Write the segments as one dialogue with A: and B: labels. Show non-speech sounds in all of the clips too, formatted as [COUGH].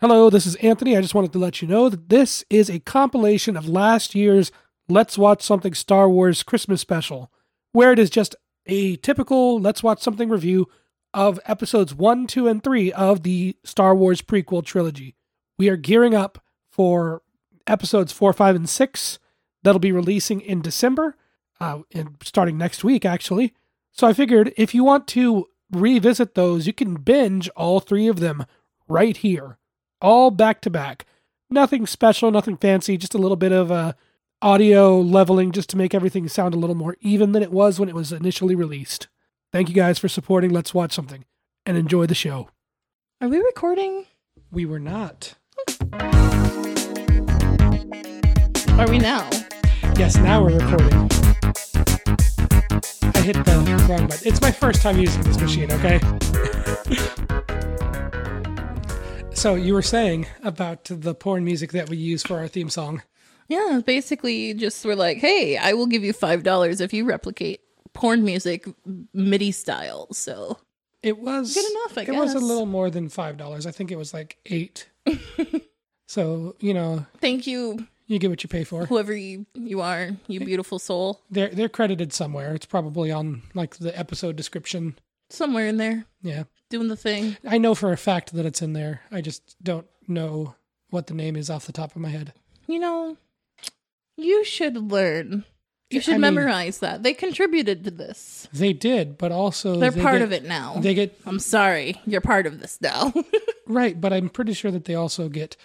A: Hello, this is Anthony. I just wanted to let you know that this is a compilation of last year's Let's Watch Something Star Wars Christmas special, where it is just a typical Let's Watch Something review of episodes 1, 2, and 3 of the Star Wars prequel trilogy. We are gearing up for episodes 4, 5, and 6 that'll be releasing in December, uh, and starting next week, actually. So I figured if you want to revisit those, you can binge all three of them right here, all back to back. Nothing special, nothing fancy, just a little bit of uh, audio leveling just to make everything sound a little more even than it was when it was initially released. Thank you guys for supporting Let's Watch Something and enjoy the show.
B: Are we recording?
A: We were not.
B: Are we now?
A: Yes, now we're recording. I hit the wrong button. It's my first time using this machine, okay? [LAUGHS] so you were saying about the porn music that we use for our theme song.
B: Yeah, basically, just we're like, hey, I will give you $5 if you replicate porn music MIDI style. So,
A: It was
B: Good enough, I
A: It was a
B: guess.
A: little more than five dollars. I think it was like
B: [LAUGHS]
A: eight. so you know,
B: thank you,
A: you get what you pay for.
B: whoever you, you are, you beautiful soul.
A: They're they're credited somewhere. It's probably on like the episode description.
B: Somewhere in there,
A: Yeah,
B: doing the thing.
A: I know for a fact that it's in there. I just don't know what the name is off the top of my head.
B: You know, you should learn. You should
A: I mean-
B: memorize that. They contributed to this.
A: They did, but also
B: They're
A: they
B: part
A: get-
B: of it now.
A: They get
B: I'm sorry. You're part of this now. [LAUGHS]
A: right, but I'm pretty sure that they also get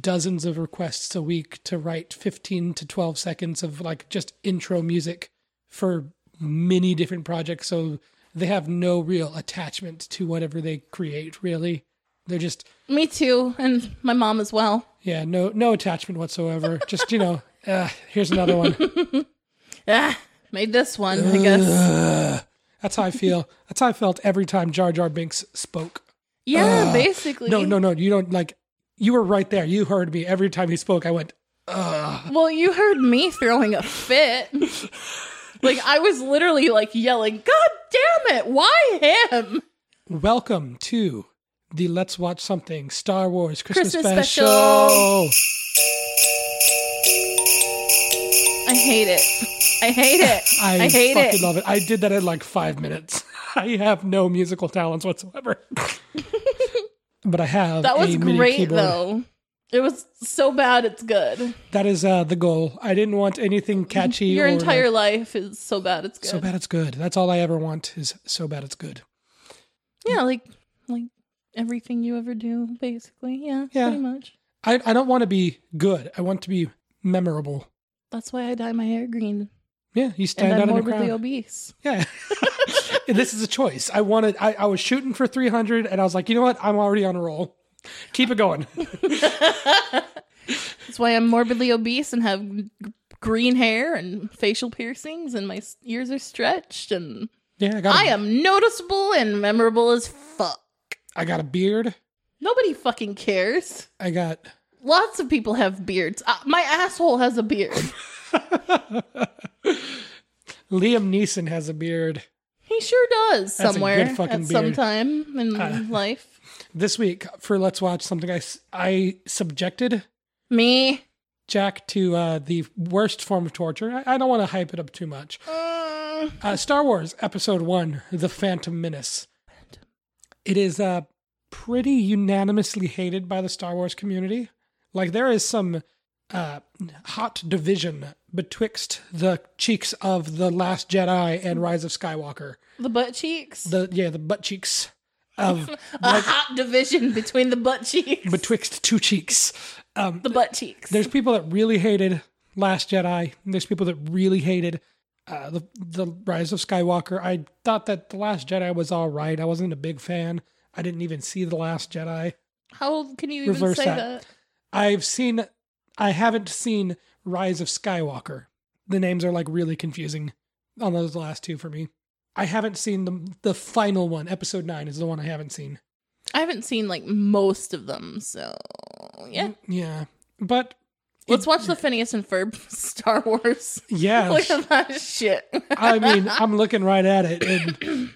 A: dozens of requests a week to write 15 to 12 seconds of like just intro music for many different projects. So they have no real attachment to whatever they create, really. They're just
B: Me too. And my mom as well.
A: yeah, no no attachment whatsoever. just you know, uh, here's another one.
B: Ah, made this one, I guess.
A: That's how I feel. That's how I felt every time Jar Jar Binks spoke.
B: Yeah, basically.
A: Uh, No, no, no. You don't like. You were right there. You heard me every time he spoke. I went.
B: Well, you heard me throwing
A: [LAUGHS]
B: a fit. like I was literally like yelling, "God damn it! Why him?"
A: Welcome to the Let's Watch Something Star Wars Christmas,
B: Christmas
A: special.
B: special. I hate it. I hate it. I,
A: [LAUGHS] I,
B: hate
A: fucking
B: it.
A: love it. I did that in like five minutes. [LAUGHS] I have no musical talents
B: [LAUGHS]
A: whatsoever. but I have
B: that was
A: a MIDI
B: great
A: keyboard.
B: though. It was so bad it's good.
A: That is uh, the goal. I didn't want
B: [LAUGHS]
A: anything catchy
B: Your
A: or
B: entire
A: like,
B: life is so bad it's good.
A: so bad it's good. That's all I ever want is so bad it's good.
B: Yeah, like like everything you ever do basically. Yeah,
A: Yeah.
B: pretty much.
A: I, I don't want to be good. I want to be memorable.
B: That's why I dye my hair green
A: Yeah, you
B: and
A: stand out
B: I'm
A: in the crowd.
B: morbidly obese.
A: Yeah. [LAUGHS] this is a choice. I wanted I, I was shooting for 300 and I was like, you know what? I'm already on a roll. Keep it going. [LAUGHS]
B: That's why I'm morbidly obese and have g- green hair and facial piercings, and my s- ears are stretched, and
A: Yeah, I got
B: I
A: a,
B: am noticeable and memorable as fuck.
A: I got a beard.
B: Nobody fucking cares.
A: I got
B: Lots of people have beards. Uh, my asshole has a beard. [LAUGHS]
A: Liam Neeson has a beard.
B: He sure does
A: That's a
B: somewhere
A: good fucking
B: at some
A: beard. Uh.
B: time in life.
A: This week for Let's Watch something I s- I subjected
B: Me.
A: Jack to uh, the worst form of torture. I, I don't want to hype it up too much.
B: Mm.
A: Uh, Star Wars Episode 1, The Phantom Menace. It is uh, pretty unanimously hated by the Star Wars community. Like, there is some uh, hot division betwixt the cheeks of The Last Jedi and Rise of Skywalker.
B: The butt cheeks.
A: The Yeah, the butt cheeks of
B: a hot division between the butt cheeks.
A: betwixt two cheeks. Um,
B: the butt cheeks.
A: there's people that really hated Last Jedi. and There's people that really hated uh, the the Rise of Skywalker. I thought that the Last Jedi was all right. I wasn't a big fan. I didn't even see the Last Jedi.
B: How can you even
A: Reverse
B: say
A: that.
B: that?
A: I've seen. I haven't seen Rise of Skywalker. The names are like really confusing on those last two for me. I haven't seen the the final one. Episode nine is the one I haven't seen.
B: I haven't seen like most of them, so yeah.
A: Yeah, but
B: Let's Oh, watch the Phineas and Ferb [LAUGHS] Star [LAUGHS] Wars.
A: yeah,
B: Look at that shit. [LAUGHS]
A: I mean, I'm looking right at it. And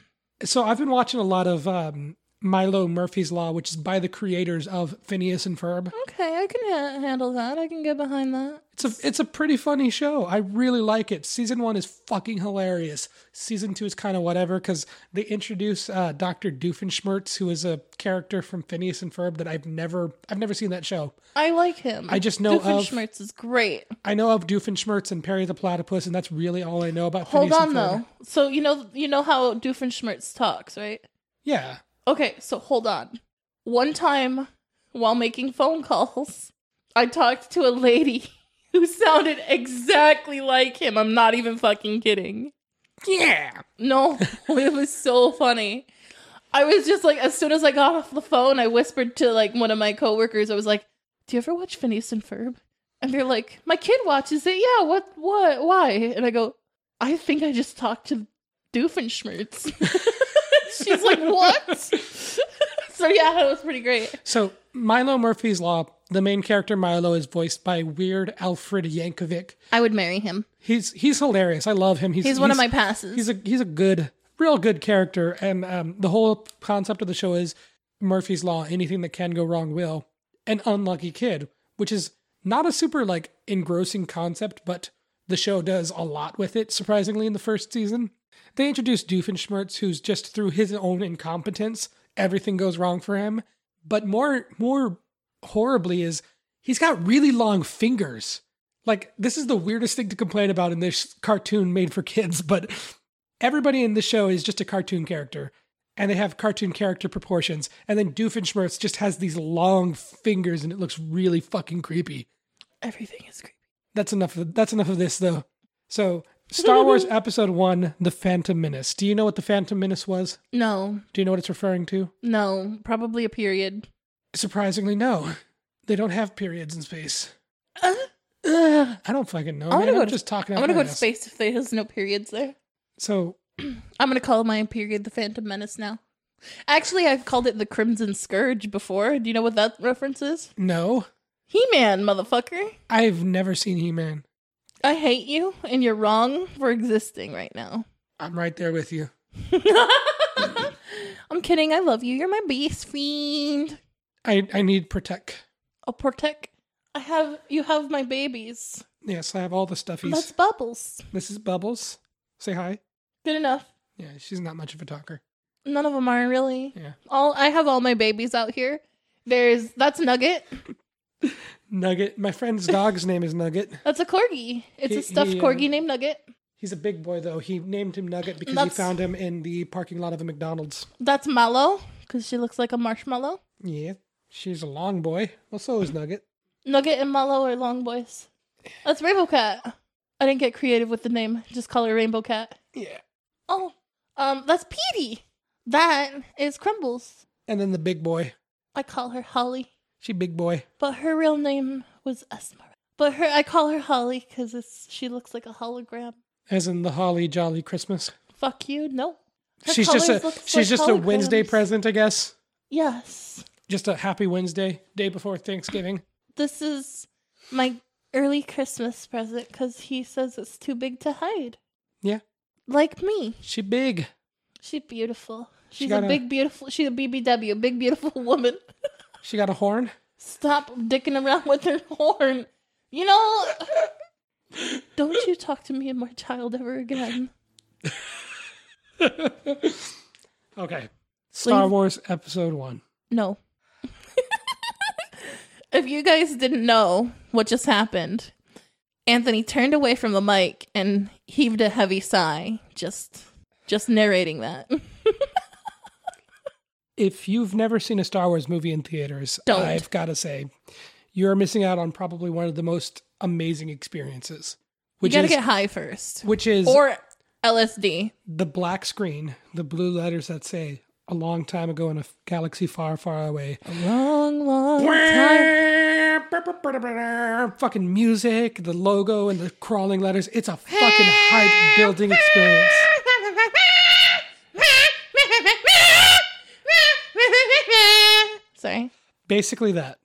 A: so I've been watching a lot of um, Milo Murphy's Law, which is by the creators of Phineas and Ferb.
B: Okay, I can ha- handle that. I can get behind that.
A: It's a it's a pretty funny show. I really like it. Season one is fucking hilarious. Season two is kind of whatever because they introduce uh, Doctor Doofenshmirtz, who is a character from Phineas and Ferb that I've never I've never seen that show.
B: I like him.
A: I just know of-
B: Doofenshmirtz is great.
A: I know of Doofenshmirtz and Perry the Platypus, and that's really all I know about.
B: Hold
A: Phineas
B: on
A: and Ferb.
B: though. So you know you know how Doofenshmirtz talks, right?
A: Yeah.
B: Okay, so hold on. One time while making phone calls, I talked to a lady [LAUGHS] who sounded exactly like him. I'm not even fucking kidding.
A: Yeah.
B: No, [LAUGHS] it was so funny. I was just like, as soon as I got off the phone, I whispered to like one of my coworkers. I was like, "Do you ever watch Phineas and Ferb?" And they're like, "My kid watches it." Yeah, what? What? Why? And I go, "I think I just talked to Doofenshmirtz." [LAUGHS] She's like, "What?" [LAUGHS] so yeah, it was pretty great.
A: So Milo Murphy's Law, the main character Milo is voiced by Weird Alfred Yankovic.
B: I would marry him.
A: He's he's hilarious. I love him. He's
B: He's, one of my passes.
A: He's a he's a good, real good character, and um, the whole concept of the show is Murphy's Law: anything that can go wrong will. An unlucky kid, which is not a super like engrossing concept, but the show does a lot with it. Surprisingly, in the first season, they introduce Doofenshmirtz, who's just through his own incompetence, everything goes wrong for him. But more more horribly is he's got really long fingers. Like this is the weirdest thing to complain about in this cartoon made for kids, but everybody in the show is just a cartoon character and they have cartoon character proportions and then doofenshmirtz just has these long fingers and it looks really fucking creepy
B: Everything is creepy.
A: that's enough of, that's enough of this though so star wars
B: [LAUGHS]
A: episode 1 the phantom menace do you know what the phantom menace was
B: No,
A: do you know what it's referring to
B: no, probably a period.
A: surprisingly no they don't have periods in space
B: Uh,
A: i don't fucking know
B: I wanna
A: man.
B: go
A: i'm
B: to-
A: just talking
B: I'm
A: out
B: gonna
A: my
B: go to
A: ass.
B: space if there's no periods there.
A: so
B: I'm gonna call my period the Phantom Menace now. Actually, I've called it the Crimson Scourge before. Do you know what that reference is?
A: no
B: He Man, motherfucker.
A: i've never seen he-man
B: I hate you, and you're wrong for existing right now. [LAUGHS]
A: i'm right there with you
B: I'm kidding. I love you. You're my best friend.
A: i i need protect
B: I'll protect. I have you have my babies.
A: yes i have all the stuffies
B: That's bubbles.
A: This is Bubbles. Say hi.
B: Good enough.
A: Yeah, she's not much of a talker.
B: None of them are really.
A: Yeah.
B: All I have all my babies out here. There's that's Nugget.
A: Nugget. My
B: [LAUGHS]
A: friend's dog's name is Nugget.
B: That's a corgi. It's
A: He-
B: a stuffed
A: he, uh,
B: corgi named Nugget.
A: He's a big boy though. He named him Nugget because
B: That's-
A: he found him in the parking lot of a McDonald's.
B: That's Mallow because she looks like a marshmallow.
A: Yeah. She's a long boy. Well, so is Nugget.
B: Nugget and Mallow are long boys. That's Rainbow Cat. I didn't get creative with the name. Just call her Rainbow Cat.
A: Yeah.
B: Oh, um, that's Petey. That is Crumbles.
A: And then the big boy.
B: I call her Holly,
A: She big boy.
B: but her real name was Esmeralda. But her, I call her Holly because it's she looks like a hologram.
A: As in the Holly Jolly Christmas.
B: Fuck you. No. Her
A: she's just
B: colors
A: a
B: looks
A: she's
B: like
A: just a Wednesday
B: holograms.
A: present, I guess.
B: Yes.
A: Just a happy Wednesday, day before Thanksgiving.
B: This is my early Christmas present because he says it's too big to hide.
A: Yeah.
B: Like me.
A: She big.
B: She's beautiful. She's
A: got
B: a
A: a-
B: big, beautiful. She's a BBW, big, beautiful [LAUGHS] woman.
A: She got a horn.
B: Stop dicking around with her horn. You know, don't you talk to me and my child ever again.
A: Okay. Star
B: Please.
A: Wars episode one.
B: No. if you guys didn't know what just happened, Anthony turned away from the mic and heaved a heavy sigh. Just, just narrating that.
A: if you've never seen a Star Wars movie in theaters,
B: Don't.
A: I've got to say, you're missing out on probably one of the most amazing experiences,
B: You
A: which
B: gotta
A: is
B: get high first,
A: which is
B: or LSD.
A: the black screen, the blue letters that say "a long time ago in a f- galaxy far, far away."
B: Long, long time.
A: Fucking music, the logo, and the crawling letters. It's a fucking hype building experience.
B: [LAUGHS] Sorry.
A: basically that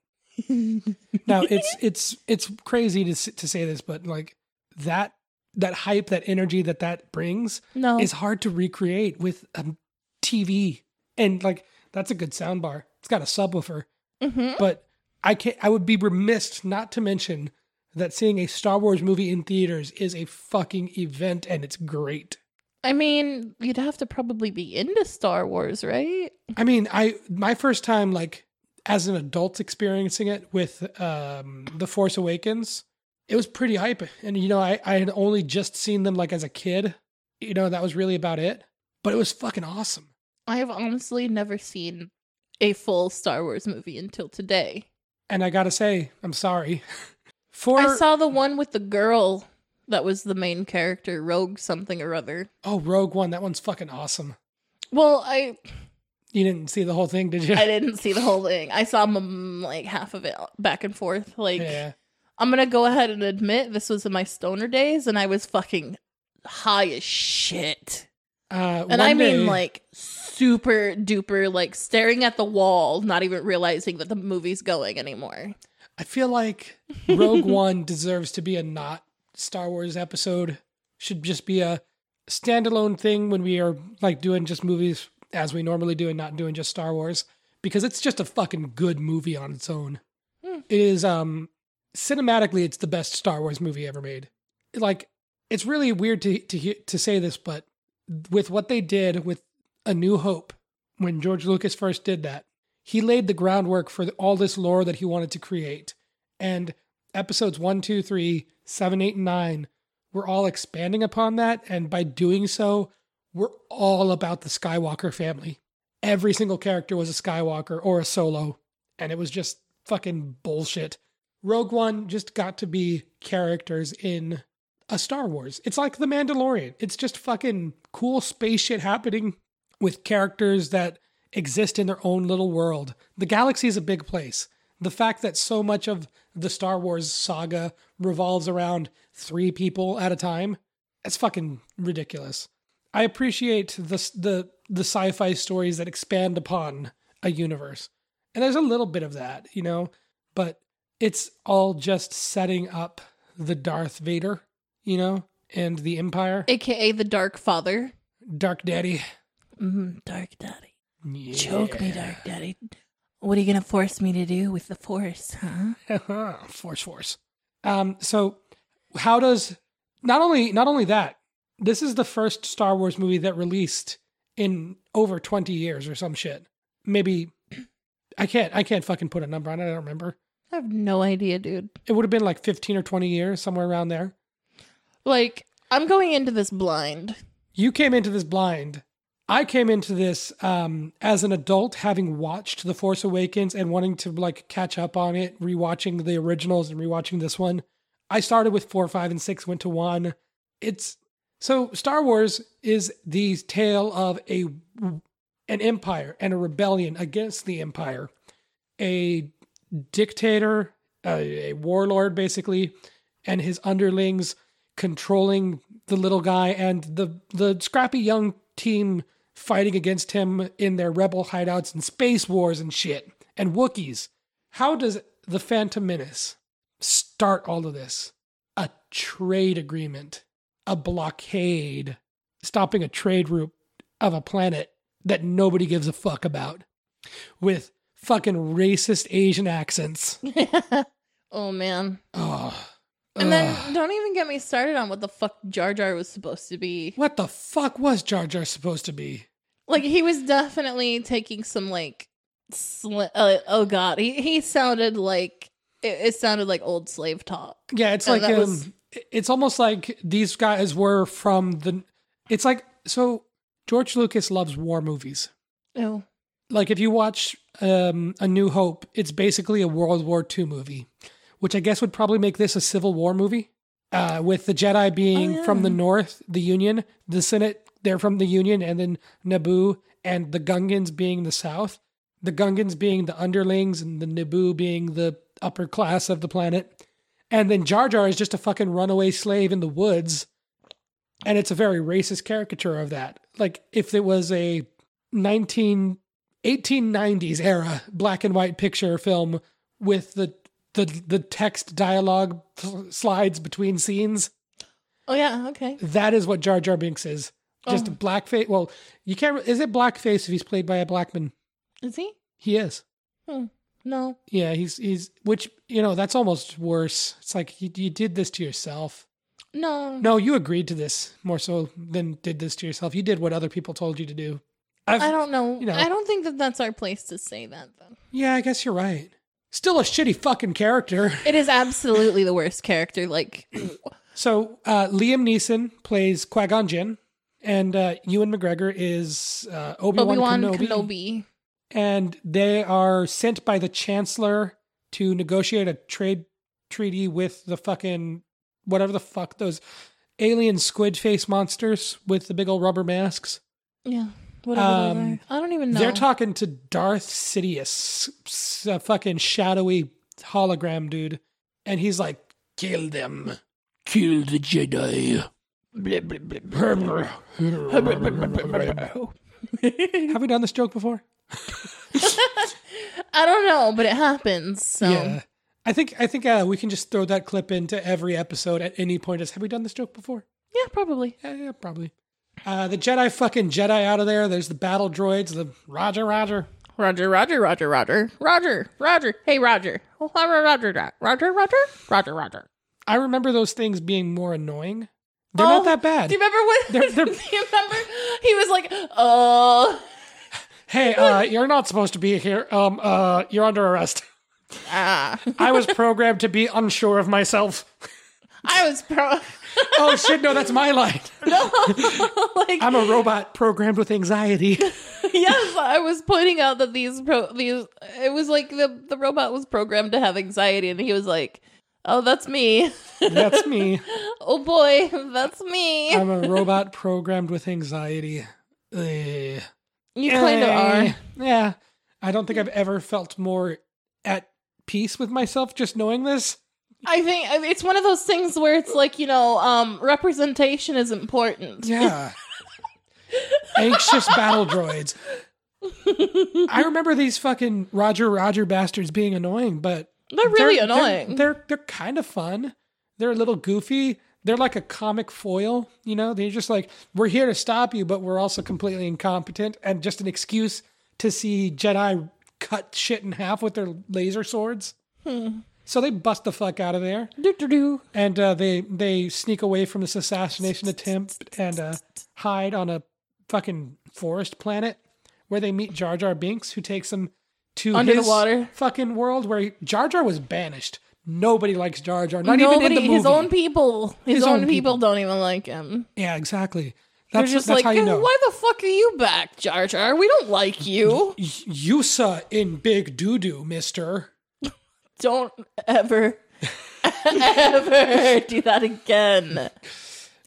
A: now it's it's it's crazy to s- to say this but like that that hype that energy that that brings
B: No.
A: is hard to recreate with a tv and like That's a good sound bar. It's got a subwoofer.
B: Mm-hmm.
A: But I can not I would be remiss not to mention that seeing a Star Wars movie in theaters is a fucking event and it's great.
B: I mean, you'd have to probably be into Star Wars, right?
A: I mean, I my first time like as an adult experiencing it with um The Force Awakens, it was pretty hype. And you know, I, I had only just seen them like as a kid. You know, that was really about it. But it was fucking awesome.
B: I have honestly never seen a full Star Wars movie until today.
A: And I gotta say, I'm sorry. [LAUGHS] For
B: I saw the one with the girl that was the main character, Rogue something or other.
A: oh Rogue One, that one's fucking awesome.
B: Well, I
A: You didn't see the whole thing, did [LAUGHS] you?
B: I didn't see the whole thing. I saw mm, like half of it back and forth. Like
A: yeah.
B: I'm gonna go ahead and admit this was in my stoner days, and I was fucking high as shit.
A: Uh, one
B: And I mean
A: day-
B: like super duper, like staring at the wall, not even realizing that the movie's going anymore.
A: I feel like Rogue One deserves to be a not Star Wars episode. Should just be a standalone thing when we are like doing just movies as we normally do and not doing just Star Wars because it's just a fucking good movie on its own.
B: Hmm.
A: It is um cinematically it's the best Star Wars movie ever made. Like it's really weird to to hear, to say this but with what they did with A New Hope when George Lucas first did that he laid the groundwork for all this lore that he wanted to create. And episodes one, two, three, seven, eight, and 9 were all expanding upon that. And by doing so, we're all about the Skywalker family. Every single character was a Skywalker or a solo. And it was just fucking bullshit. Rogue One just got to be characters in a Star Wars. It's like The Mandalorian. It's just fucking cool space shit happening with characters that exist in their own little world. The galaxy is a big place. The fact that so much of the Star Wars saga revolves around three people at a time, it's fucking ridiculous. I appreciate the s- the the sci-fi stories that expand upon a universe. And there's a little bit of that, you know, but it's all just setting up the Darth Vader, you know, and the Empire,
B: AKA the Dark Father.
A: Dark Daddy.
B: Mm, dark Daddy.
A: Yeah.
B: Dark Daddy. What are you gonna force me to do with the Force, huh?
A: [LAUGHS] force force um so how does not only not only that this is the first star wars movie that released in over 20 years or some shit maybe [CLEARS THROAT] i can't i can't fucking put a number on it i don't remember
B: I have no idea, dude.
A: it would have been like 15 or 20 years somewhere around there
B: Like, I'm going into this blind.
A: you came into this blind i came into this um as an adult having watched the force awakens and wanting to like catch up on it rewatching the originals and rewatching this one i started with four five and six went to one it's so star wars is the tale of a an empire and a rebellion against the empire a dictator a, a warlord basically and his underlings controlling the little guy and the the scrappy young team fighting against him in their rebel hideouts and space wars and shit and Wookiees. How does the Phantom Menace start all of this? A trade agreement, a blockade, stopping a trade route of a planet that nobody gives a fuck about with fucking racist Asian
B: [LAUGHS]
A: accents.
B: oh man.
A: Ugh.
B: And then
A: Ugh.
B: don't even get me started on what the fuck Jar Jar was supposed to be.
A: what the fuck was Jar Jar supposed to be?
B: Like he was definitely taking some like sli- uh, oh god, he he sounded like it, it sounded like old slave talk.
A: Yeah, it's
B: And
A: like
B: Oh, that
A: um,
B: was-
A: it's almost like these guys were from the. It's like so George Lucas loves war movies.
B: Oh.
A: Like if you watch um, A New Hope, it's basically a World War II movie, which I guess would probably make this a Civil War movie, uh, with the Jedi being
B: yeah.
A: from the North, the Union, the Senate they're from the Union, and then Naboo and the Gungans being the South, the Gungans being the underlings, and the Naboo being the upper class of the planet. And then Jar Jar is just a fucking runaway slave in the woods. And it's a very racist caricature of that. Like if it was a 19, 1890s era black and white picture film with the the, the text dialogue slides between scenes,
B: Oh yeah, okay.
A: that is what Jar Jar Binks is. Just
B: Oh.
A: blackface. Well, you can't. Is it blackface if he's played by a black man?
B: Is he?
A: He is.
B: No.
A: Yeah, he's he's which you know that's almost worse. It's like you, you did this to yourself.
B: No.
A: No, you agreed to this more so than did this to yourself. You did what other people told you to do. I've,
B: I don't know.
A: you know.
B: I don't think that that's our place to say that, though.
A: yeah, I guess you're right. Still a shitty fucking character. [LAUGHS]
B: It is absolutely the worst character. [CLEARS THROAT] Like,
A: So uh, Liam Neeson plays Qui-Gon Jinn, and uh, Ewan McGregor is uh, Obi-Wan,
B: Obi Wan
A: Kenobi,
B: Kenobi.
A: And they are sent by the Chancellor to negotiate a trade treaty with the fucking whatever the fuck those alien squid face monsters with the big old rubber masks.
B: Yeah. Whatever.
A: Um,
B: those are. I don't even know.
A: They're talking to Darth Sidious, s- a fucking shadowy hologram dude, and he's like, "Kill them, kill the Jedi." Have we done this joke before?
B: I don't know, but it happens. So.
A: Yeah, I think I think uh, we can just throw that clip into every episode at any point. As have we done this joke before?
B: Yeah, probably.
A: Yeah, yeah, probably. Uh, the Jedi fucking Jedi out of there. There's the battle droids. The Roger, Roger.
B: Roger, Roger, Roger, Roger, Roger, Roger. Hey, Roger. Roger, Roger, Roger, Roger, Roger, Roger.
A: I remember those things being more annoying. They're
B: Oh,
A: not that bad.
B: Do you remember what?
A: They're- they're-
B: [LAUGHS] do you remember? He was like, "Oh,
A: Hey, uh, you're not supposed to be here. Um, uh, you're under arrest. [LAUGHS]
B: ah,
A: I
B: [LAUGHS]
A: was programmed to be unsure of myself.
B: I was pro."
A: Oh shit, no, that's my line.
B: like,
A: I'm a robot programmed with
B: [LAUGHS]
A: anxiety.
B: yes, I was pointing out that these pro- these it was like the the robot was programmed to have anxiety, and he was like, "Oh, that's me.
A: That's me.
B: oh boy, that's me.
A: I'm a robot programmed with anxiety. Eh.
B: you kind of
A: Eh.
B: are."
A: Yeah. I don't think I've ever felt more at peace with myself just knowing this.
B: I think I mean, it's one of those things where it's like you know, um, representation is important.
A: Yeah. [LAUGHS] Anxious battle droids. I remember these fucking Roger Roger bastards being annoying, but
B: They're really
A: they're-
B: annoying.
A: They're they're, they're kind of fun. They're a little goofy. They're like a comic foil, you know. They're just like we're here to stop you, but we're also completely incompetent and just an excuse to see Jedi cut shit in half with their laser swords. So they bust the fuck out of there
B: Hmm. Do do do.
A: and uh, they they sneak away from this assassination attempt and uh, hide on a fucking forest planet where they meet Jar Jar Binks, who takes them to
B: Under the
A: his
B: water.
A: fucking world where Jar Jar was banished. Nobody likes Jar Jar, not even in the movie.
B: his own people, his,
A: His
B: own,
A: own
B: people don't even like him.
A: yeah, exactly.
B: They're
A: That's
B: just
A: that's
B: like,
A: how you know.
B: why the fuck are you back, Jar Jar? We don't
A: [LAUGHS]
B: like you.
A: Y- Yusa in big doo doo, Mister.
B: don't [LAUGHS] ever, ever do that again.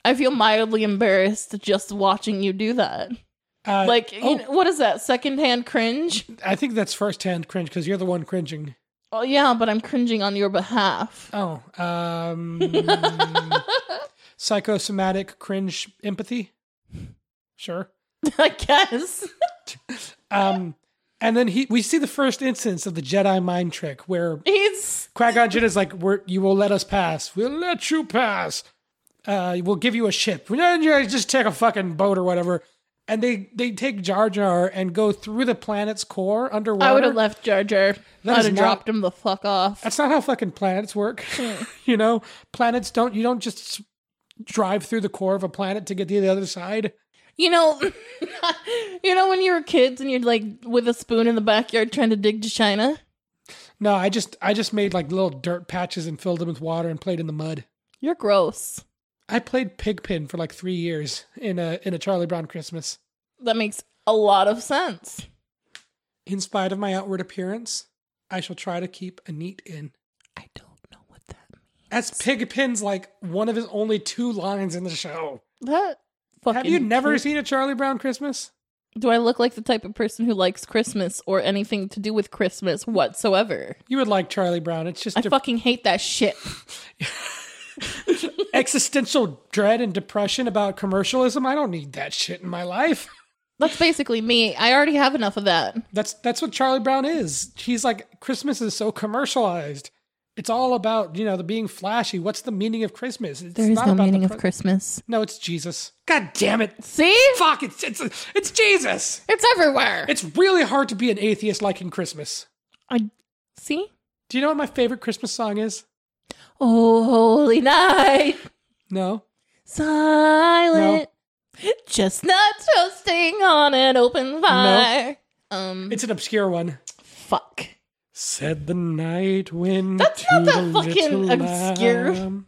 B: I feel mildly embarrassed just watching you do that.
A: Uh,
B: Like, you
A: oh,
B: know- what is that? Secondhand cringe?
A: I think that's first hand cringe because you're the one cringing.
B: Oh yeah, but I'm cringing on
A: [LAUGHS]
B: your behalf.
A: Oh,
B: [LAUGHS]
A: um, psychosomatic cringe empathy. Sure.
B: I guess.
A: Um, and then he, we see the first instance of the Jedi mind trick where
B: He's
A: Qui-Gon Jinn is like, We're, "You will let us pass. We'll let you pass. Uh, we'll give you a ship. No, you Just take a fucking boat or whatever." And they they take Jar Jar and go through the planet's core underwater.
B: I would have left Jar Jar.
A: That
B: I'd
A: is
B: have
A: not-
B: dropped him the fuck off.
A: That's not how fucking planets work. [LAUGHS] you know, planets don't. You don't just s- drive through the core of a planet to get to the other side.
B: You know, [LAUGHS] you know when you were kids and you're like with a spoon in the backyard trying to dig to China.
A: No, I just I just made like little dirt patches and filled them with water and played in the mud.
B: You're gross.
A: I played Pigpen for like three years in a in a Charlie Brown Christmas.
B: That makes a lot of sense.
A: In spite of my outward appearance, I shall try to keep a neat inn.
B: I don't know what that means.
A: That's Pigpen's like one of his only two lines in the show.
B: That fucking.
A: Have you never seen a Charlie Brown Christmas?
B: Do I look like the type of person who likes Christmas or anything to do with Christmas whatsoever?
A: You would like Charlie Brown. It's just
B: I
A: de-
B: fucking hate that shit.
A: existential dread and depression about commercialism. I don't need that shit in my life. [LAUGHS]
B: That's basically me. I already have enough of that.
A: That's that's what Charlie Brown is. He's like Christmas is so commercialized. it's all about you know the being flashy. What's the meaning of Christmas? It's
B: There is
A: not
B: no
A: about the
B: meaning
A: pre-
B: of Christmas.
A: No, it's Jesus. God damn it!
B: See?
A: Fuck! It's it's it's Jesus.
B: It's everywhere.
A: It's really hard to be an atheist liking Christmas.
B: I see.
A: Do you know what my favorite Christmas song is?
B: Oh, holy night,
A: No.
B: silent, chestnut toasting on an open fire. Um,
A: It's an obscure one.
B: fuck.
A: Said the night wind.
B: That's
A: to
B: not that
A: the
B: fucking
A: little
B: obscure.
A: lamb.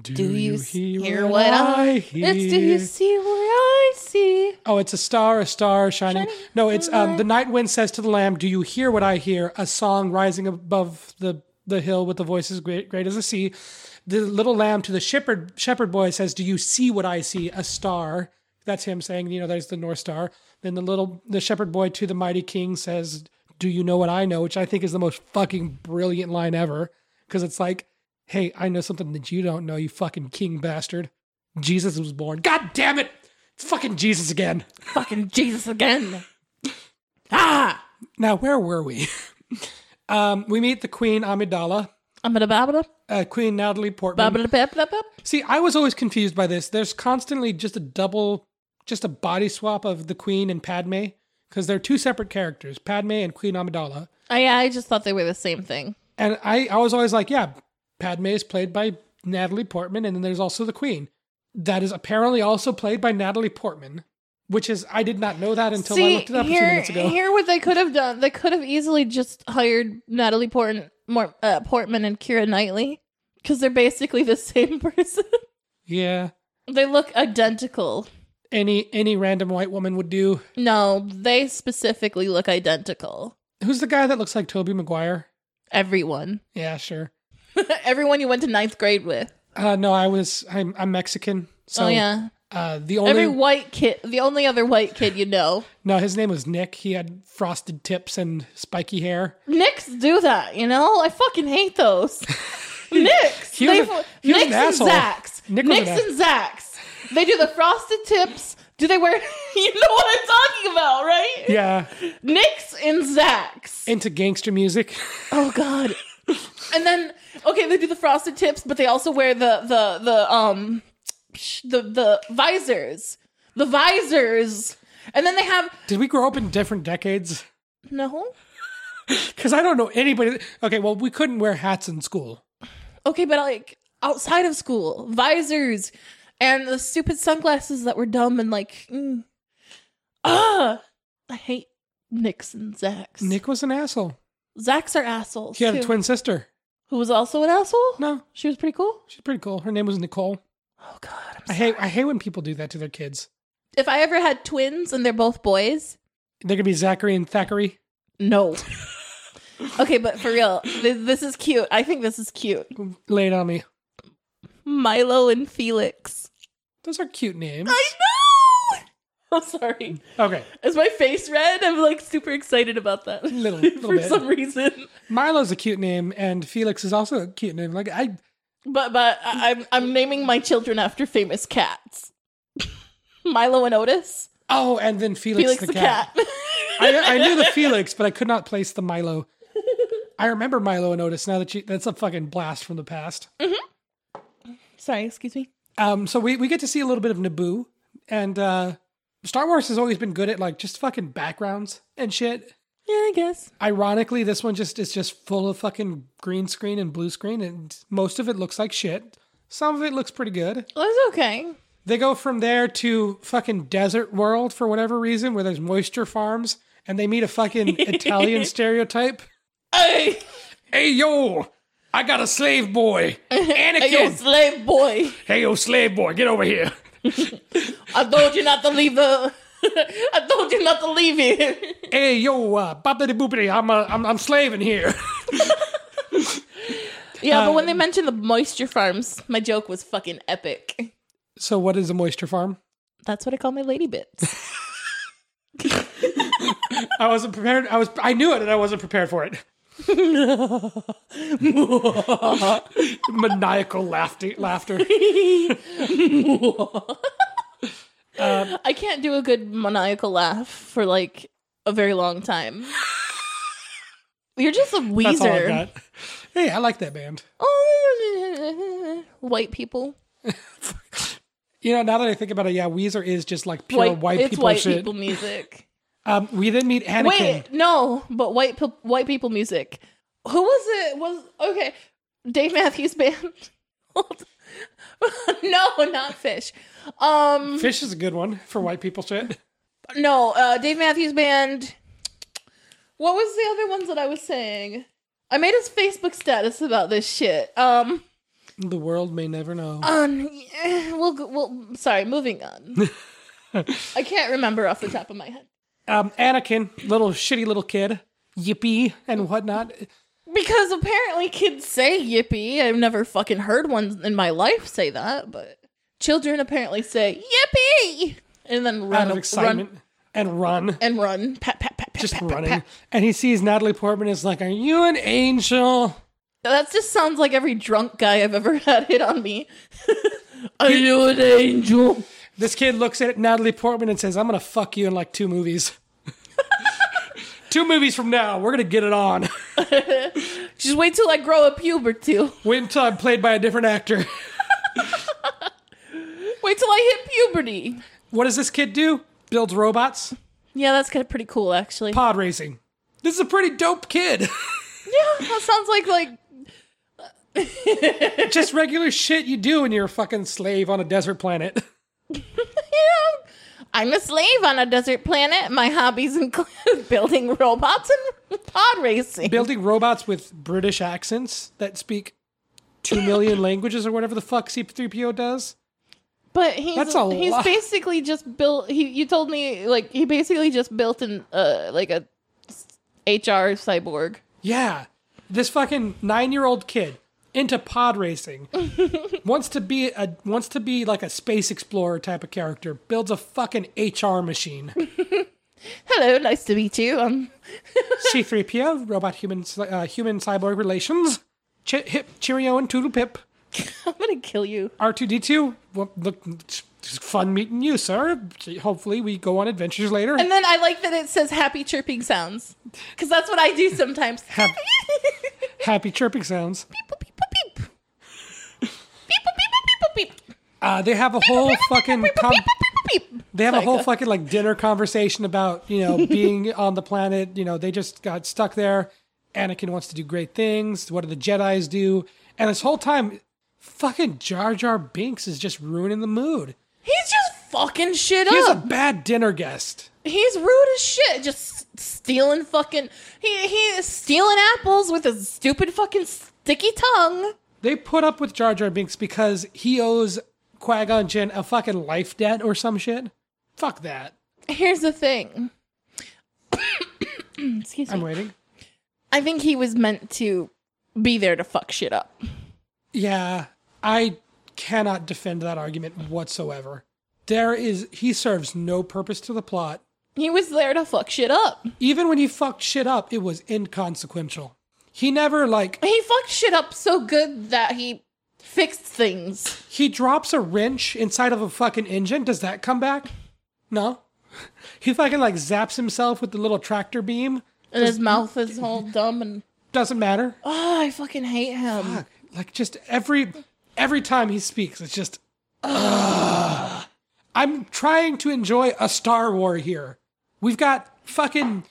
A: Do,
B: Do you
A: you
B: s-
A: hear,
B: hear
A: what,
B: what I-
A: I, hear?
B: It's do you see what I see?
A: Oh, it's a star, a star shining.
B: Shining
A: No, it's um,
B: light.
A: the night wind says to the lamb, "Do you hear what I hear? A song rising above the the hill with the voices great, great as the sea." The little lamb to the shepherd shepherd boy says, "Do you see what I see? A star." That's him saying, "You know, there's the north star." Then the little the shepherd boy to the mighty king says, "Do you know what I know?" Which I think is the most fucking brilliant line ever because it's like, "Hey, I know something that you don't know, you fucking king bastard." Jesus was born. God damn it! It's fucking Jesus again.
B: Fucking Jesus again. Ah,
A: Now, where were we? [LAUGHS] um, we meet the Queen Amidala,
B: I'm gonna babble
A: uh, Queen Natalie Portman.
B: babble babble babble.
A: See, I was always confused by this. There's constantly just a double, just a body swap of the Queen and Padme because they're two separate characters, Padme and Queen Amidala.
B: I Oh, I just thought they were the same thing.
A: And I, I was always like, yeah, Padme is played by Natalie Portman, and then there's also the Queen that is apparently also played by Natalie Portman, which is I did not know that until I looked it up
B: here,
A: a few minutes ago.
B: Here, what they could have done, they could have easily just hired Natalie Portman, Mor- uh, Portman and Kira Knightley because they're basically the [LAUGHS] same person.
A: Yeah,
B: they look identical.
A: any any random white woman would do.
B: No, they specifically look identical.
A: Who's the guy that looks like Toby Maguire?
B: Everyone, [LAUGHS]
A: Yeah, sure.
B: everyone you went to ninth grade with.
A: Uh, no, I was I'm I'm Mexican. So
B: oh yeah,
A: uh, the only
B: every white kid, the only other white kid you
A: [LAUGHS]
B: know.
A: no, his name was Nick. He had frosted tips and spiky hair.
B: Nicks do that, you know. I fucking hate [LAUGHS] those. Nicks.
A: he was
B: they,
A: a- he was an
B: Nicks
A: asshole.
B: and Zacks.
A: Nick was
B: Nicks
A: an
B: and Zacks. They do the frosted tips. Do they wear? [LAUGHS] you know what I'm talking about, right?
A: Yeah,
B: Nicks and Zacks.
A: into gangster music. [LAUGHS]
B: oh God. and then okay, they do the frosted tips, but they also wear the the the um sh- the the visors, the visors, and then they have
A: Did we grow up in different decades?
B: no.
A: Because I don't know anybody. Okay, well we couldn't wear hats in school.
B: Okay, but like outside of school, visors and the stupid sunglasses that were dumb and like, mm. ah, I hate Nicks and Zacks.
A: Nick was an asshole.
B: Zacks are assholes.
A: He had
B: too.
A: a twin sister.
B: who was also an asshole.
A: No,
B: She was pretty cool.
A: she's pretty cool. Her name was Nicole.
B: Oh God, I'm
A: I
B: sorry.
A: hate I hate when people do that to their kids.
B: if I ever had twins and they're both boys,
A: They're gonna be Zachary and Thackeray.
B: no. okay, but for real, this, this is cute. I think this is cute.
A: Lay it on me.
B: Milo and Felix.
A: Those are cute names.
B: I know. [LAUGHS] I'm sorry.
A: Okay,
B: Is my face red? I'm like super excited about that. [LAUGHS]
A: Little- little
B: for
A: bit.
B: some reason.
A: Milo's a cute name, and Felix is also a cute name. Like I,
B: But but I- I'm I'm naming my children after famous cats. [LAUGHS] Milo and Otis.
A: Oh, and then Felix,
B: Felix
A: the,
B: the
A: cat.
B: cat. [LAUGHS]
A: I, I knew the Felix, but I could not place the Milo. I remember Milo and Otis. Now that you, that's a fucking blast from the past.
B: Sorry, excuse me.
A: Um, so we we get to see a little bit of Naboo, and uh, Star Wars has always been good at like just fucking backgrounds and shit.
B: Yeah, I guess.
A: Ironically, this one just is just full of fucking green screen and blue screen, and most of it looks like shit. Some of it looks pretty good.
B: Well, it's okay.
A: They go from there to fucking desert world for whatever reason, where there's moisture farms, and they meet a fucking Italian stereotype.
B: Hey,
A: Hey yo, I got a slave boy,
B: hey, you
A: Anakin.
B: slave boy!
A: Hey yo, slave boy, get over here.
B: I told you not to leave the. [LAUGHS] I told you not to leave here.
A: Hey yo, uh, boppity boopity, I'm, uh, I'm I'm slaving here. [LAUGHS]
B: Yeah, but when they mentioned the moisture farms, my joke was fucking epic.
A: So what is a moisture farm?
B: That's what I call my lady bits.
A: I wasn't prepared. I was I knew it, and I wasn't prepared for it. [LAUGHS] Maniacal laughter. Laughter.
B: [LAUGHS] I can't do a good maniacal laugh for like a very long time. You're just a
A: That's all I
B: Weezer.
A: got. Hey, I like that band.
B: Oh, [LAUGHS] white people.
A: You know, now that I think about it, yeah, Weezer is just like pure white,
B: it's
A: people
B: white
A: shit.
B: people [LAUGHS] music.
A: Um, we then meet Anakin.
B: Wait, no, but white pe- white people music. Who was it? Was okay, Dave Matthews Band. [LAUGHS] no, not Fish. Um,
A: Fish is a good one for white people shit.
B: no, uh, Dave Matthews Band. What was the other ones that I was saying? I made his Facebook status about this shit. Um,
A: The world may never know.
B: um, yeah, we'll go- we'll. Sorry, moving on. [LAUGHS] I can't remember off the top of my head.
A: Um, Anakin, little shitty little kid, yippee and whatnot.
B: Because apparently kids say yippee. I've never fucking heard one in my life say that, but children apparently say yippee and then
A: Out
B: run
A: of excitement
B: run
A: and run,
B: and run pat pat pat pat
A: just
B: pat, pat,
A: running.
B: pat.
A: And he sees Natalie Portman is like, "Are you an angel?"
B: That just sounds like every drunk guy I've ever [LAUGHS] had hit on me. Are you an angel?
A: This kid looks at Natalie Portman and says, "I'm gonna fuck you in like two
B: [LAUGHS]
A: movies." two movies from now, we're gonna get it on.
B: Just wait till I grow a pube or [LAUGHS] two.
A: Wait until I'm played by a different actor.
B: Wait till I hit puberty.
A: What does this kid do? Builds robots,
B: Yeah, that's kind of pretty cool actually.
A: pod racing. This is a pretty dope kid. [LAUGHS]
B: Yeah, that sounds like like
A: Just regular shit you do when you're a fucking slave on a desert planet. [LAUGHS]
B: Yeah. I'm a slave on a desert planet. My hobbies include [LAUGHS] building robots and [LAUGHS] pod racing.
A: Building robots with British accents that speak two million [LAUGHS] languages or whatever the fuck C3PO does.
B: but he's
A: That's a
B: he's
A: lot.
B: basically just built. He you told me like he basically just built an uh like a HR cyborg.
A: Yeah. This fucking nine year old kid into pod racing wants to be a wants to be like a space explorer type of character, builds a fucking HR machine.
B: Hello, nice to meet you. Um,
A: C3PO, robot human uh, human cyborg relations. Ch- hip, cheerio and toodle pip.
B: [LAUGHS] I'm gonna kill you.
A: R2D2, well, look, it's fun meeting you, sir. Hopefully, we go on adventures later.
B: And then I like that it says happy chirping sounds because that's what I do sometimes.
A: Hap-
B: [LAUGHS]
A: Happy chirping sounds.
B: Beep, beep, beep, beep. Beep, beep, beep, beep, beep.
A: Uh, they have a whole fucking com-
B: Beep, beep, beep, beep.
A: they have a
B: Sorry,
A: whole
B: go.
A: fucking like dinner conversation about you know being on the planet. You know they just got stuck there. Anakin wants to do great things. What do the Jedi's do? And this whole time, fucking Jar Jar Binks is just ruining the mood.
B: He's just fucking shit
A: He's a
B: up.
A: bad dinner guest.
B: He's rude as shit. Just s- stealing fucking. He he is stealing apples with his stupid fucking sticky tongue.
A: They put up with Jar Jar Binks because he owes Qui Gon Jinn a fucking life debt or some shit. Fuck that.
B: Here's the thing. [COUGHS] Excuse
A: I'm
B: me.
A: waiting.
B: I think he was meant to be there to fuck shit up.
A: Yeah, I cannot defend that argument whatsoever. There is he serves no purpose to the plot.
B: He was there to fuck shit up.
A: Even when he fucked shit up, it was inconsequential. He never like
B: He fucked shit up so good that he fixed things.
A: he drops a wrench inside of a fucking engine. Does that come back? No. [LAUGHS] He fucking like zaps himself with the little tractor beam.
B: And his mouth is all dumb and.
A: Doesn't matter.
B: Oh, I fucking hate him.
A: Fuck. Like just every every time he speaks, it's just ugh. I'm trying to enjoy a Star War here. We've got fucking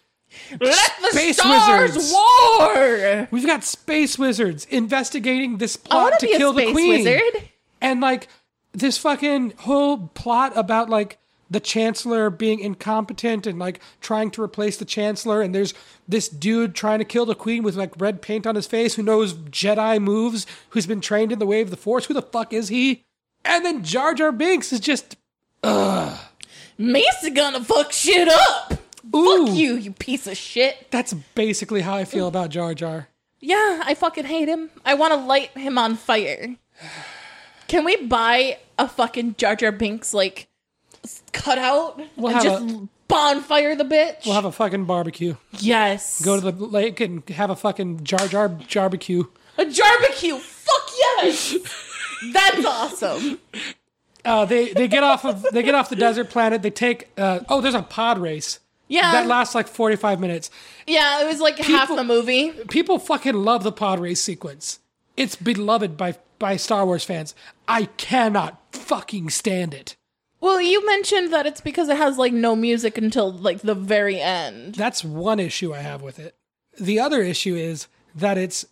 B: Let the
A: Space
B: stars
A: wizards.
B: war!
A: We've got space wizards investigating this
B: I
A: plot
B: want
A: to
B: to be
A: kill
B: a space
A: the queen.
B: wizard.
A: And like this fucking whole plot about like the chancellor being incompetent and like trying to replace the chancellor and there's this dude trying to kill the queen with like red paint on his face who knows Jedi moves, who's been trained in the way of the force. Who the fuck is he? And then Jar Jar Binks is just
B: Mesa gonna fuck shit up.
A: ooh.
B: Fuck you, you piece of shit.
A: That's basically how I feel about Jar Jar.
B: Yeah, I fucking hate him. I want to light him on fire. Can we buy a fucking Jar Jar Binks like s- cutout
A: We'll
B: and
A: have
B: just bonfire the bitch?
A: We'll have a fucking barbecue.
B: yes.
A: Go to the lake and have a fucking Jar Jar barbecue.
B: a barbecue. Fuck yes. [LAUGHS] That's awesome.
A: Uh, they they get off of they get off the desert planet. They take uh, oh, there's a pod race.
B: Yeah.
A: that lasts like 45 minutes.
B: yeah, it was like half
A: People-
B: the movie.
A: People fucking love the pod race sequence. It's beloved by by Star Wars fans. I cannot fucking stand it.
B: Well, you mentioned that it's because it has like no music until like the very end.
A: That's one issue I have with it. The other issue is that it's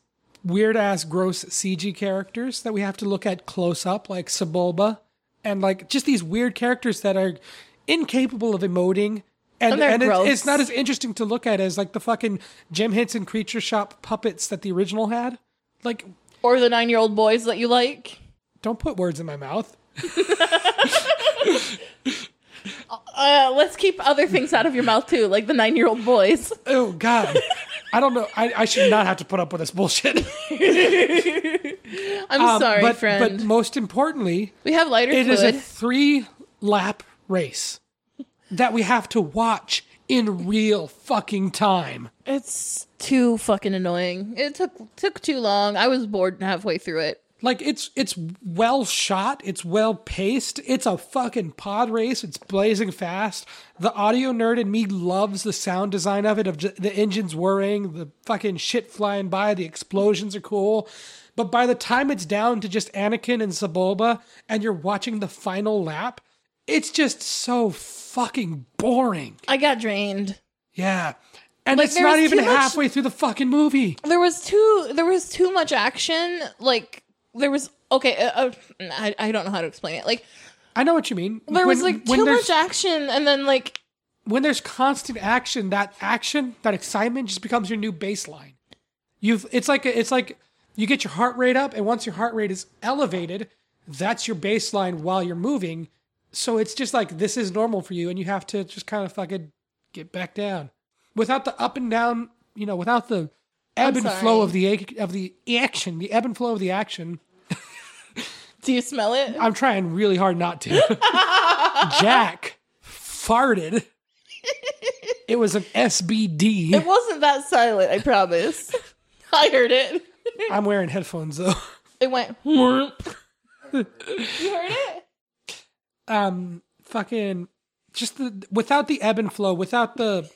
A: weird ass gross CG characters that we have to look at close up, like Sebulba, and like just these weird characters that are incapable of emoting. And,
B: And they're
A: and it's-
B: gross.
A: it's not as interesting to look at as like the fucking Jim Henson Creature Shop puppets that the original had. Like,
B: Or the nine year old boys that you like.
A: don't put words in my mouth.
B: Uh, let's keep other things out of your mouth too, like the nine year old boys. [LAUGHS]
A: Oh God, I don't know. I, I should not have to put up with this bullshit. [LAUGHS]
B: I'm sorry,
A: Um, but,
B: friend.
A: But most importantly,
B: we have lighter
A: It is
B: fluid.
A: a three lap race that we have to watch in real fucking time.
B: it's too fucking annoying. It took took too long. I was bored halfway through it.
A: Like it's it's well shot, it's well paced, it's a fucking pod race, it's blazing fast. The audio nerd in me loves the sound design of it, of ju- the engines whirring, the fucking shit flying by, the explosions are cool. But by the time it's down to just Anakin and Sebulba, and you're watching the final lap, it's just so fucking boring.
B: I got drained.
A: Yeah. And it's
B: there
A: not
B: was
A: even
B: too much-
A: halfway through the fucking movie.
B: There was too there was too much action. Like there was okay. Uh, uh, I I don't know how to explain it. Like
A: I know what you mean.
B: there was
A: When-
B: like
A: when
B: too
A: there's-
B: much action, and then like
A: When there's constant action, that action, that excitement just becomes your new baseline. You've it's like it's like you get your heart rate up and once your heart rate is elevated, that's your baseline while you're moving. So it's just like this is normal for you and you have to just kind of fucking get back down. Without the up and down, you know, without the ebb and flow
B: sorry.
A: of the ac- of the action, the ebb and flow of the action,
B: do you smell it?
A: I'm trying really hard not to. [LAUGHS] Jack farted. It was an
B: It
A: SBD.
B: wasn't that silent. I [LAUGHS] promise. I heard it.
A: I'm wearing headphones though.
B: It went. You heard it?
A: Um, [LAUGHS] fucking just the without the ebb and flow, without the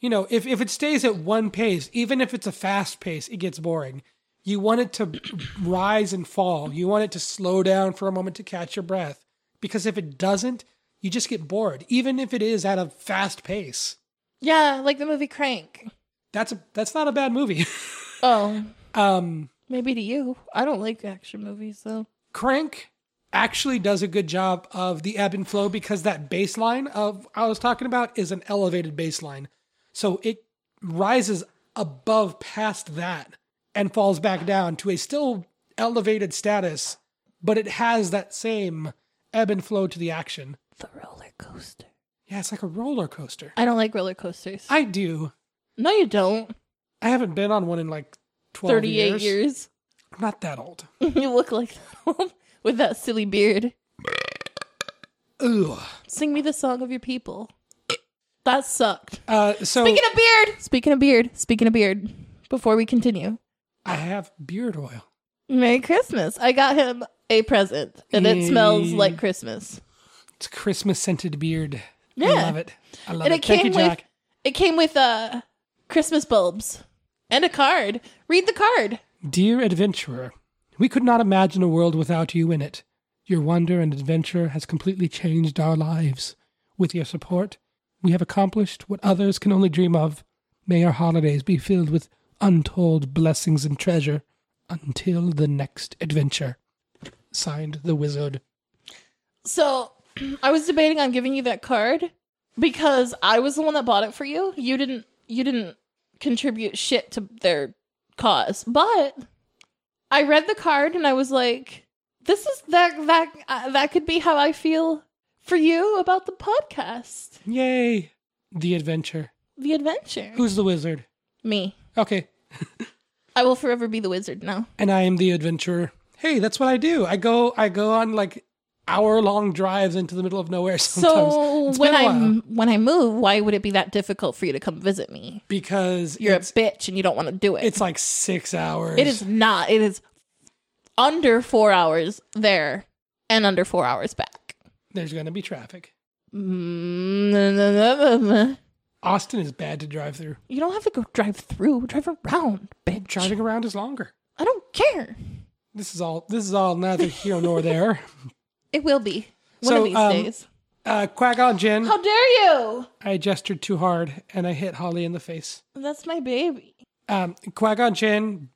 A: you know, if if it stays at one pace, even if it's a fast pace, it gets boring. You want it to [CLEARS THROAT] rise and fall. You want it to slow down for a moment to catch your breath. Because if it doesn't, you just get bored, even if it is at a fast pace.
B: Yeah, like the movie Crank.
A: That's a that's not a bad movie. [LAUGHS]
B: Oh,
A: um
B: maybe to you. I don't like action movies though.
A: Crank actually does a good job of the ebb and flow because that baseline of I was talking about is an elevated baseline. So it rises above past that and falls back down to a still elevated status, but it has that same ebb and flow to the action.
B: The roller coaster.
A: Yeah, it's like a roller coaster.
B: I don't like roller coasters.
A: I do.
B: no, you don't.
A: I haven't been on one in like 12
B: Thirty-eight
A: years.
B: years.
A: I'm not that old.
B: [LAUGHS] you look like that with that silly beard.
A: Ugh.
B: Sing me the song of your people. That sucked.
A: Uh, so
B: Speaking of beard. Speaking of beard. Speaking of beard. Before we continue,
A: I have beard oil.
B: Merry Christmas. I got him a present, and it smells
A: Yay.
B: like Christmas.
A: It's Christmas scented beard.
B: Yeah.
A: I love it. I love
B: And
A: it.
B: it
A: Thank you,
B: came with-
A: Jack.
B: It came with uh Christmas bulbs and a card. Read the card.
A: Dear adventurer, we could not imagine a world without you in it. Your wonder and adventure has completely changed our lives. With your support, we have accomplished what others can only dream of. May our holidays be filled with untold blessings and treasure until the next adventure. Signed, The Wizard.
B: So I was debating on giving you that card because I was the one that bought it for you. You didn't you didn't contribute shit to their cause. But I read the card and I was like, this is that that uh, that could be how I feel for you about the podcast,
A: Yay! The adventure.
B: the adventure.
A: Who's the wizard?
B: Me.
A: Okay,
B: I will forever be the wizard now.
A: and I am the adventurer. Hey, that's what I do. I go I go on like hour long drives into the middle of nowhere [LAUGHS] sometimes.
B: So
A: It's
B: when
A: been a
B: I
A: while.
B: when I move, why would it be that difficult for you to come visit me?
A: because
B: You're
A: it's,
B: a bitch and you don't want to do it.
A: it's like six hours.
B: it is not. It is under four hours there and under four hours back. Mm.
A: There's gonna be traffic. Austin is bad to drive through.
B: You don't have to go drive through, drive around, bitch.
A: Driving around is longer.
B: I don't care.
A: This is all. This is all neither here nor
B: [LAUGHS]
A: there.
B: It will be one
A: So,
B: of these
A: um,
B: days.
A: Uh, quack on, Jin.
B: How dare you?
A: I gestured too hard and I hit Holly in the face.
B: That's my baby.
A: Um, Qui-Gon Jinn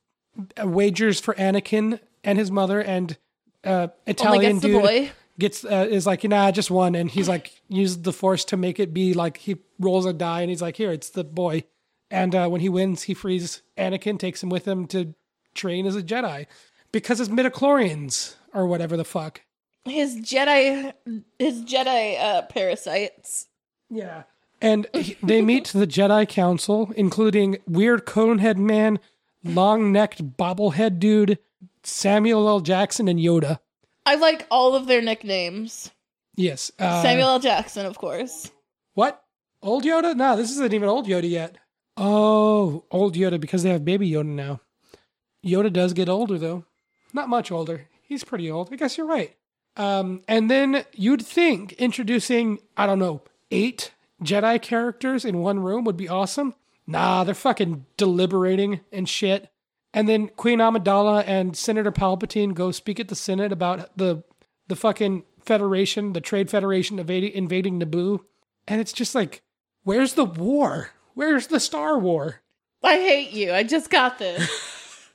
A: uh, wagers for Anakin and his mother, and uh, Italian
B: gets Oh the
A: dude
B: boy.
A: gets uh, is like, nah, just one, and he's like uses the force to make it be like he rolls a die, and he's like, here, it's the boy, and uh, when he wins, he frees Anakin, takes him with him to train as a Jedi because his midichlorians or whatever the fuck.
B: His Jedi, his Jedi uh, parasites.
A: Yeah. And he- they meet the Jedi Council, including weird conehead man, long necked bobblehead dude, Samuel L. Jackson, and Yoda.
B: I like all of their nicknames.
A: Yes. Uh,
B: Samuel L. Jackson, of course.
A: What? Old Yoda? No, this isn't even old Yoda yet. Oh, old Yoda because they have baby Yoda now. Yoda does get older, though. Not much older. He's pretty old. I guess you're right. Um, and then you'd think introducing, I don't know, eight Jedi characters in one room would be awesome. Nah, they're fucking deliberating and shit. And then Queen Amidala and Senator Palpatine go speak at the Senate about the the fucking Federation, the Trade Federation invading, invading Naboo. And it's just like, where's the war? Where's the Star War?
B: I hate you. I just got [LAUGHS] this.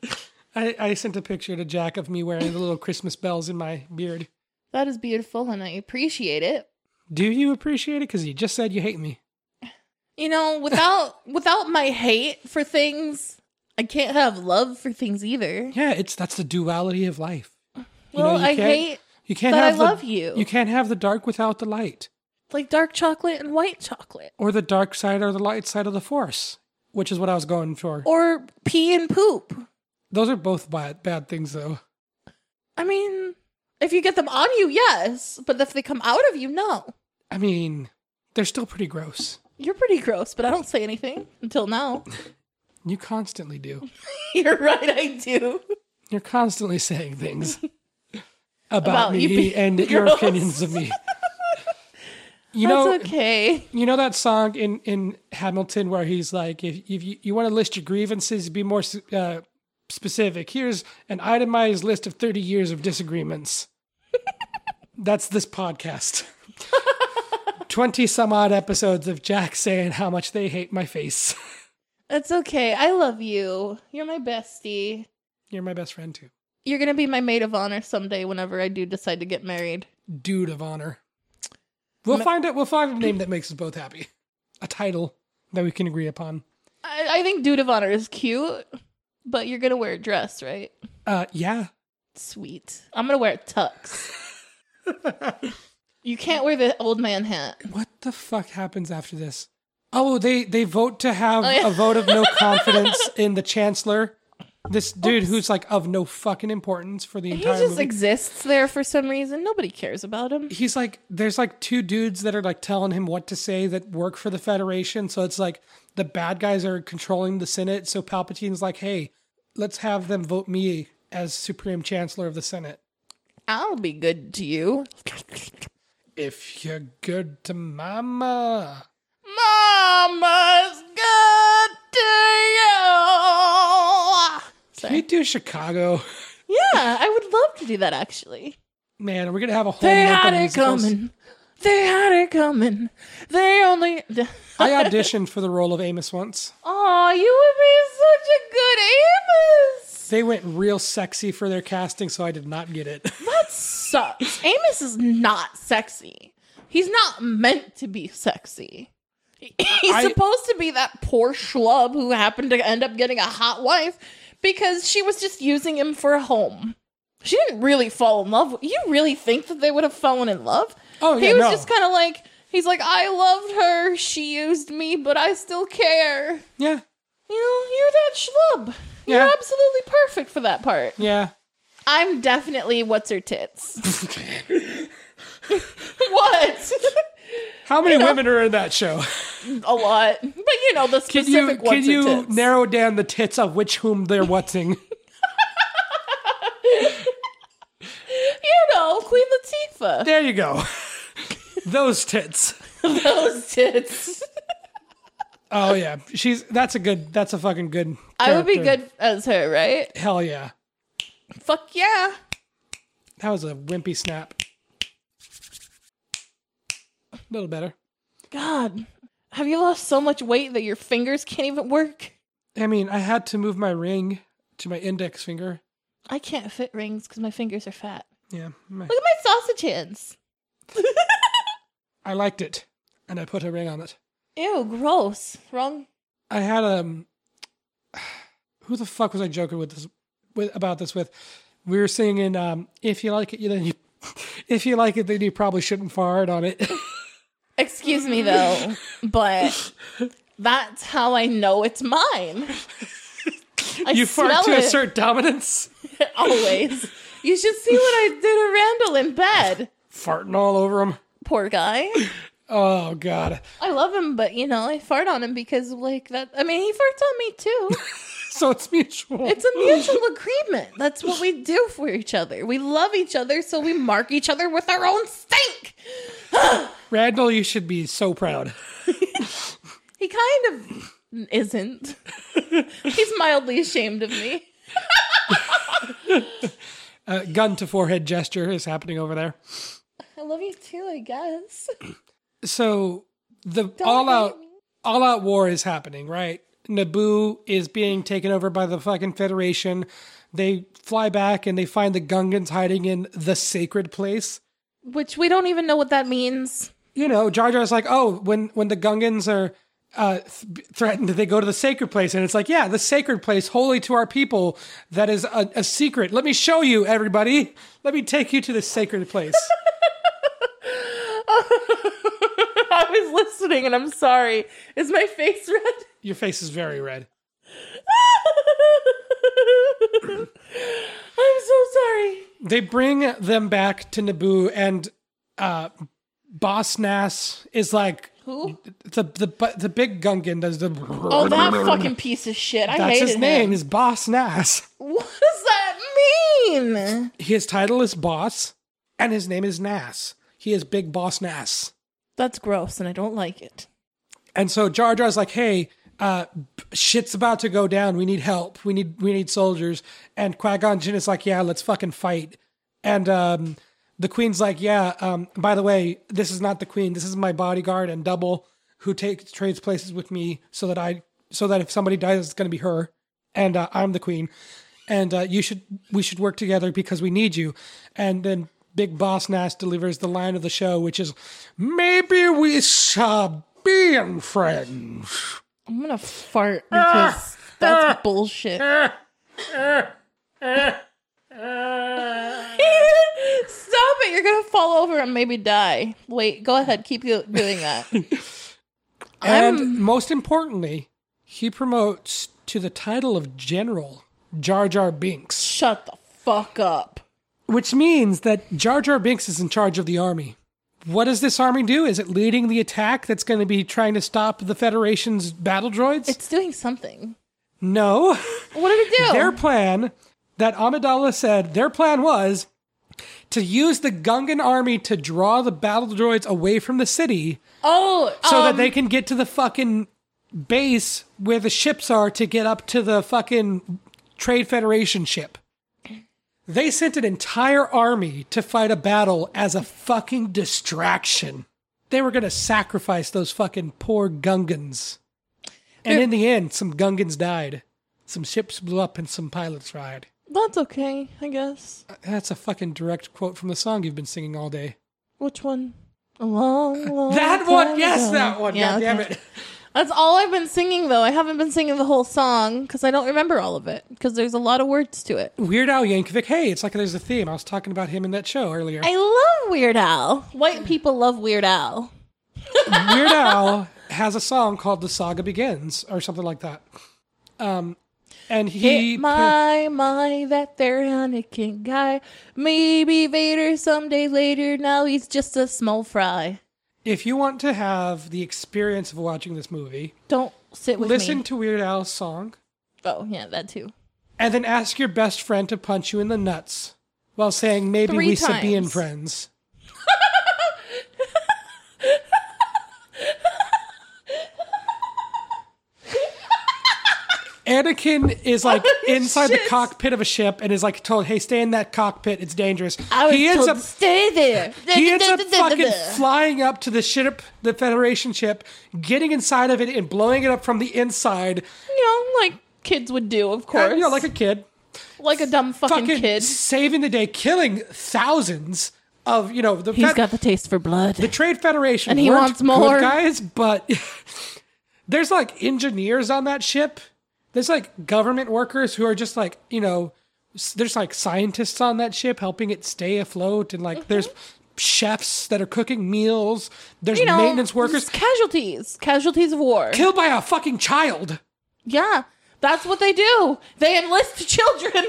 A: I, I sent a picture to Jack of me wearing the little Christmas bells in my beard.
B: that is beautiful, and I appreciate it.
A: Do you appreciate it? Because you just said you hate me.
B: You know, without without my hate for things, I can't have love for things either.
A: Yeah, it's that's the duality of life. You
B: Well, I
A: can't-
B: hate
A: You can't
B: that I
A: have the-
B: love you.
A: You can't have the dark without the light,
B: like dark chocolate and white chocolate,
A: or the dark side or the light side of the force, which is what I was going for.
B: or pee and poop.
A: Those are both bad, bad things, though.
B: I mean, if you get them on you, yes, but if they come out of you, no.
A: I mean, they're still pretty gross.
B: You're pretty gross, but I don't say anything
A: [LAUGHS]
B: until now.
A: You constantly do.
B: You're right, I do.
A: You're constantly saying
B: [LAUGHS]
A: things about,
B: About
A: me
B: you being [LAUGHS]
A: and your
B: gross.
A: opinions of
B: [LAUGHS]
A: me. You
B: That's
A: know,
B: okay.
A: you know that song in in Hamilton where he's like, if if you, you want to list your grievances, be more s- uh, specific. Here's an itemized list of thirty years of disagreements.
B: [LAUGHS]
A: That's this podcast. Twenty some odd episodes of Jack saying how much they hate my face. [LAUGHS]
B: That's okay. I love you. You're my bestie.
A: You're my best friend too,
B: You're gonna be my maid of honor someday whenever I do decide to get married.
A: dude of honor. We'll find it. We'll find a name that makes us both happy, a title that we can agree upon.
B: I, I think dude of honor is cute, but you're gonna wear a dress, right?
A: Uh, yeah.
B: Sweet. I'm gonna wear a [LAUGHS] tux. you can't wear the old man hat.
A: what the fuck happens after this? Oh, they they vote to have
B: Oh, yeah.
A: a vote of
B: [LAUGHS]
A: no confidence in the chancellor. This dude who's like of no fucking importance for the
B: He
A: entire
B: just
A: movie.
B: exists there for some reason. Nobody cares about him.
A: He's like, there's like two dudes that are like telling him what to say that work for the Federation. So it's like the bad guys are controlling the Senate. So Palpatine's like, hey, let's have them vote me as Supreme Chancellor of the Senate.
B: I'll be good to you.
A: If you're good to mama.
B: Mama's good to you.
A: Can we
B: Sorry.
A: do Chicago?
B: Yeah, I would love to do that actually.
A: Man, we're going to have a whole
B: They
A: month of
B: had it
A: musicals.
B: coming. They had it coming. They [LAUGHS] only.
A: I auditioned for the role of Amos once.
B: Oh, you would be such a good Amos.
A: They went real sexy for their casting, so I did not get it. [LAUGHS]
B: That sucks. Amos is not sexy. He's not meant to be sexy. He's
A: I-
B: supposed to be that poor schlub who happened to end up getting a hot wife because she was just using him for a home. She didn't really fall in love. You really think that they would have fallen in love?
A: Oh,
B: he
A: yeah,
B: was
A: no.
B: just kind of like he's like I loved her. She used me, but I still care.
A: yeah,
B: You know, you're that schlub. You're
A: Yeah.
B: absolutely perfect for that part.
A: yeah. [LAUGHS]
B: I'm definitely what's her tits. what?
A: How many women are in that show?
B: [LAUGHS] a lot. But you know the specific
A: You,
B: what's
A: can you
B: her tits.
A: narrow down the tits of which whom they're
B: [LAUGHS]
A: whatsing?
B: you know, Queen Latifah.
A: there you go. [LAUGHS] Those tits.
B: Those tits.
A: Oh yeah, she's that's a good that's a fucking good.
B: I would be
A: character.
B: good as her, right?
A: Hell yeah,
B: Fuck yeah.
A: that was a wimpy snap. A little better.
B: God, have you lost so much weight that your fingers can't even work?
A: I mean, I had to move my ring to my index finger.
B: I can't fit rings because my fingers are fat.
A: Yeah, my-
B: Look at my
A: [LAUGHS]
B: sausage hands.
A: I liked it, and I put a ring on it.
B: Ew, gross. Wrong.
A: I had um, [SIGHS] who the fuck was I joking with this with about this with? We were singing um, if you like it, you [LAUGHS] then you, if you like it, then you probably shouldn't fart on it.
B: Excuse
A: [LAUGHS]
B: me though, but that's how I know it's mine. I
A: [LAUGHS] you
B: smell
A: fart to
B: it
A: assert dominance.
B: [LAUGHS]
A: [LAUGHS]
B: always. You should see what I did to Randall in bed.
A: Farting all over him.
B: Poor guy.
A: Oh god.
B: I love him, but you know, I fart on him because like that I mean he farts on me too.
A: So it's mutual.
B: It's a mutual agreement. That's what we do for each other. We love each other, so we mark each other with our own stink.
A: Randall, you should be so proud.
B: He kind of
A: [LAUGHS]
B: isn't. He's mildly ashamed of me.
A: Uh, gun to forehead gesture is happening over there.
B: I love you too, I guess.
A: So the all out all out war is happening, right? Naboo is being taken over by the fucking Federation. They fly back and they find the Gungans hiding in the sacred place.
B: Which we don't even know what that means.
A: You know, Jar Jar's like, oh, when when the Gungans are uh, th- threatened, they go to the sacred place, and it's like, yeah, the sacred place, holy to our people, that is a, a secret. Let me show you, everybody. Let me take you to the sacred place.
B: [LAUGHS] I was listening and I'm sorry. Is my face red? [LAUGHS]
A: Your face is very red.
B: I'm so sorry.
A: they bring them back to Naboo, and uh, Boss Nass is like
B: Who?
A: the the the big Gungan does
B: [LAUGHS]
A: the.
B: Oh, that fucking piece of shit. I
A: that's
B: hated
A: his name.
B: him.
A: Is Boss Nass.
B: What does that mean?
A: His title is Boss, and his name is Nass. He is Big Boss Nass.
B: That's gross and I don't like it.
A: And so Jar Jar's like, "Hey, uh, b- shit's about to go down. We need help. We need we need soldiers." And Qui Gon Jinn is like, "Yeah, let's fucking fight." And um, the Queen's like, "Yeah. Um, by the way, this is not the Queen. This is my bodyguard and double who takes trades places with me, so that I so that if somebody dies, it's going to be her, and uh, I'm the Queen." And uh, you should we should work together because we need you. And then Big Boss Nass delivers the line of the show, which is, "Maybe we should being friends.
B: I'm gonna fart because that's bullshit. [LAUGHS] Stop it! You're gonna fall over and maybe die. Wait, go ahead. Keep go- doing [LAUGHS] that.
A: And most importantly, he promotes to the title of General Jar Jar Binks,
B: Shut the fuck up.
A: which means that Jar Jar Binks is in charge of the army. What does this army do? Is it leading the attack that's going to be trying to stop the Federation's battle droids?
B: It's doing something.
A: no.
B: What did it
A: [LAUGHS]
B: do?
A: Their plan that Amidala said their plan was to use the Gungan army to draw the battle droids away from the city
B: oh,
A: so
B: um,
A: that they can get to the fucking base where the ships are to get up to the fucking Trade Federation ship. They sent an entire army to fight a battle as a fucking distraction. They were going to sacrifice those fucking poor Gungans. And in the end, some Gungans died. Some ships blew up and some pilots died.
B: That's okay, I guess.
A: That's a fucking direct quote from the song you've been singing all day.
B: Which one?
A: [LAUGHS]
B: A long, long
A: That one,
B: time
A: yes,
B: ago.
A: that one.
B: Yeah,
A: God damn
B: okay.
A: it.
B: That's all I've been singing though. I haven't been singing the whole song because I don't remember all of it because there's a lot of words to it.
A: Weird Al Yankovic. Hey, it's like there's a theme. I was talking about him in that show earlier.
B: I love Weird Al. White people love Weird Al. [LAUGHS]
A: Weird Al has a song called "The Saga Begins" or something like that. Um, and he
B: Hit my my that there Anakin guy. Maybe Vader someday later. Now he's just a small fry.
A: if you want to have the experience of watching this movie,
B: Don't sit with
A: listen
B: me.
A: to Weird Al's song
B: Oh yeah, that too.
A: and then ask your best friend to punch you in the nuts while saying maybe
B: Three
A: we should be in
B: times.
A: friends. Anakin is like
B: Oh,
A: inside
B: shit.
A: the cockpit of a ship and is like told, "Hey, stay in that cockpit. It's dangerous."
B: I was
A: he ends
B: told,
A: up
B: stay there.
A: he ends
B: [LAUGHS]
A: up fucking flying up to the ship, the Federation ship, getting inside of it and blowing it up from the inside,
B: You know, like kids would do, of course.
A: you know, like a kid.
B: like a dumb fucking,
A: fucking
B: kid.
A: saving the day, killing thousands of you know the
B: He's
A: Fed-
B: got the taste for blood.
A: the Trade Federation.
B: And he
A: weren't
B: wants more.
A: good guys, but [LAUGHS] there's like engineers on that ship. There's like government workers who are just like you know, s- there's like scientists on that ship helping it stay afloat, and like there's chefs that are cooking meals. There's
B: Mm-hmm. you know,
A: maintenance workers
B: just casualties, casualties of war.
A: killed by a fucking child.
B: yeah, that's what they do. They enlist [LAUGHS] children.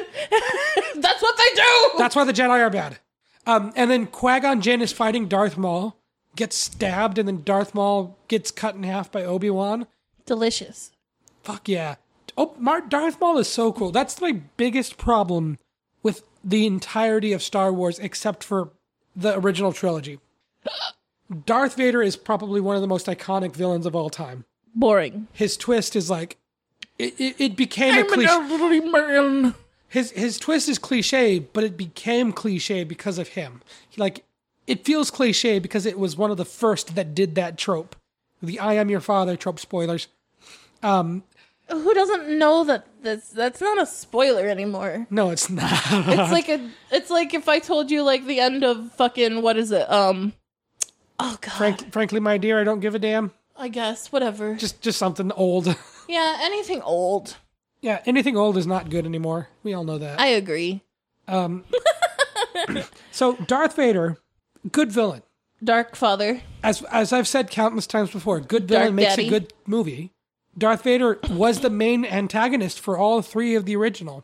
B: that's what they do.
A: That's why the Jedi are bad. Um, and then Qui Gon Jinn is fighting Darth Maul, gets stabbed, and then Darth Maul gets cut in half by Obi Wan.
B: Delicious.
A: Fuck yeah! Oh, Mar- Darth Maul is so cool. That's my biggest problem with the entirety of Star Wars, except for the original trilogy. Darth Vader is probably one of the most iconic villains of all time.
B: Boring.
A: His twist is like it, it, it became a
B: I'm an
A: cliche.
B: elderly man.
A: his his twist is cliche, but it became cliche because of him. Like it feels cliche because it was one of the first that did that trope, the "I am your father" trope. Spoilers.
B: Who doesn't know that that's that's not a
A: [LAUGHS]
B: spoiler anymore?
A: No, it's not.
B: [LAUGHS] It's like a it's like if I told you like the end of fucking what is it? Um Oh god.
A: Frank, frankly, my dear, I don't give a damn.
B: I guess whatever.
A: Just just something old. [LAUGHS]
B: yeah, anything old.
A: yeah, anything old is not good anymore. We all know that.
B: I agree.
A: so Darth Vader, good villain.
B: Dark father.
A: as as I've said countless times before, good villain
B: Dark
A: makes
B: Daddy.
A: a good movie. Darth Vader was the main antagonist for all three of the original.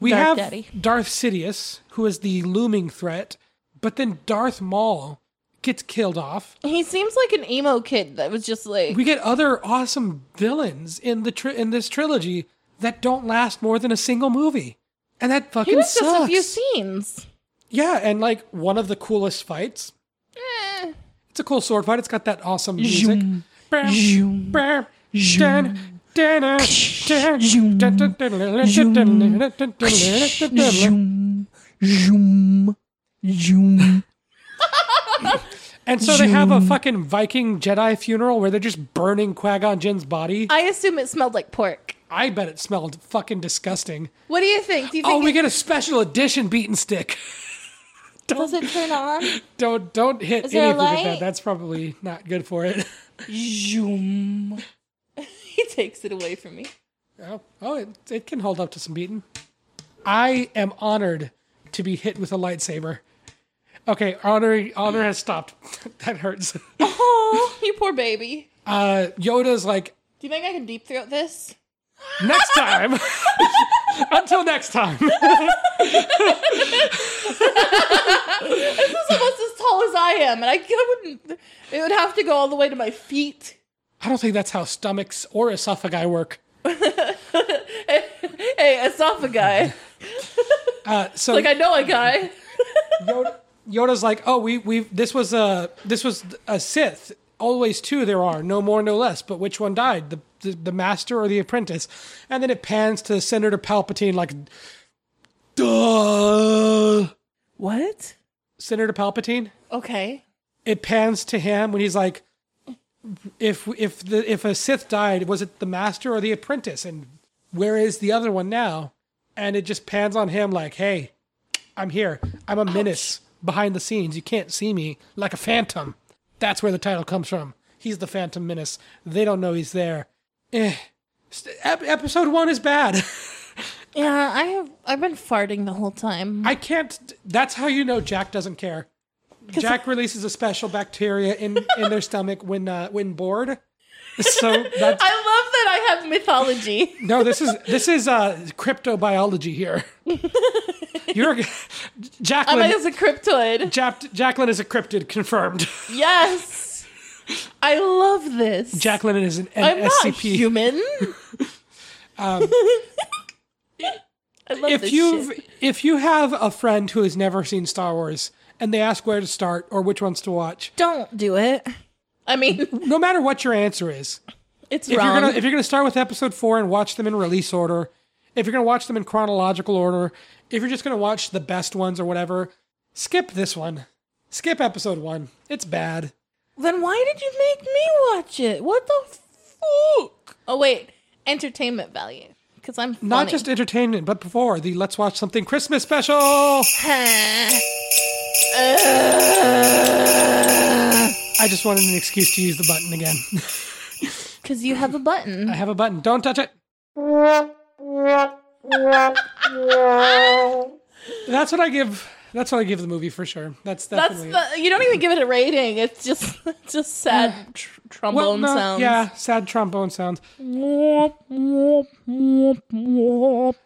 A: We
B: Dark
A: have
B: Daddy.
A: Darth Sidious, who is the looming threat, but then Darth Maul gets killed off.
B: He seems like an emo kid that was just like
A: We get other awesome villains in the tri- in this trilogy that don't last more than a single movie, and that fucking
B: he was
A: sucks.
B: just a few scenes.
A: yeah, and like one of the coolest fights
B: Eh.
A: It's a cool sword fight. It's got that awesome music. Bam, bam, dun, dun, uh, dun, dun, dun, dun, dun, dun, dun, dun, dun, dun, dun.
C: Zoom, zoom, zoom.
A: [LAUGHS] And so they have a fucking Viking Jedi funeral where they're just burning Qui Gon Jinn's body.
B: I assume it smelled like pork.
A: I bet it smelled fucking disgusting.
B: What do you think? Do you
A: Oh,
B: think
A: we
B: it,
A: get a special edition beaten stick. [LAUGHS]
B: does it turn on?
A: Don't don't hit
B: there a
A: anything with
B: light?
A: that. That's probably not good for it. [LAUGHS]
C: Zoom.
B: [LAUGHS] he takes it away from me.
A: Oh, oh it, it can hold up to some beating. I am honored to be hit with a lightsaber. Okay, honor honor has stopped. [LAUGHS] that hurts.
B: Oh, [LAUGHS] you poor baby.
A: Uh, Yoda's like
B: Do you think I can deep throat this?
A: next time. [LAUGHS] Until next time. [LAUGHS]
B: This is almost as tall as I am, and I, I wouldn't. It would have to go all the way to my feet.
A: I don't think that's how stomachs or esophagi work.
B: Hey,
A: [LAUGHS]
B: esophagus.
A: Uh, so
B: Like I know a guy.
A: Yoda, Yoda's like, oh, we we this was a this was a Sith. Always two there are, no more, no less. But which one died, the the, the master or the apprentice? And then it pans to Senator Palpatine, like, duh,
B: What?
A: Senator Palpatine.
B: Okay.
A: It pans to him when he's like, if if the if a Sith died, was it the master or the apprentice? And where is the other one now? And it just pans on him like, hey, I'm here. I'm a menace behind the scenes. You can't see me like a phantom. That's where the title comes from. He's the Phantom Menace. They don't know he's there. Eh. St- ep- episode one is bad. [LAUGHS]
B: Yeah, I have. I've been farting the whole time.
A: I can't. That's how you know Jack doesn't care. Jack releases a special bacteria in, in
B: [LAUGHS]
A: their stomach when uh, when bored. So that's
B: I love that I have
A: [LAUGHS]
B: mythology.
A: no. This is this is uh, cryptobiology
B: [LAUGHS]
A: here. You're
B: I'm
A: Jacqueline.
B: like, as
A: [LAUGHS]
B: a cryptoid.
A: Jap- Jacqueline is a cryptid confirmed.
B: Yes. I love this.
A: Jacqueline is an
B: I'm not
A: SCP.
B: human.
A: [LAUGHS]
B: [LAUGHS] I love
A: Um, if
B: this
A: you've
B: shit.
A: if you have a friend who has never seen Star Wars and they ask where to start or which ones to watch,
B: don't do it. I mean,
A: no matter what your answer is,
B: It's
A: if
B: wrong.
A: you're gonna if you're gonna start with episode four and watch them in release order, if you're gonna watch them in chronological order, if you're just gonna watch the best ones or whatever, skip this one. Skip episode one. It's bad.
C: Then why did you make me watch it? What the fuck?
B: oh wait, entertainment value. Because I'm funny.
A: Not just entertainment, but before the Let's Watch Something Christmas special.
B: [LAUGHS]
A: I just wanted an excuse to use the button again. [LAUGHS]
B: because you have a button.
A: I have a button. Don't touch it. That's what I give. That's what I give the movie for sure. That's
B: That's
A: definitely. it.
B: the, you don't even give it a rating. It's just [LAUGHS] it's just sad tr-
A: Well,
B: trombone
A: no,
B: sounds.
A: Yeah, sad trombone sounds.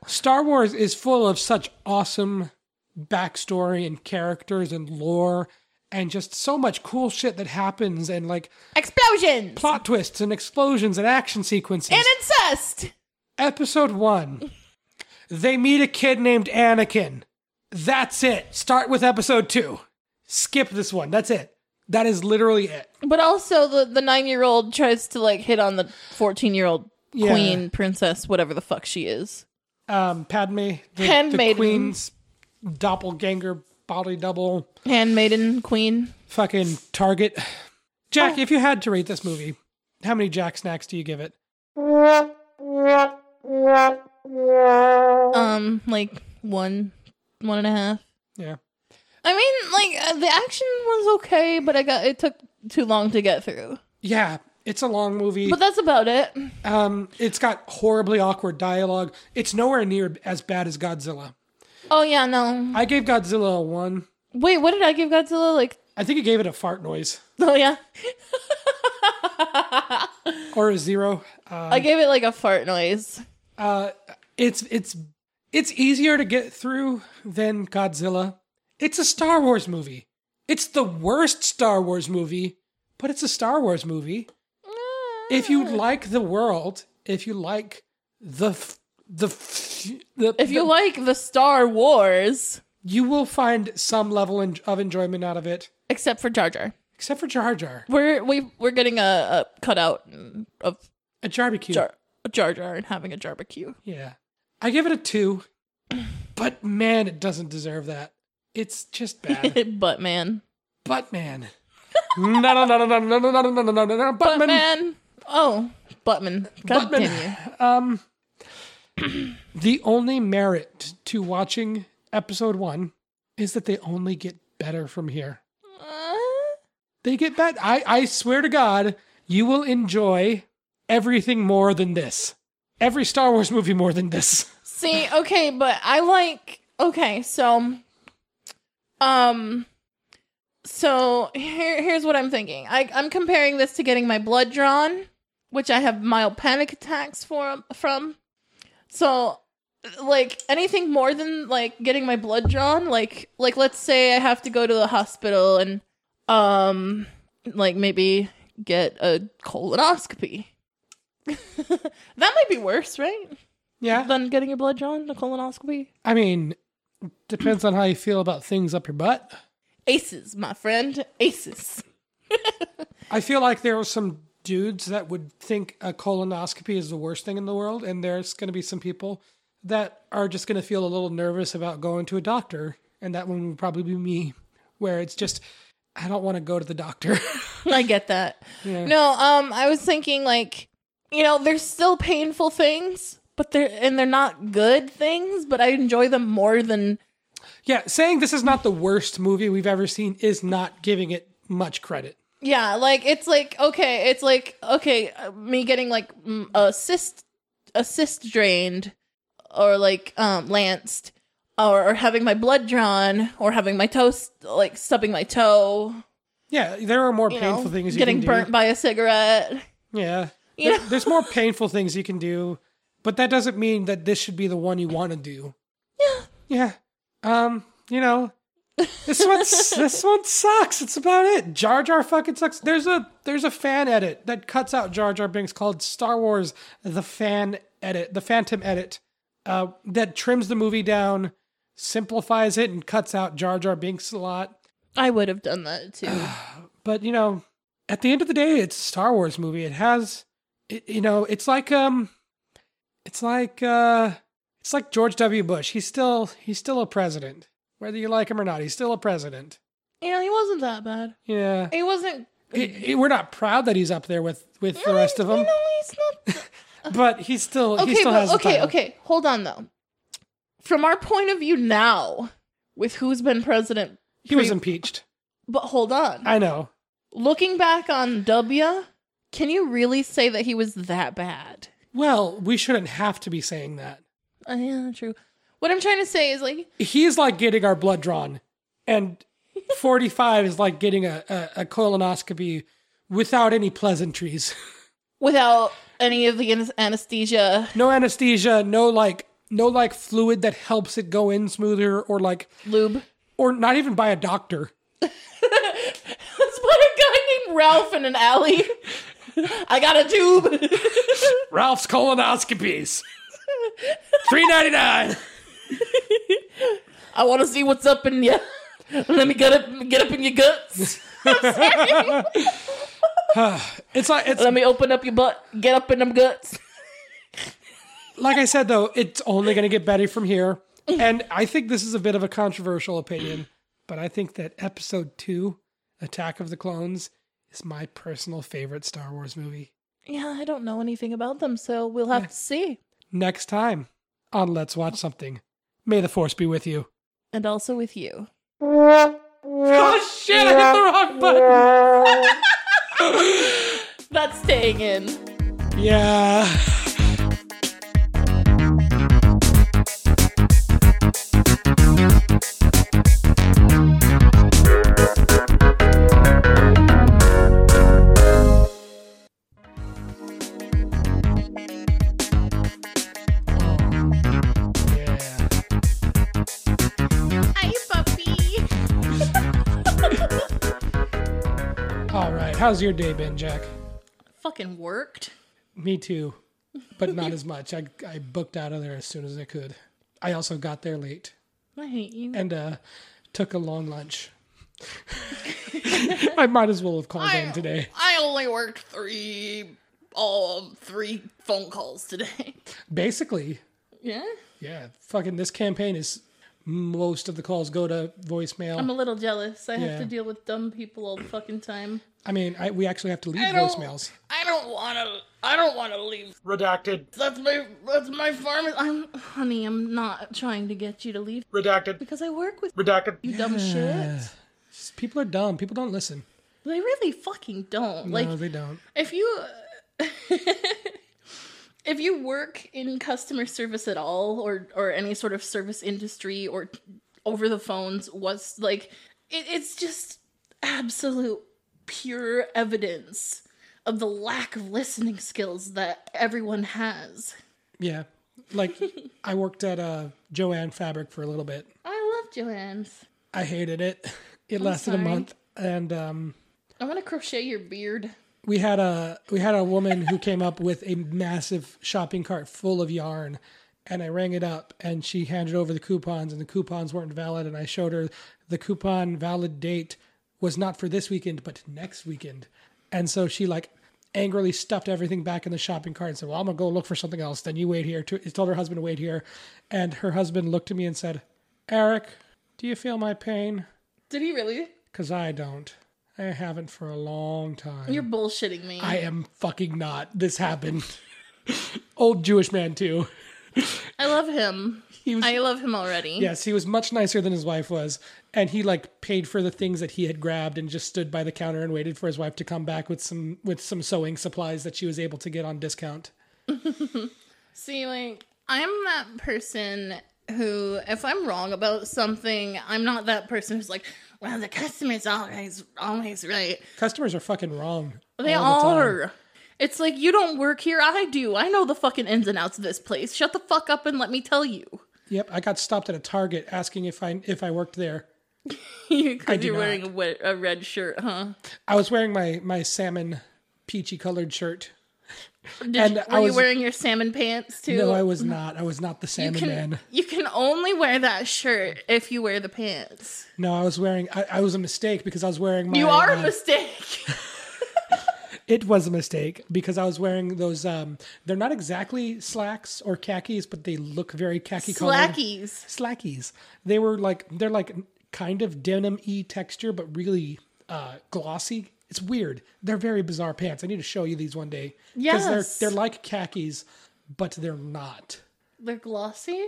A: Star Wars is full of such awesome backstory and characters and lore and just so much cool shit that happens and like
B: explosions
A: plot twists and explosions and action sequences.
B: and incest.
A: Episode 1. They meet a kid named Anakin. That's it. Start with episode 2. Skip this one. That's it. That is literally it.
B: But also the the nine year old tries to like hit on the fourteen year old
A: Yeah.
B: queen princess whatever the fuck she is.
A: Um Padme, the, the
B: Handmaiden.
A: queen's doppelganger body double.
B: Handmaiden queen.
A: fucking Target. Jack, if you had to rate this movie, how many Jack snacks do you give it?
B: Um, like one, one and a half.
A: Yeah.
B: I mean, like uh, the action was okay, but I got it took too long to get through.
A: Yeah, it's a long movie.
B: But that's about it.
A: um, it's got horribly awkward dialogue. It's nowhere near as bad as Godzilla.
B: Oh yeah, no.
A: I gave Godzilla a one.
B: Wait, what did I give Godzilla? Like, [LAUGHS]
A: I think it gave it a fart noise
B: oh yeah,
A: or a zero. Uh,
B: I gave it like a fart noise.
A: uh, it's it's it's easier to get through than Godzilla. It's a Star Wars movie. It's the worst Star Wars movie, but it's a Star Wars movie. if you like the world, if you like the f- the f- the
B: If you like the Star Wars,
A: you will find some level en- of enjoyment out of it,
B: except for Jar Jar,
A: except for Jar Jar,
B: we're we we're getting a, a cutout of
A: a barbecue.
B: Jar Jar Jar and having a barbecue.
A: Yeah, I give it a two, but man, it doesn't deserve that. It's just
B: [LAUGHS]
A: bad.
B: but man,
A: but man, no no no no no no no no no no no no no. But
B: but
A: man,
B: man. Oh, Buttman. God
A: Buttman.
B: damn you.
A: um, [CLEARS THROAT] the only merit to watching episode one is that they only get better from here.
B: Uh,
A: they get bad. I, I swear to God, you will enjoy everything more than this. Every Star Wars movie more than this.
B: See, okay, but I like okay, so um so here here's what I'm thinking. I I'm comparing this to getting my blood drawn, which I have mild panic attacks for from. So like anything more than like getting my blood drawn, like like let's say I have to go to the hospital and um like maybe get a colonoscopy. [LAUGHS] that might be worse, right?
A: Yeah.
B: than getting your blood drawn, a colonoscopy?
A: I mean, depends on how you feel about things up your butt.
B: Aces, my friend. Aces. [LAUGHS]
A: I feel like there are some dudes that would think a colonoscopy is the worst thing in the world, and there's going to be some people that are just going to feel a little nervous about going to a doctor, and that one would probably be me, where it's just, I don't want to go to the doctor. [LAUGHS]
B: I get that.
A: Yeah.
B: No, um, I was thinking like, you know, there's still painful things, but they're and they're not good things, but I enjoy them more than
A: Yeah, saying this is not the worst movie we've ever seen is not giving it much credit.
B: yeah, like it's like okay, it's like okay, uh, me getting like mm, a cyst, a cyst drained, or like um lanced, or, or having my blood drawn, or having my toe st- like stubbing my toe,
A: Yeah, there are more
B: you
A: painful
B: know,
A: things you
B: getting
A: can do.
B: burnt by a cigarette.
A: Yeah.
B: You
A: There-
B: know?
A: There's
B: [LAUGHS]
A: more painful things you can do, but that doesn't mean that this should be the one you want to do. Yeah. Yeah. Um, you know, this
B: [LAUGHS]
A: one this one sucks. It's about it. Jar Jar fucking sucks. There's a there's a fan edit that cuts out Jar Jar Binks called Star Wars the fan edit, the phantom edit. Uh, that trims the movie down, simplifies it and cuts out Jar Jar Binks a lot.
B: I would
A: [SIGHS]
B: have done that too.
A: but you know, at the end of the day, it's a Star Wars movie. It has it- you know, it's like um, it's like uh, it's like George W. Bush. He's still he's still a president, whether you like him or not. He's still a president.
B: You know, he wasn't that bad.
A: Yeah,
B: He wasn't.
A: It- it- we're not proud that he's up there with with the rest of
B: You
A: them,
B: know, he's
A: [LAUGHS]
B: not.
A: but he's still he
B: Okay,
A: still
B: but
A: has the
B: okay,
A: title.
B: okay. Hold on though. From our point of view now, with who's been president,
A: He was
B: pre-
A: impeached.
B: but hold on.
A: I know.
B: Looking back on W, can you really say that he was that bad?
A: Well, we shouldn't have to be saying that.
B: Uh, yeah, true. What I'm trying to say is like
A: He's like getting our blood drawn, and 45 is like getting a, a, a colonoscopy without any pleasantries. [LAUGHS]
B: without any of the an- anesthesia,
A: No anesthesia, no like no like fluid that helps it go in smoother or like
B: lube.
A: or not even by a doctor.
B: It's by a guy named Ralph in an alley. I got a tube.
A: Ralph's colonoscopies. 399.
B: I want to see what's up in you. Let me get up, get up in your guts.
A: It's like it's
B: Let me open up your butt. Get up in them guts.
A: like I said though, it's only going to get better from here. And I think this is a bit of a controversial opinion, but I think that episode 2, Attack of the Clones, is my personal favorite Star Wars movie.
B: Yeah, I don't know anything about them, so we'll have to see.
A: Next time on Let's Watch Something. May the force be with you.
B: And also with you.
A: Oh shit, I hit the wrong button.
B: That's staying in.
A: Yeah. Yeah.
B: Hi, puppy.
A: All right. How's your day been, Jack?
B: Fucking worked.
A: Me too, but not as much. I I booked out of there as soon as I could. I also got there late
B: I hate you.
A: and uh, took a long lunch. [LAUGHS] I might as well have called in today.
B: I only worked three, all three phone calls today.
A: Basically,
B: Yeah?
A: yeah. Fucking this campaign is most of the calls go to voicemail.
B: I'm a little jealous. I
A: Yeah.
B: have to deal with dumb people all the fucking time.
A: I mean, I, we actually have to leave
B: I don't-
A: voicemails.
B: I don't want to. I don't want to leave.
A: Redacted.
B: That's my. That's my farm. I'm, honey. I'm not trying to get you to leave
A: Redacted.
B: because I work with
A: Redacted.
B: you dumb shit.
A: People are dumb. People don't listen.
B: They really fucking don't.
A: no,
B: like
A: they don't.
B: if you. [LAUGHS] If you work in customer service at all, or or any sort of service industry, or over the phones, was like it, it's just absolute pure evidence of the lack of listening skills that everyone has.
A: Yeah.
B: [LAUGHS]
A: Like, I worked at uh, Joanne Fabric for a little bit.
B: I love Joanne's.
A: I hated it. It lasted a
B: sorry.
A: month, and um,
B: I want to crochet your beard.
A: we had a we had a woman who came up with a massive shopping cart full of yarn, and I rang it up, and she handed over the coupons, and the coupons weren't valid, and I showed her the coupon valid date was not for this weekend, but next weekend, and so she like angrily stuffed everything back in the shopping cart and said, "Well, I'm gonna go look for something else." Then you wait here. To, told her husband to wait here, and her husband looked at me and said, "Eric, do you feel my pain?"
B: Did he really?
A: Because I don't. I haven't for a long time.
B: You're bullshitting me.
A: I am fucking not. This happened. [LAUGHS] Old Jewish man, too.
B: I love him.
A: He was,
B: I love him already.
A: yes, he was much nicer than his wife was. And he, like, paid for the things that he had grabbed and just stood by the counter and waited for his wife to come back with some with some sewing supplies that she was able to get on discount.
B: See, like, I'm that person who, if I'm wrong about something, I'm not that person who's like, well, the customer's always, always right.
A: Customers are fucking wrong.
B: They
A: all the time.
B: are. It's like, you don't work here. I do. I know the fucking ins and outs of this place. Shut the fuck up and let me tell you. [LAUGHS]
A: Yep, I got stopped at a Target asking if I if I worked there.
B: Because
A: do
B: you're
A: not.
B: wearing a, wet, a red shirt, huh?
A: I was wearing my my salmon peachy colored shirt.
B: Did
A: And
B: you,
A: I
B: were
A: was-
B: you wearing your salmon pants too?
A: No, I was not. I was not the
B: you
A: salmon
B: can,
A: man.
B: You can only wear that shirt if you wear the pants.
A: uh, [LAUGHS] No, I was wearing. I, I was a mistake because I was wearing my.
B: You are
A: uh,
B: a mistake.
A: It was a mistake because I was wearing those. Um, they're not exactly slacks or khakis, but they look very khaki colored.
B: Slackies.
A: Slackies. They were like they're like kind of denim y texture, but really uh, glossy. It's weird. They're very bizarre pants. I need to show you these one day. 'Cause
B: Yes.
A: they're they're like khakis, but they're not.
B: They're glossy.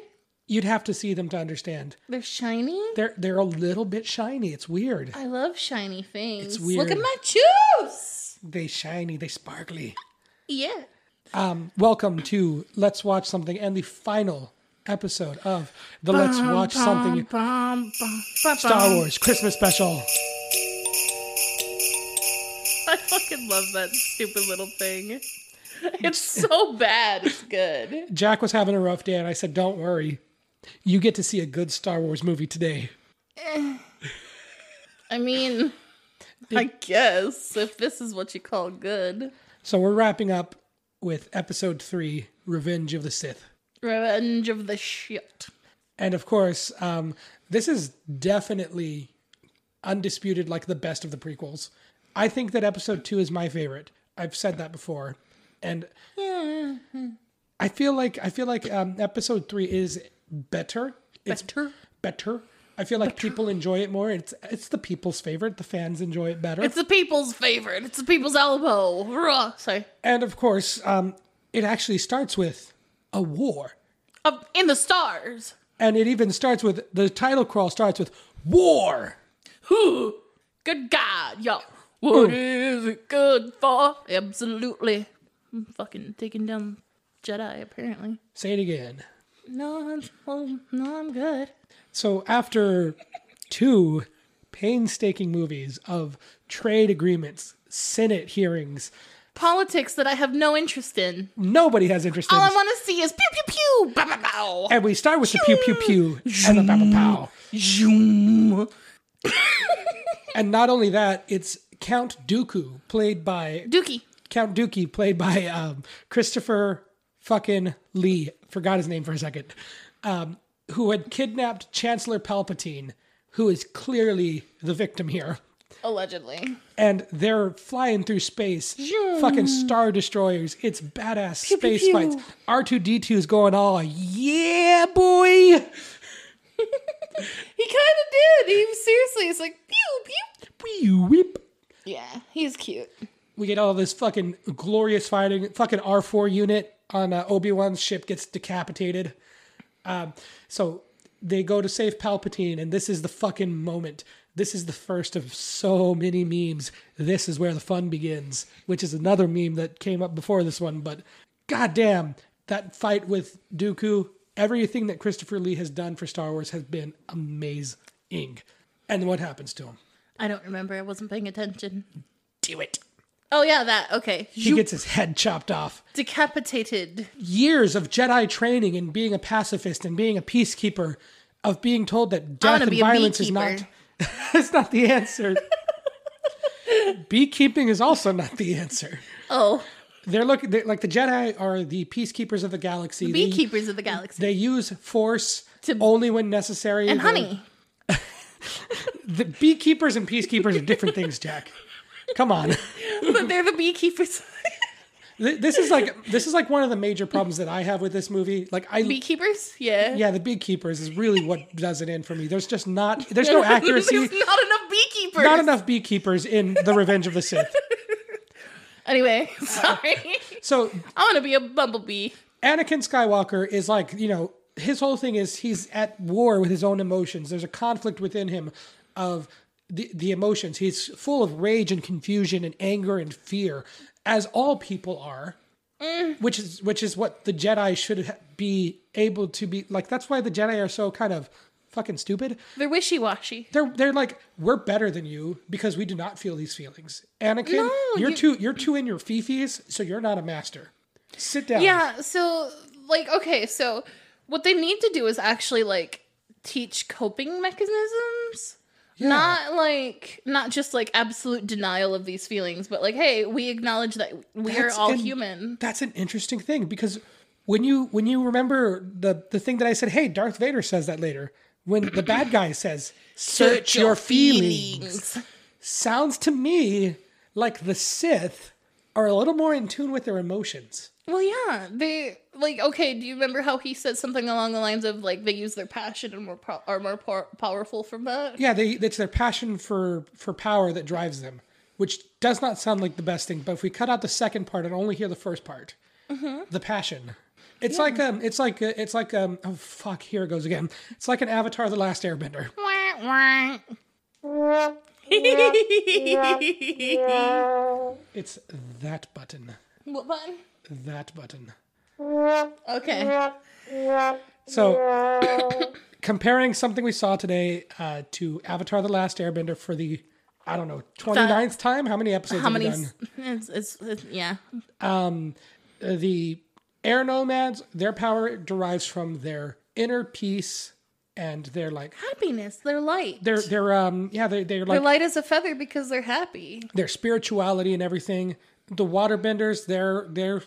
A: You'd have to see them to understand.
B: They're shiny.
A: They're they're a little bit shiny. It's weird.
B: I love shiny things.
A: It's weird.
B: Look at my shoes.
A: They shiny. They sparkly.
B: Yeah.
A: Um, welcome to Let's Watch Something and the final episode of the Let's Watch Something Star Wars Christmas Special.
B: I fucking love that stupid
A: [LAUGHS]
B: little thing. It's so bad. It's good.
A: Jack was having a rough day, and I said, Don't worry. You get to see a good Star Wars movie today.
B: I mean, I guess if this is what you call good.
A: So we're wrapping up with episode three Revenge of the Sith.
B: Revenge of the shit.
A: And of course, um, this is definitely undisputed like the best of the prequels. I think that episode two is my favorite. I've said that before, and
B: Mm-hmm.
A: I feel like I feel like um, episode three is better. It's
B: Better?
A: Better. I feel like people enjoy it more. It's it's the people's favorite. The fans enjoy it better.
B: It's the people's favorite. It's the people's elbow. Ruh. Sorry.
A: and of course, um, it actually starts with a war.
B: Up in the stars.
A: And it even starts with the title crawl starts with war.
B: Who? Good God, y'all. What is it good for? Absolutely. I'm fucking taking down Jedi, apparently.
A: Say it again.
B: No, I'm, well, no, I'm good.
A: So after two painstaking movies of trade agreements, Senate hearings,
B: Politics that I have no interest in.
A: nobody has interest in.
B: All I want to see is pew pew pew, bow bow bow.
A: and we start with the pew pew pew and the pow pow pow.
C: Zoom.
A: [LAUGHS] And not only that, it's Count Dooku played by
B: Dookie.
A: Count Dookie played by um, Christopher fucking Lee. Forgot his name for a second. Um, who had kidnapped Chancellor Palpatine, who is clearly the victim here.
B: Allegedly.
A: and they're flying through space. Fucking star destroyers. It's badass space
B: pew.
A: fights. R2D2 is going all, yeah, boy.
B: He kind of did. He seriously is like pew pew.
A: Pew, weep.
B: Yeah, he's cute.
A: We get all this fucking glorious fighting. Fucking R4 unit on uh, Obi Wan's ship gets decapitated. Um, so they go to save Palpatine, and this is the fucking moment. This is the first of so many memes. This is where the fun begins, which is another meme that came up before this one. But goddamn, that fight with Dooku, everything that Christopher Lee has done for Star Wars has been amazing. And what happens to him?
B: I don't remember. I wasn't paying attention.
A: Do it.
B: Oh yeah, that. Okay.
A: He gets his head chopped off.
B: Decapitated.
A: years of Jedi training and being a pacifist and being a peacekeeper, of being told that death
B: wanna
A: and
B: be a
A: violence is not
B: beekeeper.
A: [LAUGHS] it's not the answer. Beekeeping is also not the answer.
B: Oh,
A: They're looking they're, like the Jedi are the peacekeepers of the galaxy. They-
B: beekeepers of the galaxy.
A: They, use force
B: To-
A: only when necessary.
B: and
A: They're-
B: honey.
A: The beekeepers and peacekeepers are different things, Jack. Come on. [LAUGHS]
B: but [LAUGHS] they're the beekeepers.
A: Th- This is like this is like one of the major problems that I have with this movie. Like I
B: beekeepers? Yeah.
A: Yeah, the beekeepers is really what does it in for me. There's just not there's no accuracy,
B: [LAUGHS] There's not enough beekeepers.
A: not enough beekeepers in The Revenge of the Sith.
B: [LAUGHS] Anyway, sorry.
A: So
B: I want to be a bumblebee.
A: Anakin Skywalker is like, you know, his whole thing is he's at war with his own emotions. There's a conflict within him of the the emotions. He's full of rage and confusion and anger and fear, as all people are. Which is which is what the Jedi should ha- be able to be like. That's why the Jedi are so kind of fucking stupid.
B: They're wishy washy.
A: they're they're like we're better than you because we do not feel these feelings. Anakin,
B: No,
A: you're
B: you-
A: too you're too in your fifis, so you're not a master. Sit down.
B: Yeah, so, like, okay, so what they need to do is actually, like, teach coping mechanisms.
A: Yeah.
B: Not like, not just like absolute denial of these feelings, but like, hey, we acknowledge that we
A: That's
B: are all
A: an-
B: human.
A: That's an interesting thing because when you when you remember the the thing that I said, hey, Darth Vader says that later. When the bad guy says, "Search your feelings," sounds to me like the Sith are a little more in tune with their emotions.
B: Well, yeah, they like okay. Do you remember how he said something along the lines of like they use their passion and more pro- are more por- powerful from [LAUGHS] that?
A: Yeah, they it's their passion for for power that drives them, which does not sound like the best thing. But if we cut out the second part and only hear the first part,
B: Mm-hmm.
A: the passion. It's like um, it's like uh, it's like um, oh fuck, here it goes again. It's like an Avatar: The Last Airbender. It's that button,
B: What button?
A: that button.
B: Okay.
A: So, [COUGHS] comparing something we saw today uh, to Avatar: The Last Airbender for the I don't know 29th time. How many episodes?
B: How
A: have we
B: many?
A: done?
B: s- It's, it's, it's yeah.
A: Uh, the air nomads, their power derives from their inner peace and they're like
B: Happiness. They're light.
A: they're they're um yeah they they're
B: They're
A: like
B: light as a feather because they're happy.
A: their spirituality and everything. The waterbenders, their their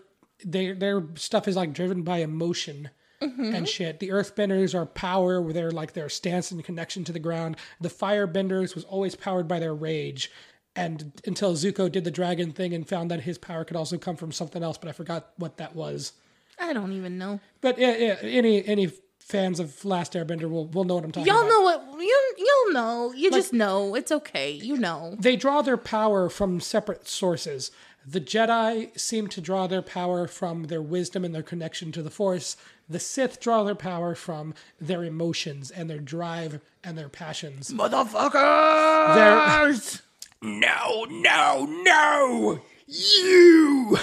A: their their stuff is like driven by emotion and shit. The earthbenders are power where they're like their stance and connection to the ground. The firebenders was always powered by their rage. And until Zuko did the dragon thing and found that his power could also come from something else, but I forgot what that was.
B: I don't even know.
A: But yeah, yeah, any any fans of Last Airbender will will know what I'm talking
B: Y'all
A: about.
B: know what you you'll know. You just know. It's okay. You know.
A: They draw their power from separate sources. The Jedi seem to draw their power from their wisdom and their connection to the Force. The Sith draw their power from their emotions and their drive and their passions.
D: Motherfucker!
A: Their,
D: [LAUGHS] No, no, no! You!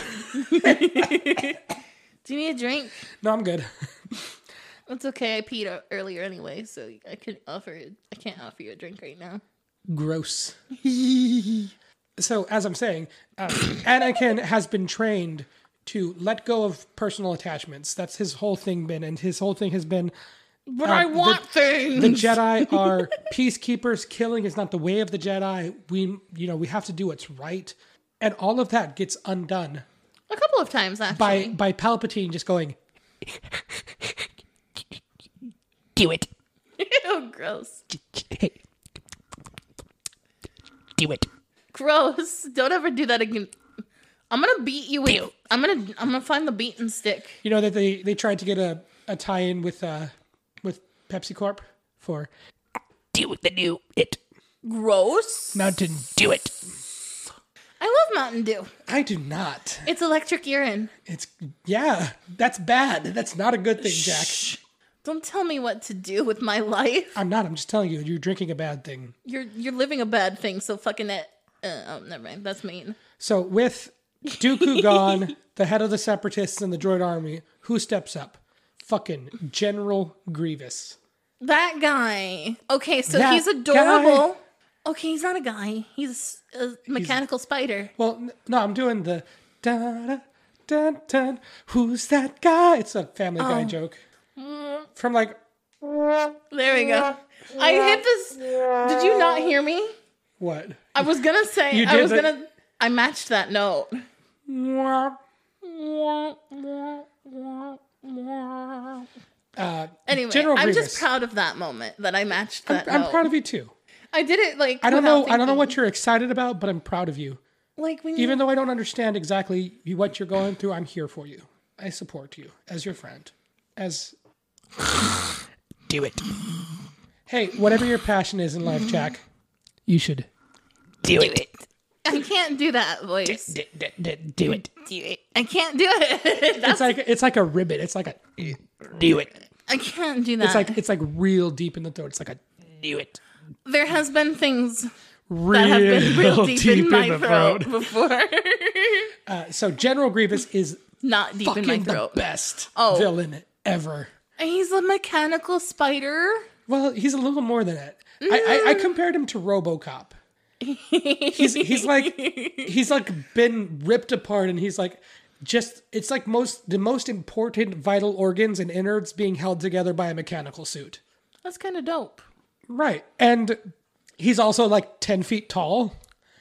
B: Do you need a drink?
A: no, I'm good.
B: That's okay. I peed o- earlier anyway, so I could offer. I can't offer you a drink right
A: Uh,
B: now.
A: Gross. so, as I'm saying, uh, Anakin has been trained to let go of personal attachments. That's his whole thing been, and his whole thing has been
D: But I want things!
A: the Jedi are peacekeepers. Killing is not the way of the Jedi. We, you know, we have to do what's right, and all of that gets undone
B: A couple of times actually.
A: by by Palpatine just going,
C: Do it.
B: [LAUGHS] oh, gross.
C: Hey. Do it.
B: Gross. Don't ever do that again. I'm gonna beat you with. I'm gonna. I'm gonna find the beaten stick.
A: you know, that they they tried to get a, a tie in with uh with Pepsi Corp for
C: Do the new it.
B: Gross.
A: Mountain.
C: Do it.
B: I love Mountain Dew.
A: I do not.
B: It's electric urine.
A: It's yeah, that's bad. That's not a good thing, Jack.
B: Don't tell me what to do with my life.
A: I'm not. I'm just telling you, you're drinking a bad thing.
B: You're you're living a bad thing. So fucking it. Uh, oh, never mind. That's mean.
A: So with Dooku gone, the head of the separatists and the droid army, who steps up? Fucking General Grievous.
B: That guy. Okay, so
A: That
B: he's adorable. Okay, he's not a guy. He's a mechanical spider.
A: Well, n- no, I'm doing the da da dun dun. Who's that guy? It's a Family Guy joke from like
B: There we go. I hit this. Did you not hear me?
A: what?
B: I was gonna say.
A: You
B: I
A: did
B: was
A: the-
B: gonna. I matched that note.
A: Uh,
B: Anyway,
A: General
B: I'm
A: Grievous.
B: just proud of that moment that I matched that note.
A: I'm proud of you too.
B: I did it like
A: I don't know.
B: without
A: I don't know
B: thinking.
A: what you're excited about, but I'm proud of you.
B: like when you
A: Even though I don't understand exactly you- what you're going through, I'm here for you. I support you as your friend. As
C: Do it.
A: hey, whatever your passion is in life, Jack, you should
C: Do it.
B: I can't do that
A: [LAUGHS]
B: voice.
C: D- d- d- Do it.
B: Do it. I can't do it. [LAUGHS]
A: it's
B: That's,
A: like it's like a ribbon. It's like a
C: Do it.
B: I can't do that.
A: it's like it's like real deep in the throat. It's like a
C: Do it.
B: there has been things
A: real,
B: that have been real deep, in my
A: the
B: throat, [LAUGHS] before.
A: Uh, so General Grievous is
B: Not deep in my
A: fucking the
B: throat.
A: best
B: Oh.
A: villain ever.
B: And He's a mechanical spider.
A: Well, he's a little more than that. I, I, I compared him to RoboCop. he's he's like he's like been ripped apart, and he's like just it's like most the most important vital organs and innards being held together by a mechanical suit.
B: That's kind of dope.
A: Right, and he's also like ten feet tall.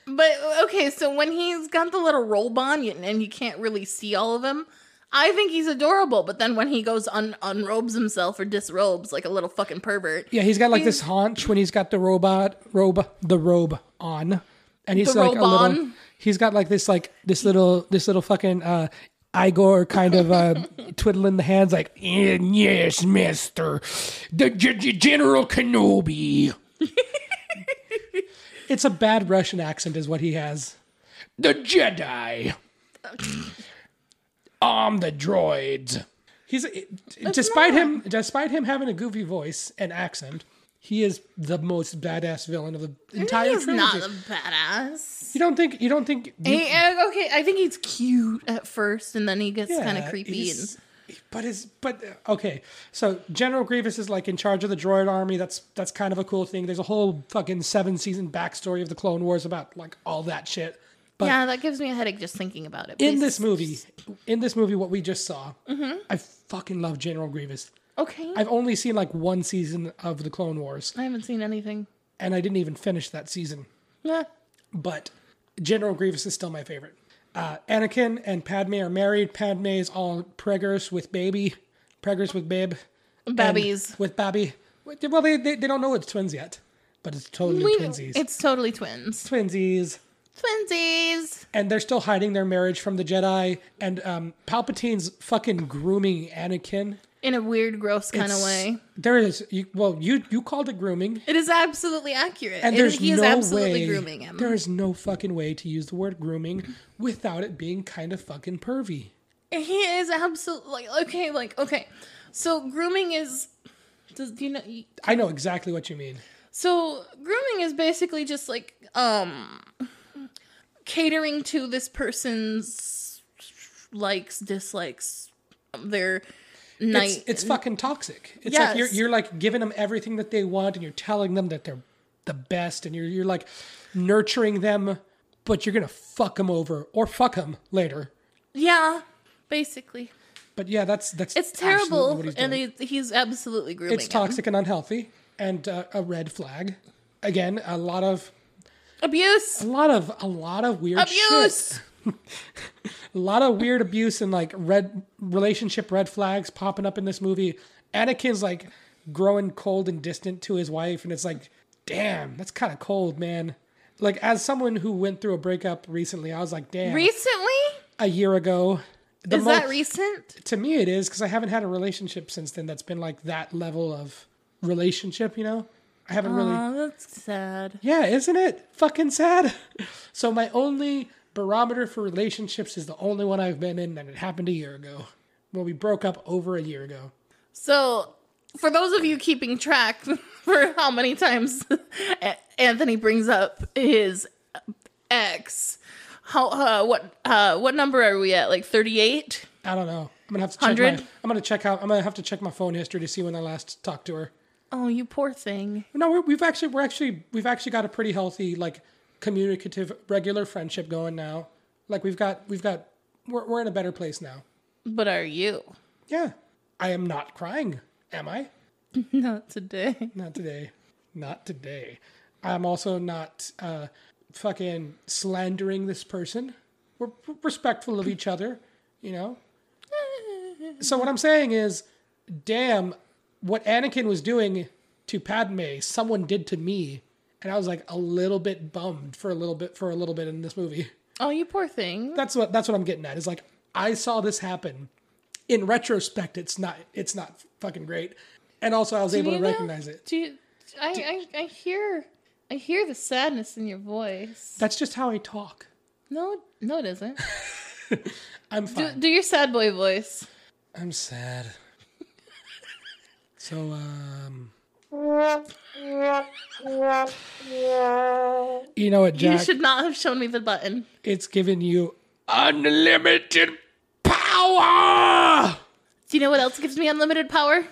B: But okay, so when he's got the little robe on you- and you can't really see all of him, I think he's adorable. But then when he goes un- unrobes himself or disrobes like a little fucking pervert,
A: Yeah, he's got like this haunch when he's got the robot robe the robe on, and he's
B: The
A: like a
B: robe
A: little.
B: on?
A: he's got like this like this little this little fucking uh Igor kind of
B: [LAUGHS]
A: uh twiddling the hands like "Mm,
D: And yes, Master, the G- G- General
B: [LAUGHS]
D: Kenobi,
A: it's a bad Russian accent is what he has.
D: the Jedi. I'm the droids.
A: He's despite him despite him having a goofy voice and accent, he is the most badass villain of the entire
C: He's
A: trilogy.
C: not a badass.
A: you don't think you don't think you-
B: He- uh, okay, I think he's cute at first, and then he gets
A: yeah,
B: kind of creepy. And,
A: he's- uh, But is but uh, okay. So General Grievous is like in charge of the droid army. That's that's kind of a cool thing. There's a whole fucking seven season backstory of the Clone Wars about like all that shit. But
B: yeah, that gives me a headache just thinking about it.
A: in
B: Please-
A: this movie, in this movie, what we just saw,
B: Mm-hmm.
A: I fucking love General Grievous.
B: okay, I,
A: I've only seen like one season of the Clone Wars,
B: haven't seen anything.
A: and I didn't even finish that season.
B: Yeah.
A: But General Grievous is still my favorite. Uh, Anakin and Padme are married. Padme is all preggers with baby, preggers with babe,
B: Babbies.
A: And with babby. Well, they, they they don't know it's twins yet, but it's totally
B: We-
A: twinsies.
B: It's totally twins.
A: twinsies.
B: Twinsies.
A: and they're still hiding their marriage from the Jedi. And um, Palpatine's fucking grooming Anakin
B: In a weird, gross kind of way.
A: There is you, well, you you called it grooming,
B: It is absolutely accurate.
A: and
B: It-
A: there's
B: he is
A: no
B: absolutely
A: way
B: grooming him.
A: there is no fucking way to use the word grooming without it being kind of fucking pervy.
B: He is absolutely like okay, like okay. So grooming is does do you know you-
A: I know exactly what you mean.
B: so grooming is basically just like um catering to this person's likes, dislikes, their
A: It's,
B: night.
A: it's fucking toxic. It's like you're
B: Yes.
A: you're like giving them everything that they want, and you're telling them that they're the best, and you're you're like nurturing them, but you're gonna fuck them over or fuck them later.
B: yeah, basically.
A: But yeah, that's that's
B: It's
A: absolutely
B: terrible
A: what he's
B: and
A: doing.
B: he, he's absolutely grooming.
A: it's
B: him.
A: toxic and unhealthy, and uh, a red flag. Again, a lot of
B: Abuse.
A: a lot of a lot of weird
B: Abuse.
A: shit. A lot of weird abuse and like red relationship red flags popping up in this movie. Anakin's like growing cold and distant to his wife, and it's like, damn, that's kind of cold, man. Like as someone who went through a breakup recently, I was like, damn,
B: Recently?
A: a year ago. The
B: Is
A: mo-
B: that recent?
A: to me it is because I haven't had a relationship since then that's been like that level of relationship. You know, I haven't really.
B: Oh, that's sad.
A: Yeah, isn't it fucking sad? [LAUGHS] So my only barometer for relationships is the only one I've been in, and it happened a year ago when we broke up over a year ago.
B: So, for those of you keeping track [LAUGHS] for how many times [LAUGHS] A- Anthony brings up his ex, how uh, what uh, what number are we at? Like thirty eight.
A: I don't know. I'm gonna have to check.
B: 100?
A: My, I'm gonna check out. I'm gonna have to check my phone history to see when I last talked to her.
B: Oh, you poor thing.
A: No, we're, we've actually we're actually we've actually got a pretty healthy like communicative regular friendship going now. Like we've got we've got we're we're in a better place now.
B: But are you [LAUGHS]
A: Yeah, I am not crying. Am I?
B: not today?
A: Not today. Not today. I'm also not uh, fucking slandering this person. We're p- respectful of each other, you know? so, what I'm saying is, damn, what Anakin was doing to Padme, someone did to me. And I was like a little bit bummed for a little bit for a little bit in this movie.
B: Oh, you poor thing.
A: That's what that's what I'm getting at. Is like I saw this happen. In retrospect, it's not it's not fucking great. And also, I was able to
B: you know-
A: recognize it.
B: Do you, I, I I hear I hear the sadness in your voice.
A: That's just how I talk.
B: No, no, it isn't.
A: I'm
B: Do,
A: fine.
B: do your sad boy voice.
A: I'm sad. so, um. You know what,
B: You
A: Jack?
B: should not have shown me the button.
A: It's giving you.
D: Unlimited power.
B: Do you know what else gives me unlimited power?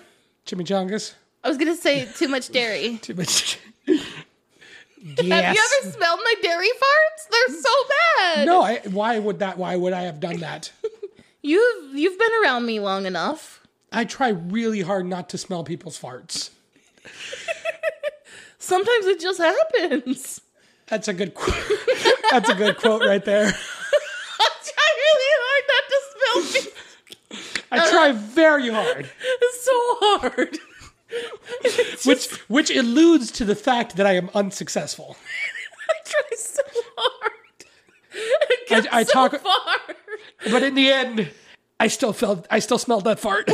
A: Chimichangas?
B: I was gonna say too much dairy.
A: Too [LAUGHS] much.
B: Have
A: Yes.
B: you ever smelled my dairy farts? They're so bad.
A: No, I, why would that? Why would I have done that?
B: You've you've been around me long enough.
A: I try really hard not to smell people's farts.
B: Sometimes it just happens.
A: That's a good. Qu- [LAUGHS] that's a good quote right there.
B: [LAUGHS] I try really hard not to smell me.
A: I try very hard,
B: It's so hard. It's just-
A: which which alludes to the fact that I am unsuccessful.
B: I try so hard. got
A: I
B: so
A: talk-
B: far.
A: But in the end, I still felt I still smelled that
B: [LAUGHS]
A: fart.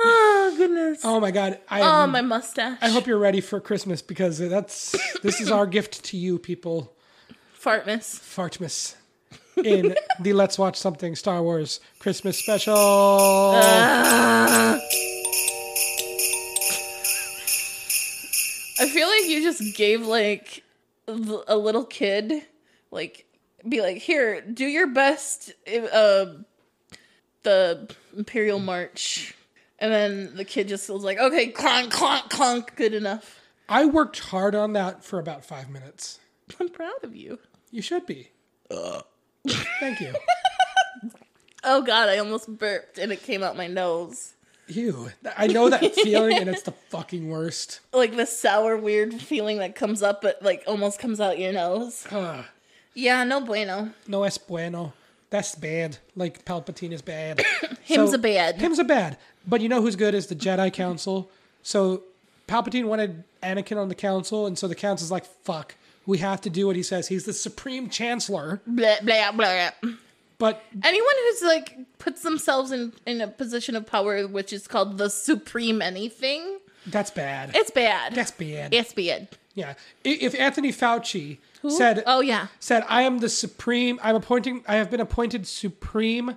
B: Oh goodness.
A: Oh my god. I
B: Oh
A: am-
B: my mustache.
A: I hope you're ready for Christmas because that's this is our gift to you people.
B: fartness.
A: Fartmas in the Let's Watch Something Star Wars Christmas special.
B: Uh. I feel like you just gave like l- a little kid like be like here do your best uh the imperial march and then the kid just was like okay clonk clonk clonk good enough [LAUGHS]
A: I worked hard on that for about five minutes.
B: i'm proud of you
A: You should be.
B: Uh.
A: Thank you.
B: oh god i almost burped and it came out my nose
A: You. I know that feeling, and it's the fucking worst.
B: like the sour weird feeling that comes up but like almost comes out your nose
A: Ugh.
B: yeah no bueno
A: no es bueno. That's bad. Like Palpatine is bad.
B: [COUGHS] Him's
A: So-
B: a bad.
A: Him's a bad. But you know who's good is the Jedi Council. So Palpatine wanted Anakin on the council, and so the council's like, "Fuck, we have to do what he says." He's the Supreme Chancellor,
B: blah blah blah
A: but
B: anyone who's like puts themselves in in a position of power which is called the supreme anything
A: that's bad.
B: it's bad
A: that's bad.
B: it's bad
A: Yeah. I- If Anthony Fauci said,
B: oh yeah
A: said, "I am the supreme. I'm appointing. I have been appointed supreme."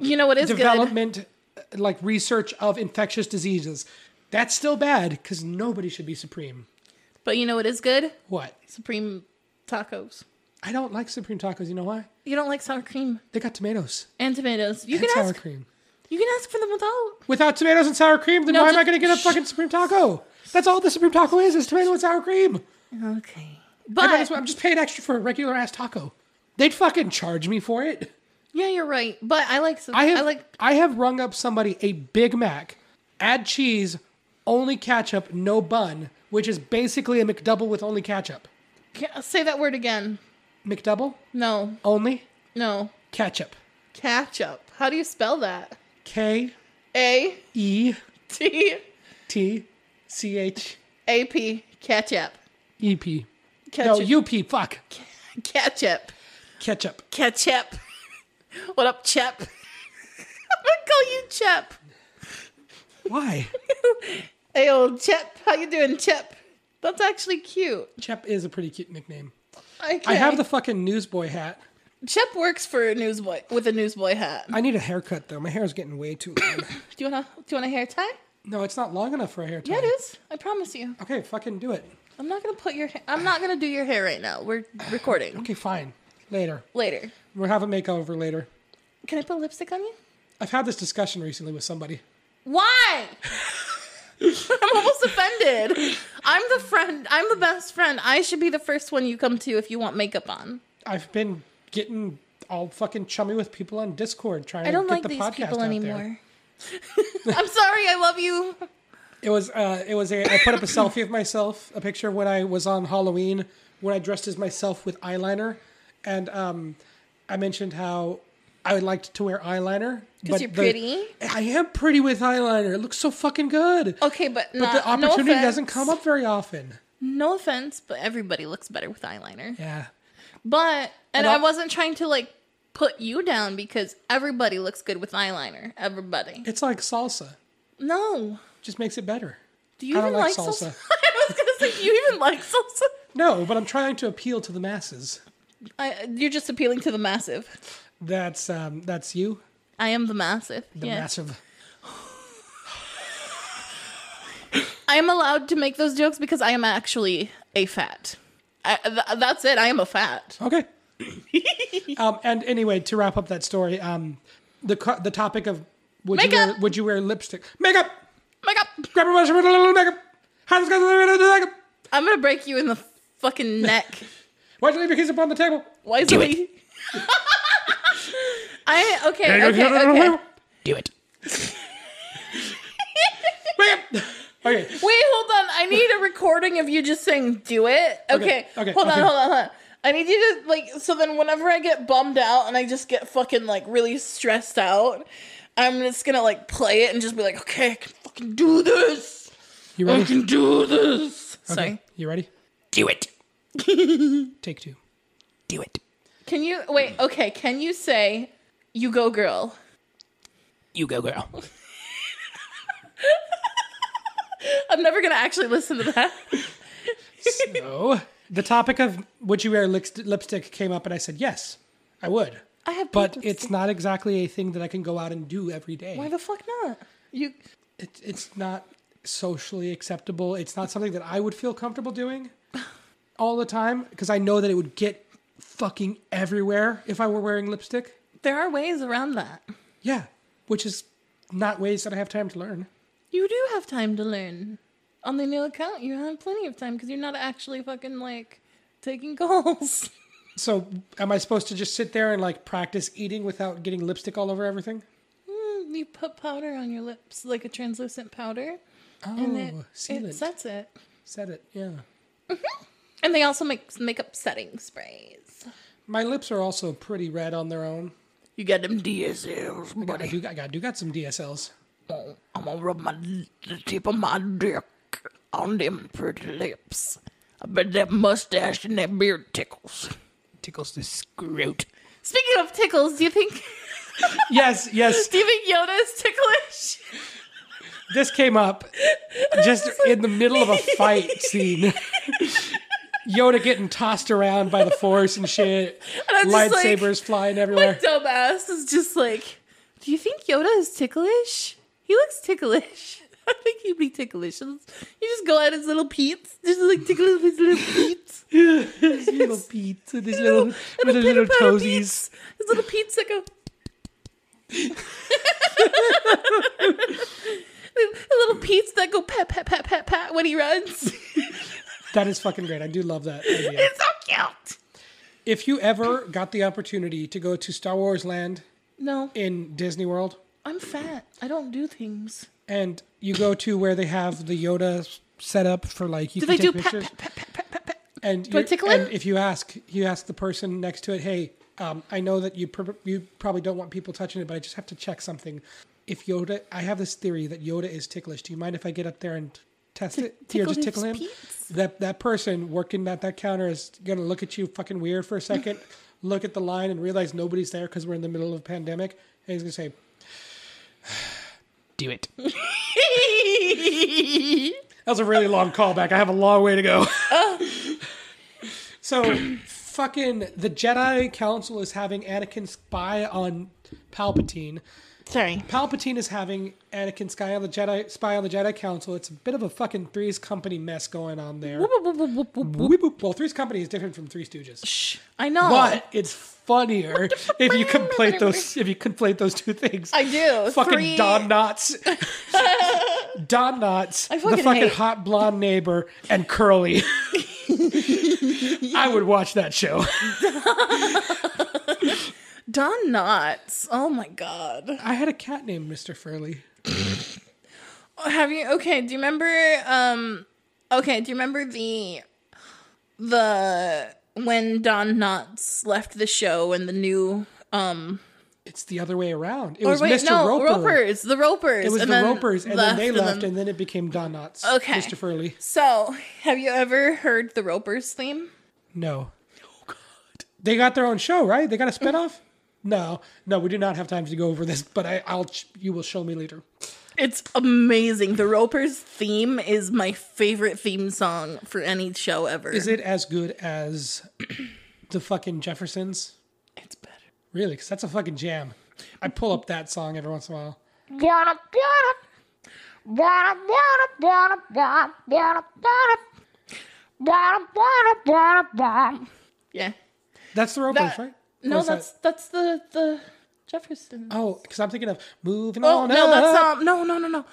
B: you know what is good
A: development uh, like research of infectious diseases that's still bad because nobody should be supreme
B: but you know what is good
A: what
B: supreme tacos
A: i don't like supreme tacos you know why
B: you don't like sour cream
A: they got tomatoes
B: and tomatoes you
A: and
B: can
A: sour
B: ask
A: cream
B: you can ask for them without
A: without tomatoes and sour cream then
B: No,
A: why am
B: just-
A: i going to get a fucking supreme taco that's all the supreme taco is is tomato and sour cream
B: okay
A: I might as
B: but
A: well- i'm just paying extra for a regular ass taco they'd fucking charge me for it
B: yeah you're right but i like some,
A: I have I,
B: I like
A: have rung up somebody a Big Mac, add cheese, only ketchup, no bun, which is basically a McDouble with only ketchup.
B: ca- say that word again
A: McDouble
B: no
A: only
B: no
A: ketchup.
B: ketchup how do you spell that
A: K
B: a
A: E
B: t
A: T C H
B: a p ketchup
A: E P. No,
B: ketchup
A: U P. Fuck
B: ketchup
A: ketchup.
B: Ketchup. [LAUGHS] What up, Chep? [LAUGHS] I'm gonna call you Chep.
A: Why?
B: Hey, old Chep. How you doing, Chep? That's actually cute.
A: Chep is a pretty cute nickname.
B: Okay.
A: I have the fucking newsboy hat.
B: Chep works for a newsboy with a newsboy hat.
A: I need a haircut though. My hair is getting way too long.
B: Do you wanna do you want a hair tie?
A: no, it's not long enough for a hair tie.
B: Yeah, it is. I promise you.
A: Okay, fucking do it.
B: I'm not gonna put your. Ha- I'm not gonna do your hair right now. We're recording
A: Okay, fine. Later.
B: later.
A: We'll have a makeover later.
B: Can I put lipstick on you?
A: I've had this discussion recently with somebody.
B: Why? [LAUGHS] I'm almost offended. I'm the friend. I'm the best friend. I should be the first one you come to if you want makeup on.
A: I've been getting all fucking chummy with people on Discord trying
B: I
A: to
B: don't
A: get
B: like
A: the
B: these
A: podcast
B: people
A: out
B: [LAUGHS] anymore. I'm sorry. I love you.
A: There. It was uh, it was a I put up a selfie of myself, a picture of when I was on Halloween when I dressed as myself with eyeliner, and um, I mentioned how I would like to wear eyeliner because
B: you're pretty?
A: I am pretty with eyeliner. It looks so fucking good.
B: Okay, but,
A: But
B: not,
A: the opportunity
B: Oh, no
A: doesn't
B: offense.
A: come up very often.
B: No offense, but everybody looks better with eyeliner.
A: Yeah.
B: But and
A: Well-
B: I wasn't trying to like put you down because everybody looks good with eyeliner. Everybody.
A: It's like salsa.
B: No.
A: Just makes it better.
B: Do you
A: I don't
B: even
A: like
B: like
A: salsa.
B: salsa? [LAUGHS] I was gonna say, do you even like salsa?
A: No, but I'm trying to appeal to the masses.
B: I, you're just appealing to the massive.
A: That's um, that's you,
B: I am the massive.
A: the
B: yeah.
A: massive.
B: I am allowed to make those jokes because I am actually a fat. I, th- that's it. I am a fat. Oh
A: Okay. [COUGHS] um, and anyway, to wrap up that story, um, the co- the topic of would you
B: Makeup!
A: wear, would you wear lipstick? Makeup.
B: Makeup.
A: Grab a brush and put a little makeup. Hands got a little bit of makeup.
B: I'm gonna break you in the [LAUGHS] fucking neck.
A: Why'd you leave your keys upon the table?
B: Why is it? [LAUGHS] I okay, okay, okay.
D: Do it.
A: Makeup. [LAUGHS] Okay.
B: Wait, hold on. I need a recording of you just saying "do it." Okay,
A: okay,
B: hold on,
A: okay.
B: hold on, hold on. I need you to like. So then, whenever I get bummed out and I just get fucking like really stressed out, I'm just gonna like play it and just be like, "Okay, I can fucking do this.
A: You
B: I
A: ready?
B: can do this." Sorry.
A: You ready?
D: Do it.
A: Take two.
D: Do it.
B: Can you wait? Okay, can you say "You go, girl"?
D: You go, girl.
B: I'm never gonna actually listen to that.
A: So the topic of would you wear lip- lipstick came up, and I said yes, I would.
B: I have,
A: But
B: people-
A: it's not exactly a thing that I can go out and do every day.
B: why the fuck not? You
A: it, it's not socially acceptable. It's not something that I would feel comfortable
B: [LAUGHS]
A: doing all the time because I know that it would get fucking everywhere if I were wearing lipstick.
B: there are ways around that.
A: Yeah, which is not ways that I have time to learn.
B: You do have time to learn. On the new account, you have plenty of time because you're not actually fucking like taking [LAUGHS] calls.
A: So, am I supposed to just sit there and like practice eating without getting lipstick all over everything?
B: Mm, you put powder on your lips, like a translucent powder, and it,
A: Oh,
B: it
A: sealant.
B: sets it.
A: Said it. Yeah.
B: And they also make makeup setting sprays.
A: My lips are also pretty red on their own.
C: You got them DSLs,
A: I
C: buddy.
A: do, I got, do got some DSLs.
C: I'm gonna rub my the tip of my dick on them pretty lips. I bet that mustache and that beard tickles.
D: Tickles the scrote.
B: Speaking of tickles, do you think [LAUGHS]
A: Yes, yes.
B: do you think Yoda is ticklish?
A: this came up just in the middle of a
B: [LAUGHS]
A: fight scene. Yoda getting tossed around by the force and shit.
B: And I'm just
A: Lightsabers
B: like,
A: flying
B: my
A: everywhere.
B: dumbass is just like, do you think Yoda is ticklish? He looks ticklish. [LAUGHS] I think he'd be ticklish. You just go at his little peats, just like tickle
A: [LAUGHS]
B: his little peats,
A: These little beats and these little, with
B: little
A: his little
B: pitter-patter
A: toesies.
B: peats, his little peats
A: [LAUGHS]
B: that go. The little peats that go pat pat pat pat pat when he runs.
A: That is fucking great. I do love that idea.
B: it's so cute.
A: If you ever got the opportunity to go to Star Wars Land
B: No,
A: in Disney World
B: I'm fat. I don't do things.
A: and you go to where they have the Yoda set up for like you
B: Do
A: can
B: they do
A: take
B: pat
A: pictures.
B: pat [LAUGHS] pat pat pat pat? pat?
A: And,
B: I
A: you're-
B: tickle
A: and
B: him?
A: if you ask, you ask the person next to it, hey, um, I know that you prob- you probably don't want people touching it, but I just have to check something. If Yoda, I have this theory that Yoda is ticklish. Do you mind if I get up there and test it? Here,
B: tickle
A: just
B: his
A: tickle him.
B: peats?
A: That that person working at that counter is gonna look at you fucking weird for a
B: [LAUGHS]
A: second, look at the line and realize nobody's there because we're in the middle of a pandemic, and he's gonna say,
D: Do it.
A: That was a really long callback. I have a long way to go. [LAUGHS] so, fucking the Jedi Council is having Anakin spy on Palpatine.
B: Sorry.
A: Palpatine is having Anakin spy on the Jedi spy on the Jedi Council. It's a bit of a fucking Three's Company mess going on there. Whoop, whoop. Well, Three's Company is different from Three Stooges,
B: I know.
A: but it's funnier if you conflate those if you conflate those two things.
B: I do.
A: Fucking
B: Three-
A: Don
B: [LAUGHS]
A: Knotts. Don Knotts,
B: I fucking
A: the fucking
B: hate-
A: hot blonde neighbor, and
B: [LAUGHS]
A: Curly. I would watch that show.
B: Don Knotts. Oh my god.
A: I had a cat named Mr. Furley.
B: Have you okay, do you remember um okay, do you remember the the when Don Knotts left the show and the new um
A: It's the other way around. It
B: or
A: was
B: wait,
A: Mr.
B: no,
A: Roper.
B: Ropers, the Ropers.
A: It was
B: and
A: the
B: then
A: Ropers, and then they
B: and
A: left, and
B: then-
A: then, it became Don Knotts.
B: Okay.
A: Mr. Furley.
B: so, have you ever heard the Ropers theme?
A: No. Oh, They got their own show, right? They got a spinoff? No, no, we do not have time to go over this, but I, I'll. You will show me later.
B: It's amazing. The Ropers theme is my favorite theme song for any show ever.
A: Is it as good as [CLEARS THROAT] the fucking Jeffersons?
B: It's better.
A: Really? Because that's a fucking jam. I pull up that song every once in a while.
B: Yeah.
A: That's the Ropers,
B: That-
A: right? Or
B: No,
A: is that-
B: that's that's the the Jefferson.
A: Oh, because I'm thinking of moving
B: Oh
A: on.
B: no, that's
A: up,
B: um no no no no.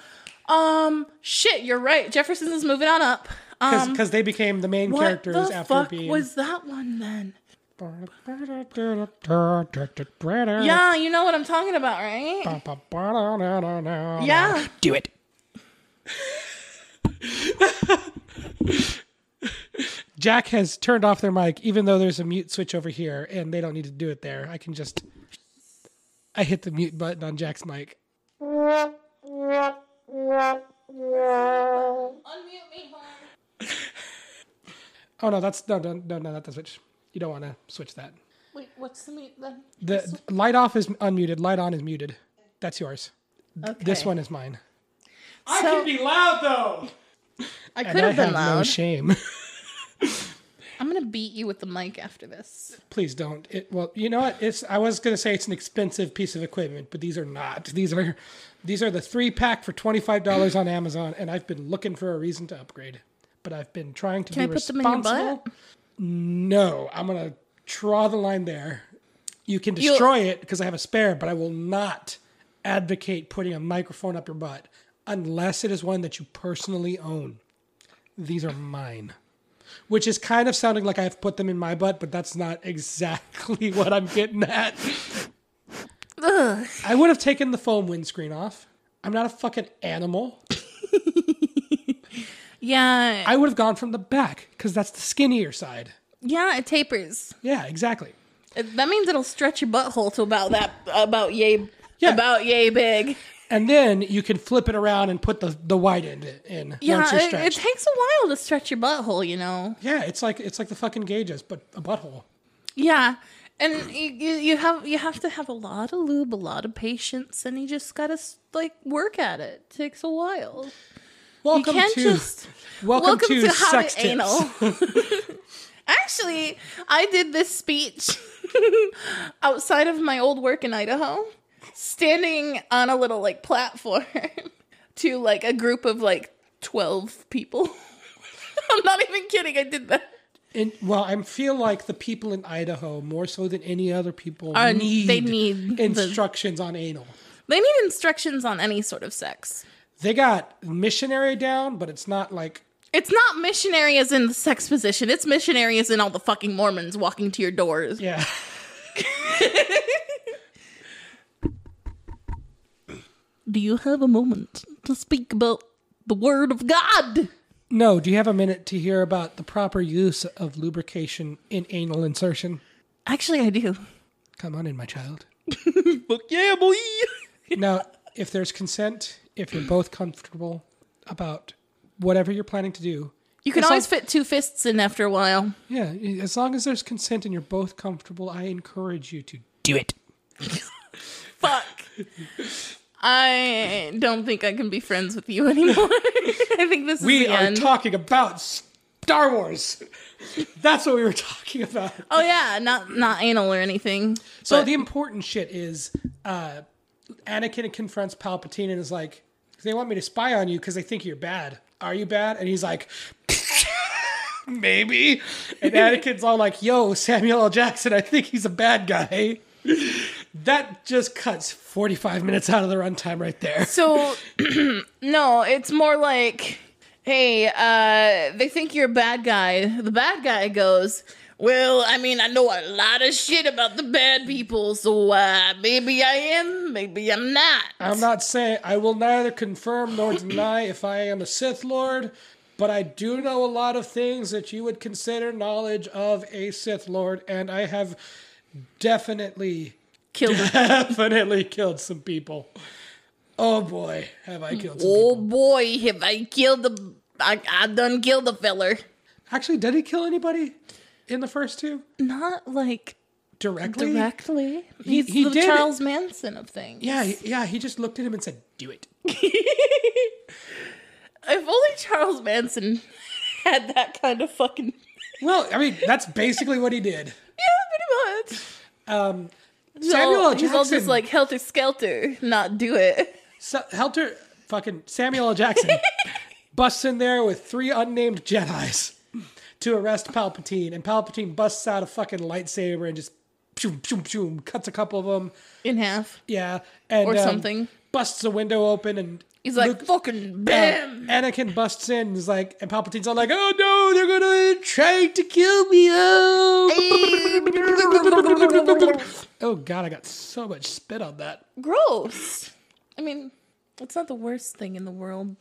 B: Um shit, you're right. Jefferson's is moving on up. Um
A: Because they became the main
B: what the
A: characters after
B: fuck
A: being.
B: was that one then? Yeah, you know what I'm talking about, right? Yeah.
D: Do it.
A: Jack has turned off their mic, even though there's a mute switch over here, and they don't need to do it there. I can just. I hit the mute button on Jack's mic.
B: Unmute me, hon.
A: Oh no, that's no, no, no, no, not the switch. You don't want to switch that.
B: Wait, what's the meat then?
A: The light off is unmuted. Light on is muted. That's yours. This
B: Okay.
A: one is mine.
D: I
B: So-
D: can be loud though.
B: I
A: And
B: could have
A: I
B: been
A: have
B: loud.
A: no shame. [LAUGHS]
B: I'm gonna beat you with the mic after this.
A: Please don't. It, well, you know what? It's I was gonna say it's an expensive piece of equipment, but these are not. These are these are the three pack for twenty five dollars on Amazon, and I've been looking for a reason to upgrade. But I've been trying to
B: Can
A: be
B: I put them in your
A: responsible.
B: butt?
A: No, I'm gonna draw the line there. You can
B: You'll-
A: destroy it because I have a spare, but I will not advocate putting a microphone up your butt unless it is one that you personally own. These are mine. Which is kind of sounding like I've put them in my butt, but that's not [LAUGHS] exactly what I'm getting at.
B: Ugh.
A: I would have taken the foam windscreen off. I'm not a fucking animal.
B: Yeah,
A: I would have gone from the back because that's the skinnier side.
B: yeah, it tapers.
A: Yeah, exactly.
B: It- that means it'll stretch your butthole to about that, about yay,
A: Yeah.
B: about yay big.
A: and then you can flip it around and put the the wide end in
B: Yeah,
A: once you're
B: it, it
A: stretched.
B: takes a while to stretch your butthole, you know.
A: yeah, it's like it's like the fucking gauges, but a butthole.
B: Yeah, and you, you you have you have to have a lot of lube, a lot of patience, and you just gotta s- like work at it. It takes a while.
A: Welcome
B: you can't
A: to
B: just
A: welcome, to,
B: how
A: sex
B: to
A: tips.
B: [LAUGHS] Actually, I did this speech [LAUGHS] outside of my old work in Idaho, standing on a little like platform [LAUGHS] to like a group of like 12 people. [LAUGHS] I'm not even kidding, I did that.
A: [LAUGHS] And, well, I feel like the people in Idaho more so than any other people
B: Uh,
A: need
B: they need the-
A: instructions on anal.
B: They need instructions on any sort of sex.
A: They got missionary down, but it's not like
B: It's not missionary as in the sex position. It's missionary as in all the fucking Mormons walking to your doors.
A: yeah. [LAUGHS]
B: Do you have a moment to speak about the word of God?
A: No, do you have a minute to hear about the proper use of lubrication in anal insertion?
B: Actually, I do.
A: Come on in, my child.
B: Fuck yeah, boy.
A: Now, if there's consent, if you're both comfortable about whatever you're planning to do,
B: You can
A: It's
B: always
A: all-
B: fit two fists in after a while.
A: yeah, as long as there's consent and you're both comfortable, I encourage you to do it.
B: Fuck. I don't think I can be friends with you [LAUGHS] anymore. I think this is
A: We
B: the
A: are
B: end.
A: talking about Star Wars. That's what we were talking about.
B: oh yeah, not not anal or anything.
A: So
B: But-
A: the important shit is uh, Anakin confronts Palpatine and is like, "They want me to spy on you because they think you're bad. Are you bad?" And he's like, [LAUGHS] "Maybe." And Anakin's all like, "Yo, Samuel L. Jackson, I think he's a bad guy." That just cuts 45 minutes out of the runtime right there.
B: So, [CLEARS THROAT] no, it's more like, hey, uh, they think you're a bad guy. The bad guy goes, well, I mean, I know a lot of shit about the bad people, so uh, maybe I am, maybe I'm not.
A: I'm not saying I will neither confirm nor deny if I am a Sith Lord, but I do know a lot of things that you would consider knowledge of a Sith Lord, and I have definitely, [LAUGHS]
B: Killed a
A: definitely killed some people. Oh boy, have I killed some
B: [LAUGHS] Oh
A: people.
B: boy, have I killed the. I, I done killed the feller.
A: Actually, did he kill anybody in the first two?
B: Not [LAUGHS] like
A: Directly?
B: directly. He's
A: he
B: the
A: did it.
B: Charles Manson of things.
A: Yeah, he- yeah, he just looked at him and said, Do it.
B: [LAUGHS] If only Charles Manson [LAUGHS] had that kind of fucking.
A: Well, I mean, that's basically what he did.
B: Yeah, pretty much.
A: Um,
B: He's all-
A: Samuel L. Jackson.
B: He's all just like helter skelter, not do it.
A: Sa- Helter, fucking Samuel L.
B: [LAUGHS]
A: Jackson busts in there with three unnamed Jedi's to arrest Palpatine, and Palpatine busts out a fucking lightsaber and just shoom, shoom, shoom, cuts a couple of them,
B: In half.
A: yeah, and
B: Or
A: um,
B: something.
A: busts the window open, and
B: He's like,
A: Luke-
B: fucking
A: uh,
B: bam!
A: Anakin busts in, and is like, and Palpatine's all like, "Oh no, they're gonna try to kill me!" Oh, [LAUGHS] oh god, I got so much spit on that.
B: Gross. I mean, it's not the worst thing in the world.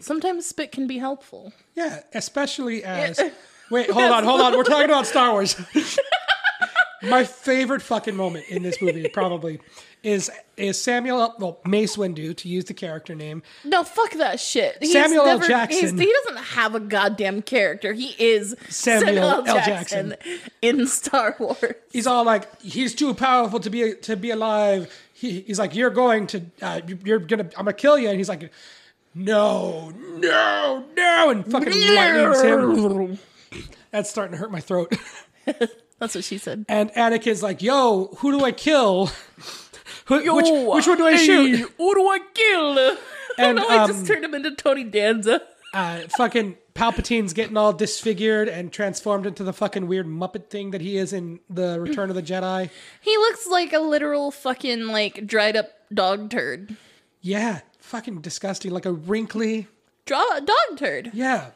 B: Sometimes spit can be helpful.
A: Yeah, especially as. Wait, hold on, hold on. We're talking about Star Wars. My favorite fucking moment in this movie probably is is Samuel L- well Mace Windu to use the character name.
B: No, fuck that shit. He's
A: Samuel L. Jackson.
B: he's- he doesn't have a goddamn character. He is
A: Samuel
B: Samuel,
A: L.
B: L. Jackson, in Star Wars.
A: He's all like, he's too powerful to be to be alive. He, he's like, you're going to, uh, you- you're gonna, I'm gonna kill you. And he's like, no, no, no, and fucking lightnings him. That's starting to hurt my throat.
B: That's what she said.
A: And Anakin's like, yo, who do I kill? [LAUGHS] Who, which,
B: Yo,
A: which one do I
B: hey,
A: shoot?
B: Who do I kill? [LAUGHS]
A: And,
B: And I
A: um,
B: just turned him into Tony Danza.
A: uh, fucking Palpatine's getting all disfigured and transformed into the fucking weird Muppet thing that he is in the Return of the Jedi.
B: He looks like a literal fucking like dried up dog turd.
A: Yeah, fucking disgusting, like a wrinkly,
B: Draw dog turd.
A: yeah,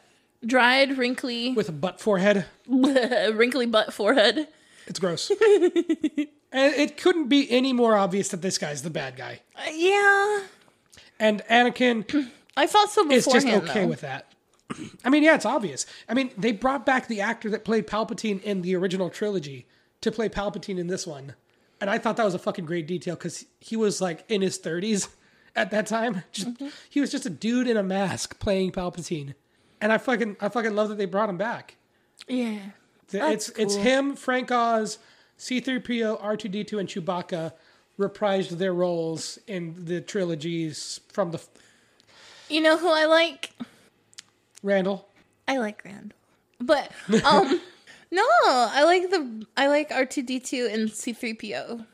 B: Dried, wrinkly, [LAUGHS]
A: with a butt forehead.
B: wrinkly butt forehead.
A: It's
B: [LAUGHS]
A: gross. and it couldn't be any more obvious that this guy's the bad guy.
B: Uh, yeah,
A: And Anakin
B: I thought so
A: is
B: beforehand.
A: just okay
B: though.
A: with that. I mean, yeah, it's obvious. I mean, they brought back the actor that played Palpatine in the original trilogy to play Palpatine in this one. And I thought that was a fucking great detail because he was like in his 30s [LAUGHS] at that time. [LAUGHS] Just,
B: Mm-hmm.
A: He was just a dude in a mask playing Palpatine. And I fucking I fucking love that they brought him back.
B: yeah.
A: Th- it's it's him, Frank Oz, C3PO, R2D2 and Chewbacca reprised their roles in the trilogies from the f-
B: You know who I like?
A: Randall.
B: I like Randall, but um, [LAUGHS] no, I like the I like R two D two and C three PO.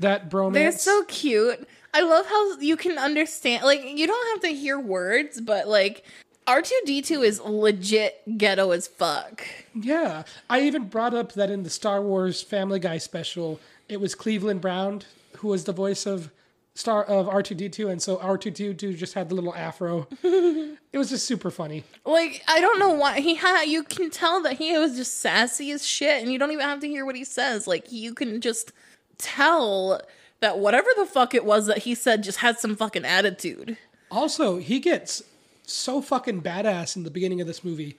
A: That bromance.
B: They're so cute. I love how you can understand. Like you don't have to hear words, but like R two D two is legit ghetto as fuck.
A: Yeah. I even brought up that in the Star Wars Family Guy special, it was Cleveland Brown who was the voice of Star of R2D2 and so R2D2 just had the little
B: [LAUGHS]
A: afro. it was just super funny.
B: Like I don't know why [LAUGHS] he had. You can tell that he was just sassy as shit, and you don't even have to hear what he says. Like you can just tell that whatever the fuck it was that he said just had some fucking attitude.
A: Also, he gets so fucking badass in the beginning of this
B: [LAUGHS]
A: movie.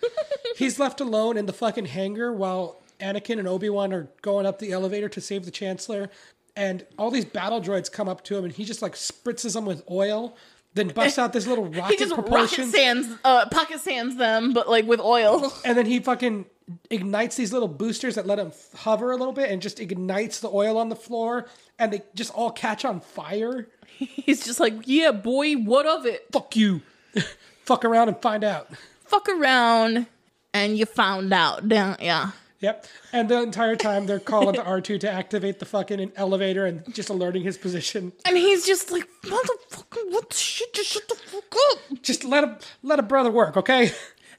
A: He's left alone in the fucking hangar while Anakin and Obi Wan are going up the elevator to save the Chancellor, and all these battle droids come up to him, and he just like spritzes them with oil, then
B: [LAUGHS]
A: busts out this little
B: He
A: rocket
B: just rocket
A: propulsion,
B: sands, uh, pocket sands them, but like with oil. [LAUGHS]
A: and then he fucking ignites these little boosters that let him f- hover a little bit, and just ignites the oil on the floor, and they just all catch on fire.
B: He's just like, yeah, boy, what of it?
A: Fuck you. [LAUGHS] Fuck around and find out.
B: Fuck around, and you found out, don't ya?
A: Yep. And the entire time they're calling to R2 to activate the fucking elevator and just alerting his position.
B: And he's just like, motherfucker, what the shit? Just shut the fuck up.
A: Just let a let a brother work, okay?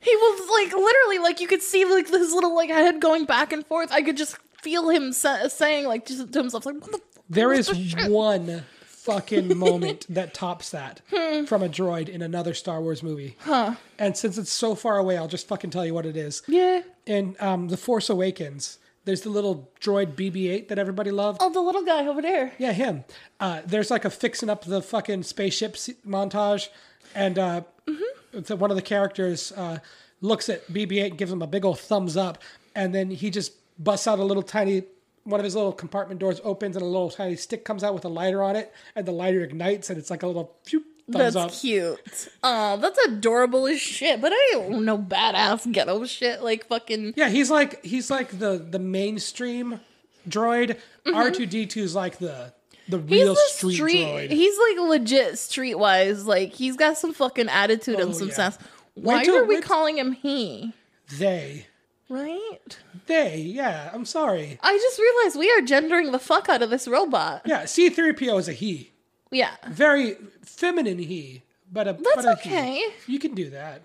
B: He was like, literally, like you could see like his little like head going back and forth. I could just feel him sa- saying like just to himself, like, what the fuck?
A: There is one fucking moment that tops that from a droid in another Star Wars movie. Huh. And since it's so far away, I'll just fucking tell you what it is.
B: Yeah.
A: In um, The Force Awakens, there's the little droid BB-8 that everybody loved.
B: Oh, the little guy over there.
A: Yeah, him. Uh, there's like a fixing up the fucking spaceship s- montage, and uh,
B: Mm-hmm.
A: so one of the characters uh, looks at BB-8 and gives him a big old thumbs up, and then he just busts out a little tiny one of his little compartment doors opens, and a little tiny stick comes out with a lighter on it, and the lighter ignites, and it's like a little phew, thumbs
B: That's
A: up.
B: cute. Oh, that's adorable as shit. But I don't know badass ghetto shit like fucking
A: Yeah, he's like he's like the the mainstream droid. R two D 2s like the the real
B: Mm-hmm. the
A: street, droid.
B: He's like legit streetwise. Like he's got some fucking attitude
A: Oh,
B: and some
A: yeah.
B: sass. Why
A: till-
B: were we
A: wait-
B: calling him he?
A: they
B: Right?
A: they yeah. I'm sorry.
B: I just realized we are gendering the fuck out of this robot.
A: Yeah, C3PO is a he.
B: Yeah.
A: Very feminine he, but a
B: That's
A: but a he.
B: okay.
A: You can do that.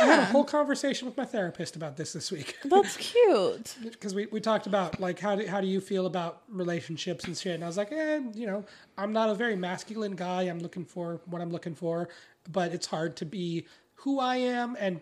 A: I had a
B: Yeah.
A: whole conversation with my therapist about this this week [LAUGHS]
B: That's cute.
A: because we, we talked about like how do, how do you feel about relationships and shit and I was like eh you know I'm not a very masculine guy I'm looking for what I'm looking for but it's hard to be who I am and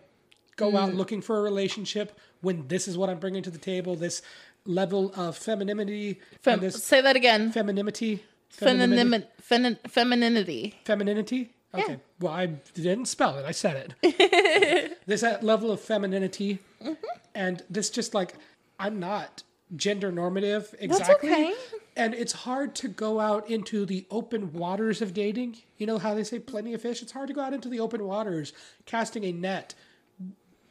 A: go out looking for a relationship when this is what I'm bringing to the table this level of femininity
B: Fem-
A: and this
B: [LAUGHS] say that again.
A: femininity
B: Feminim- femin- femininity.
A: femininity. Okay. Well, I didn't spell it. I said it.
B: [LAUGHS] Mm-hmm.
A: There's that level of femininity, and this just like I'm not gender normative
B: That's
A: exactly.
B: okay.
A: And it's hard to go out into the open waters of dating. You know how they say plenty of fish? It's hard to go out into the open waters casting a net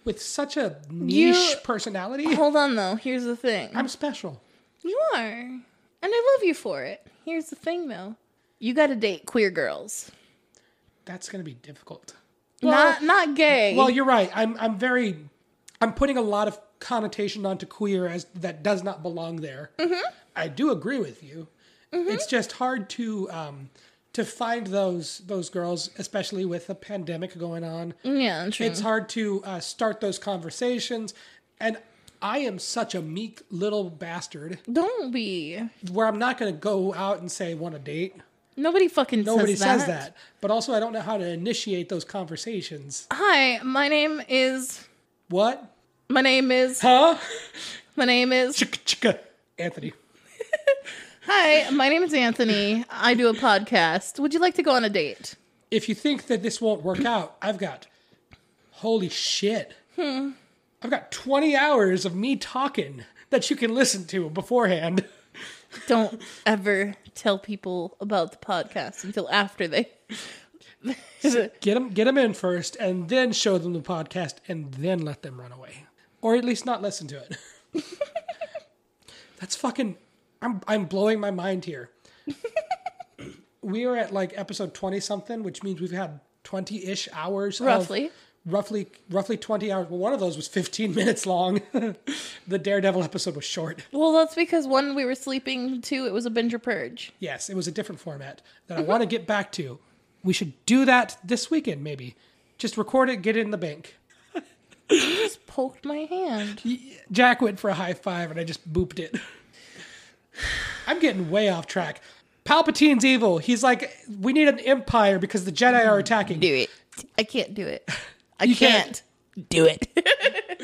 A: with such a niche personality.
B: Hold on though. Here's the thing.
A: I'm special.
B: You are. And I love you for it. Here's the thing though. You got to date queer girls.
A: That's going to be difficult.
B: not not gay.
A: Well, you're right. I'm I'm very I'm putting a lot of connotation onto queer as that does not belong there. I do agree with you. It's just hard to um to find those those girls, especially with the pandemic going on.
B: yeah, true.
A: It's hard to uh, start those conversations, and I am such a meek little bastard
B: Don't be.
A: where I'm not going to go out and say want to date.
B: Nobody fucking
A: Nobody says
B: says that.
A: that, but also I don't know how to initiate those conversations.
B: Hi, my name is
A: What?
B: my name is
A: Huh? [LAUGHS]
B: my name is
A: Chicka chicka. Anthony.
B: Hi, my name is Anthony. I do a podcast. Would you like to go on a date?
A: If you think that this won't work out, I've got holy shit. I've got 20 hours of me talking that you can listen to beforehand. [LAUGHS]
B: Don't ever tell people about the podcast until after [LAUGHS] they
A: Get them in first and then show them the podcast and then let them run away or at least not listen to it. That's fucking I'm I'm blowing my mind here. we are at like episode 20 something, which means we've had 20-ish hours of-
B: Roughly.
A: roughly roughly 20 hours. Well, one of those was 15 [LAUGHS] minutes long. the Daredevil episode was short.
B: Well, that's because one we were sleeping, two it was a binger purge.
A: Yes, it was a different format that I want to get back to. We should do that this weekend maybe. Just record it, get it in the bank.
B: Just poked my hand.
A: Jack went for a high five and I just booped it. I'm getting way off track. Palpatine's evil. He's like, we need an empire because the Jedi are attacking.
B: Do it. I can't do it. I
A: can't.
B: can't. do it.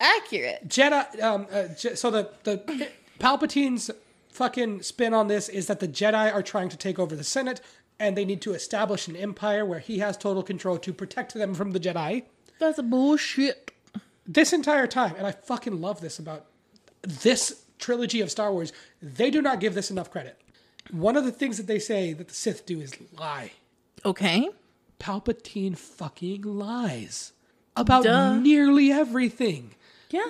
B: Accurate.
A: Jedi. Um, uh, Je- so the the Palpatine's fucking spin on this is that the Jedi are trying to take over the Senate and they need to establish an empire where he has total control to protect them from the Jedi.
B: That's bullshit.
A: this entire time, and I fucking love this about this trilogy of Star Wars, they do not give this enough credit. One of the things that they say that the Sith do is lie.
B: Okay.
A: Palpatine fucking lies about
B: Duh.
A: nearly everything.
B: Yeah.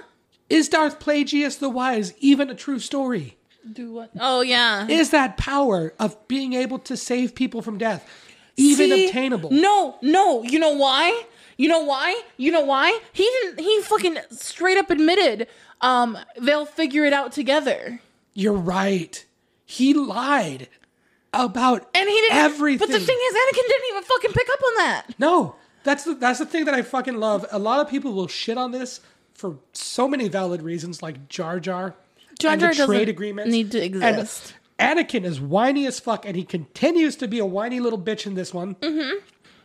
A: Is Darth Plagueis the Wise even a true story?
B: Do what? Oh yeah.
A: Is that power of being able to save people from death even
B: See?
A: obtainable?
B: No, no. You know why? You know why? You know why? He didn't. He fucking straight up admitted. Um, they'll figure it out together.
A: You're right. He lied about
B: And he didn't.
A: everything.
B: But the thing is, Anakin didn't even fucking pick up on that.
A: No, that's the that's the thing that I fucking love. A lot of people will shit on this for so many valid reasons, like Jar Jar,
B: Jar
A: and
B: Jar
A: the trade
B: doesn't
A: agreements
B: need to
A: And
B: exist.
A: Anakin is whiny as fuck, and he continues to be a whiny little bitch in this one. Mm-hmm.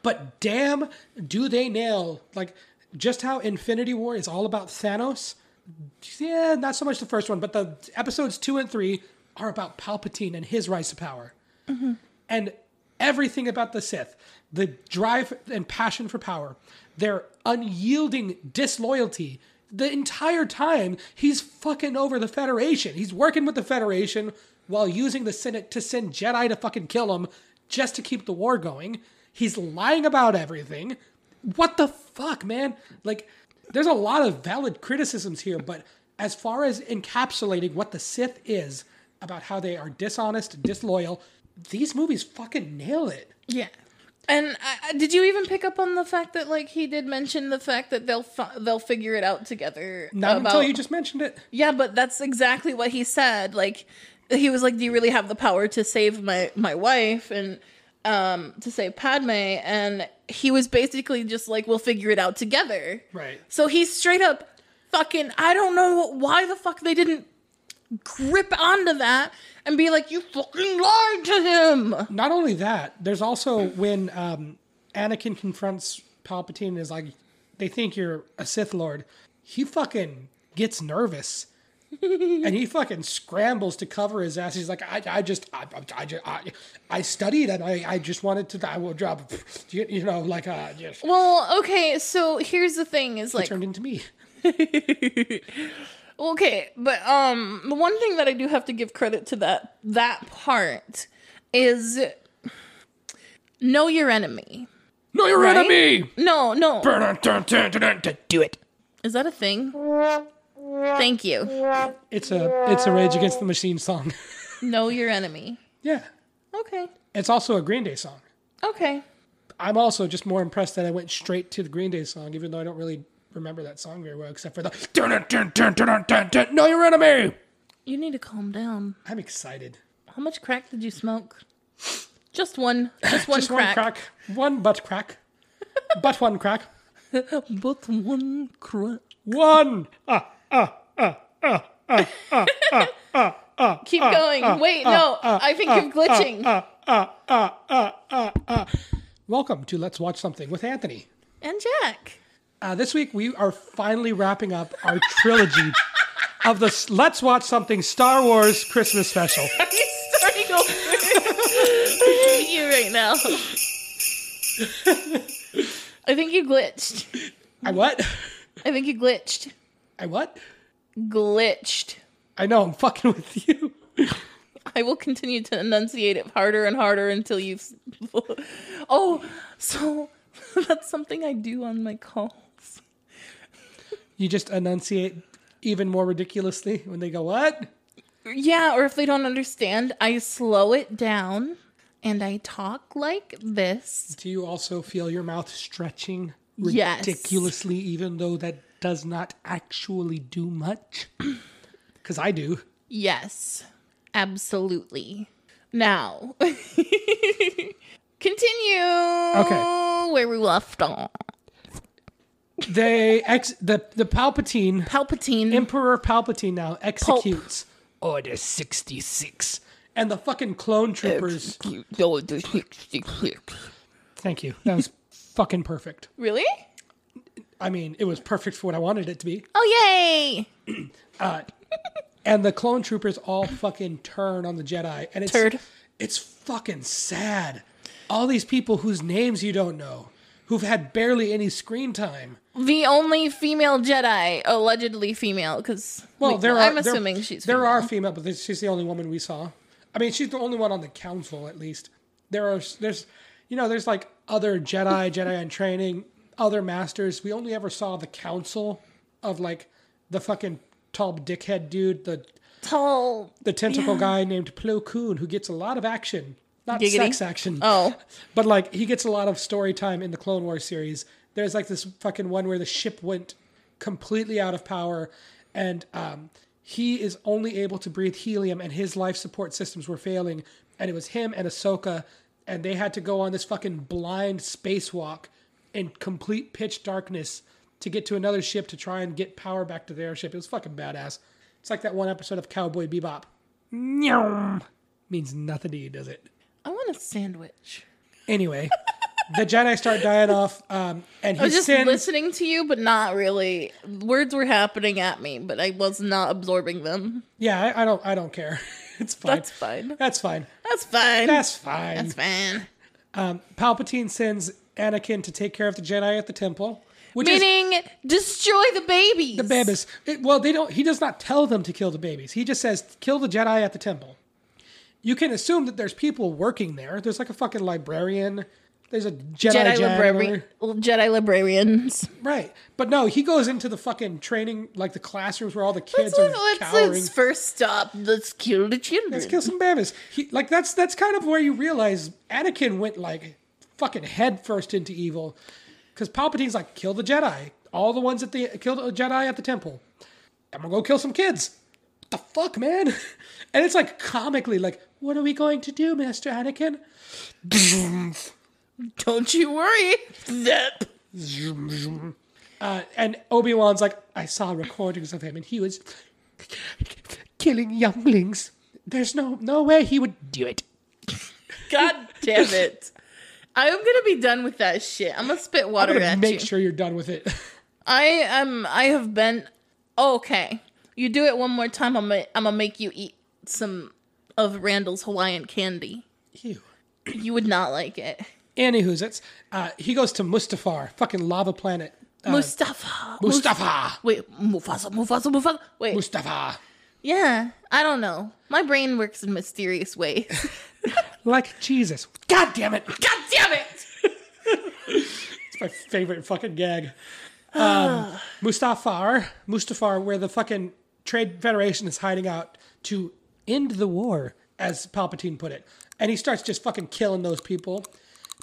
A: But damn, do they nail like just how Infinity War is all about Thanos? Yeah, not so much the first one, but the episodes two and three are about Palpatine and his rise to power and everything about the Sith, the drive and passion for power, their unyielding disloyalty. The entire time, he's fucking over the Federation. He's working with the Federation while using the Senate to send Jedi to fucking kill him just to keep the war going. He's lying about everything. What the fuck, man? Like, there's a lot of valid criticisms here, but as far as encapsulating what the Sith is about how they are dishonest, disloyal, these movies fucking nail it.
B: Yeah. And I, I- did you even pick up on the fact that like he did mention the fact that they'll fi- they'll figure it out together?
A: Not
B: about-
A: until you just mentioned it.
B: yeah, but that's exactly what he said. Like he was like, "Do you really have the power to save my my wife and um to save Padme?" And he was basically just like, "We'll figure it out together."
A: Right.
B: So he's straight up fucking. I don't know why the fuck they didn't grip onto that and be like, "You fucking lied to him."
A: Not only that, there's also when um, Anakin confronts Palpatine and is like, they think you're a Sith Lord. He fucking
D: [LAUGHS]
A: gets nervous. and he fucking scrambles to cover his ass. He's like, I, I just, I, I, I, ju- I, I studied and I, I just wanted to, I will drop, you, you know, like, uh, just
B: Well, okay, so here's the thing is like
A: turned into me.
B: Okay, but um the one thing that I do have to give credit to that that part is know your enemy.
D: No, your
B: Right?
D: enemy!
B: No, no.
C: Do it.
B: Is that a thing? Thank you.
A: It's a it's a Rage Against the Machine song. [LAUGHS]
B: Know your enemy.
A: yeah,
B: Okay.
A: it's also a Green Day song.
B: Okay.
A: I'm also just more impressed that I went straight to the Green Day song, even though I don't really remember that song very well, except for the
D: No, your enemy!
B: You need to calm down.
A: I'm excited.
B: How much crack did you smoke? Just one. Just one
A: just
B: crack.
A: one crack, one butt crack, [LAUGHS] but one crack,
B: [LAUGHS] But one crack.
A: one. Ah,
B: Keep going. Wait, no. I think I'm glitching.
A: welcome to Let's Watch Something with Anthony.
B: and Jack.
A: Uh, this week we are finally wrapping up our
B: [LAUGHS]
A: trilogy of the s- Let's Watch Something Star Wars Christmas Special.
B: [LAUGHS] He's starting [LAUGHS] over. I hate you right [LAUGHS] now. I think you glitched.
A: I what?
B: I think you glitched.
A: I what?
B: Glitched.
A: I know I'm fucking [LAUGHS] with you.
B: I will continue to enunciate it harder and harder until you. [LAUGHS] oh, so [LAUGHS] that's something I do on my calls.
A: You just enunciate even more ridiculously when they go what?
B: Yeah, or if they don't understand, I slow it down and I talk like this.
A: Do you also feel your mouth stretching
B: Yes.
A: ridiculously, even though that does not actually do much? [CLEARS THROAT] Because I do.
B: Yes, absolutely. Now, [LAUGHS] continue where we left off.
A: They ex the the Palpatine
B: Palpatine.
A: Emperor Palpatine now executes Order sixty six, and the fucking clone troopers.
C: You know the 66.
A: Thank you. That was fucking perfect.
B: really?
A: I mean, it was perfect for what I wanted it to be.
B: Oh, yay!
A: And the clone troopers all fucking turn on the Jedi, and it's
B: Turd.
A: it's fucking sad. All these people whose names you don't know, who've had barely any screen time.
B: The only female Jedi, allegedly female, because
A: Well, there are.
B: I'm
A: there-
B: assuming she's
A: there
B: female.
A: are female, but this- she's the only woman we saw. I mean, she's the only one on the council, at least. There are. There's, you know, there's like other Jedi,
B: [LAUGHS]
A: Jedi in training, other masters. We only ever saw the council of like the fucking tall dickhead dude, the
B: tall.
A: the tentacle guy named Plo Koon, who gets a lot of action, not
B: Giggity.
A: sex action.
B: Oh,
A: [LAUGHS] But like he gets a lot of story time in the Clone Wars series. There's like this fucking one where the ship went completely out of power, and um, he is only able to breathe helium, and his life support systems were failing, and it was him and Ahsoka, and they had to go on this fucking blind spacewalk in complete pitch darkness to get to another ship to try and get power back to their ship. It was fucking badass. It's like that one episode of Cowboy Bebop. Nyam. Means nothing to you, does it?
B: I want a sandwich.
A: Anyway, the Jedi start dying off, um, and
B: I
A: he
B: was just
A: sends.
B: listening to you, but not really. Words were happening at me, but I was not absorbing them.
A: yeah, I, I don't, I don't care. [LAUGHS] It's fine.
B: That's fine.
A: That's fine.
B: That's fine.
A: That's fine.
B: That's fine.
A: Palpatine sends Anakin to take care of the Jedi at the temple, which is
B: Meaning, destroy the babies.
A: the babies. It- well, they don't. He does not tell them to kill the babies. He just says kill the Jedi at the temple. You can assume that there's people working there. There's like a fucking librarian. There's a Jedi,
B: Jedi,
A: janitor.
B: librari- Jedi librarians.
A: Right, but no, he goes into the fucking training, like the classrooms where all the kids
B: Let's,
A: are
B: let's,
A: cowering.
B: let's first stop. Let's kill the children.
A: Let's kill some babies. He, like that's that's kind of where you realize Anakin went like fucking headfirst into evil, because Palpatine's like kill the Jedi, all the ones at the kill the Jedi at the temple. I'm gonna go kill some kids. What the fuck, man? [LAUGHS] And it's like comically like, what are we going to do, Master Anakin?
B: Don't you worry. Zip.
A: Uh, and Obi Wan's like, I saw recordings of him, and he was [LAUGHS] killing younglings. There's no no way he would do it.
B: God damn
A: [LAUGHS]
B: it. I'm gonna be done with that shit. I'm gonna spit water
A: I'm gonna
B: at
A: make
B: you.
A: sure you're done with it. [LAUGHS]
B: I am. I have been. oh, Okay, you do it one more time. I'm. i I'm gonna make you eat some of Randall's Hawaiian candy.
A: Ew.
B: You would not like it.
A: Anywho's it's uh, he goes to Mustafar, fucking lava planet.
B: Mustafa.
D: Mustafa.
B: Wait, Mufasa, Mufasa, Mufasa. Wait,
D: Mustafa.
B: yeah, I don't know. My brain works in mysterious ways. [LAUGHS]
A: Like Jesus.
D: God damn it.
B: God damn it!
A: [LAUGHS] It's my favorite fucking gag. Um, Mustafar, Mustafar, where the fucking Trade Federation is hiding out to end the war, as Palpatine put it. And he starts just fucking killing those people.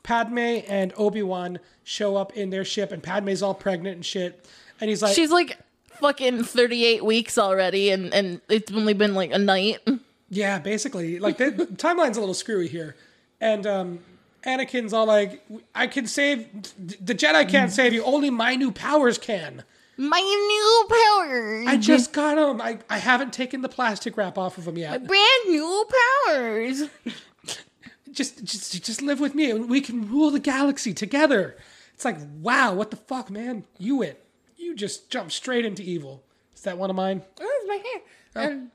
A: Padme and Obi Wan show up in their ship, and Padme's all pregnant and shit. And he's like,
B: She's like fucking 38 weeks already, and, and it's only been like a night.
A: Yeah, basically, like the, the timeline's a little screwy here, and um, Anakin's all like, "I can save the Jedi can't save you. Only my new powers can.
B: My new powers!
A: I just got them. I, I haven't taken the plastic wrap off of them yet.
B: Brand new powers!
A: Just just just live with me, and we can rule the galaxy together." It's like, wow, what the fuck, man? You win. You just jumped straight into evil. Is that one of mine?
B: Oh, it's my hair. And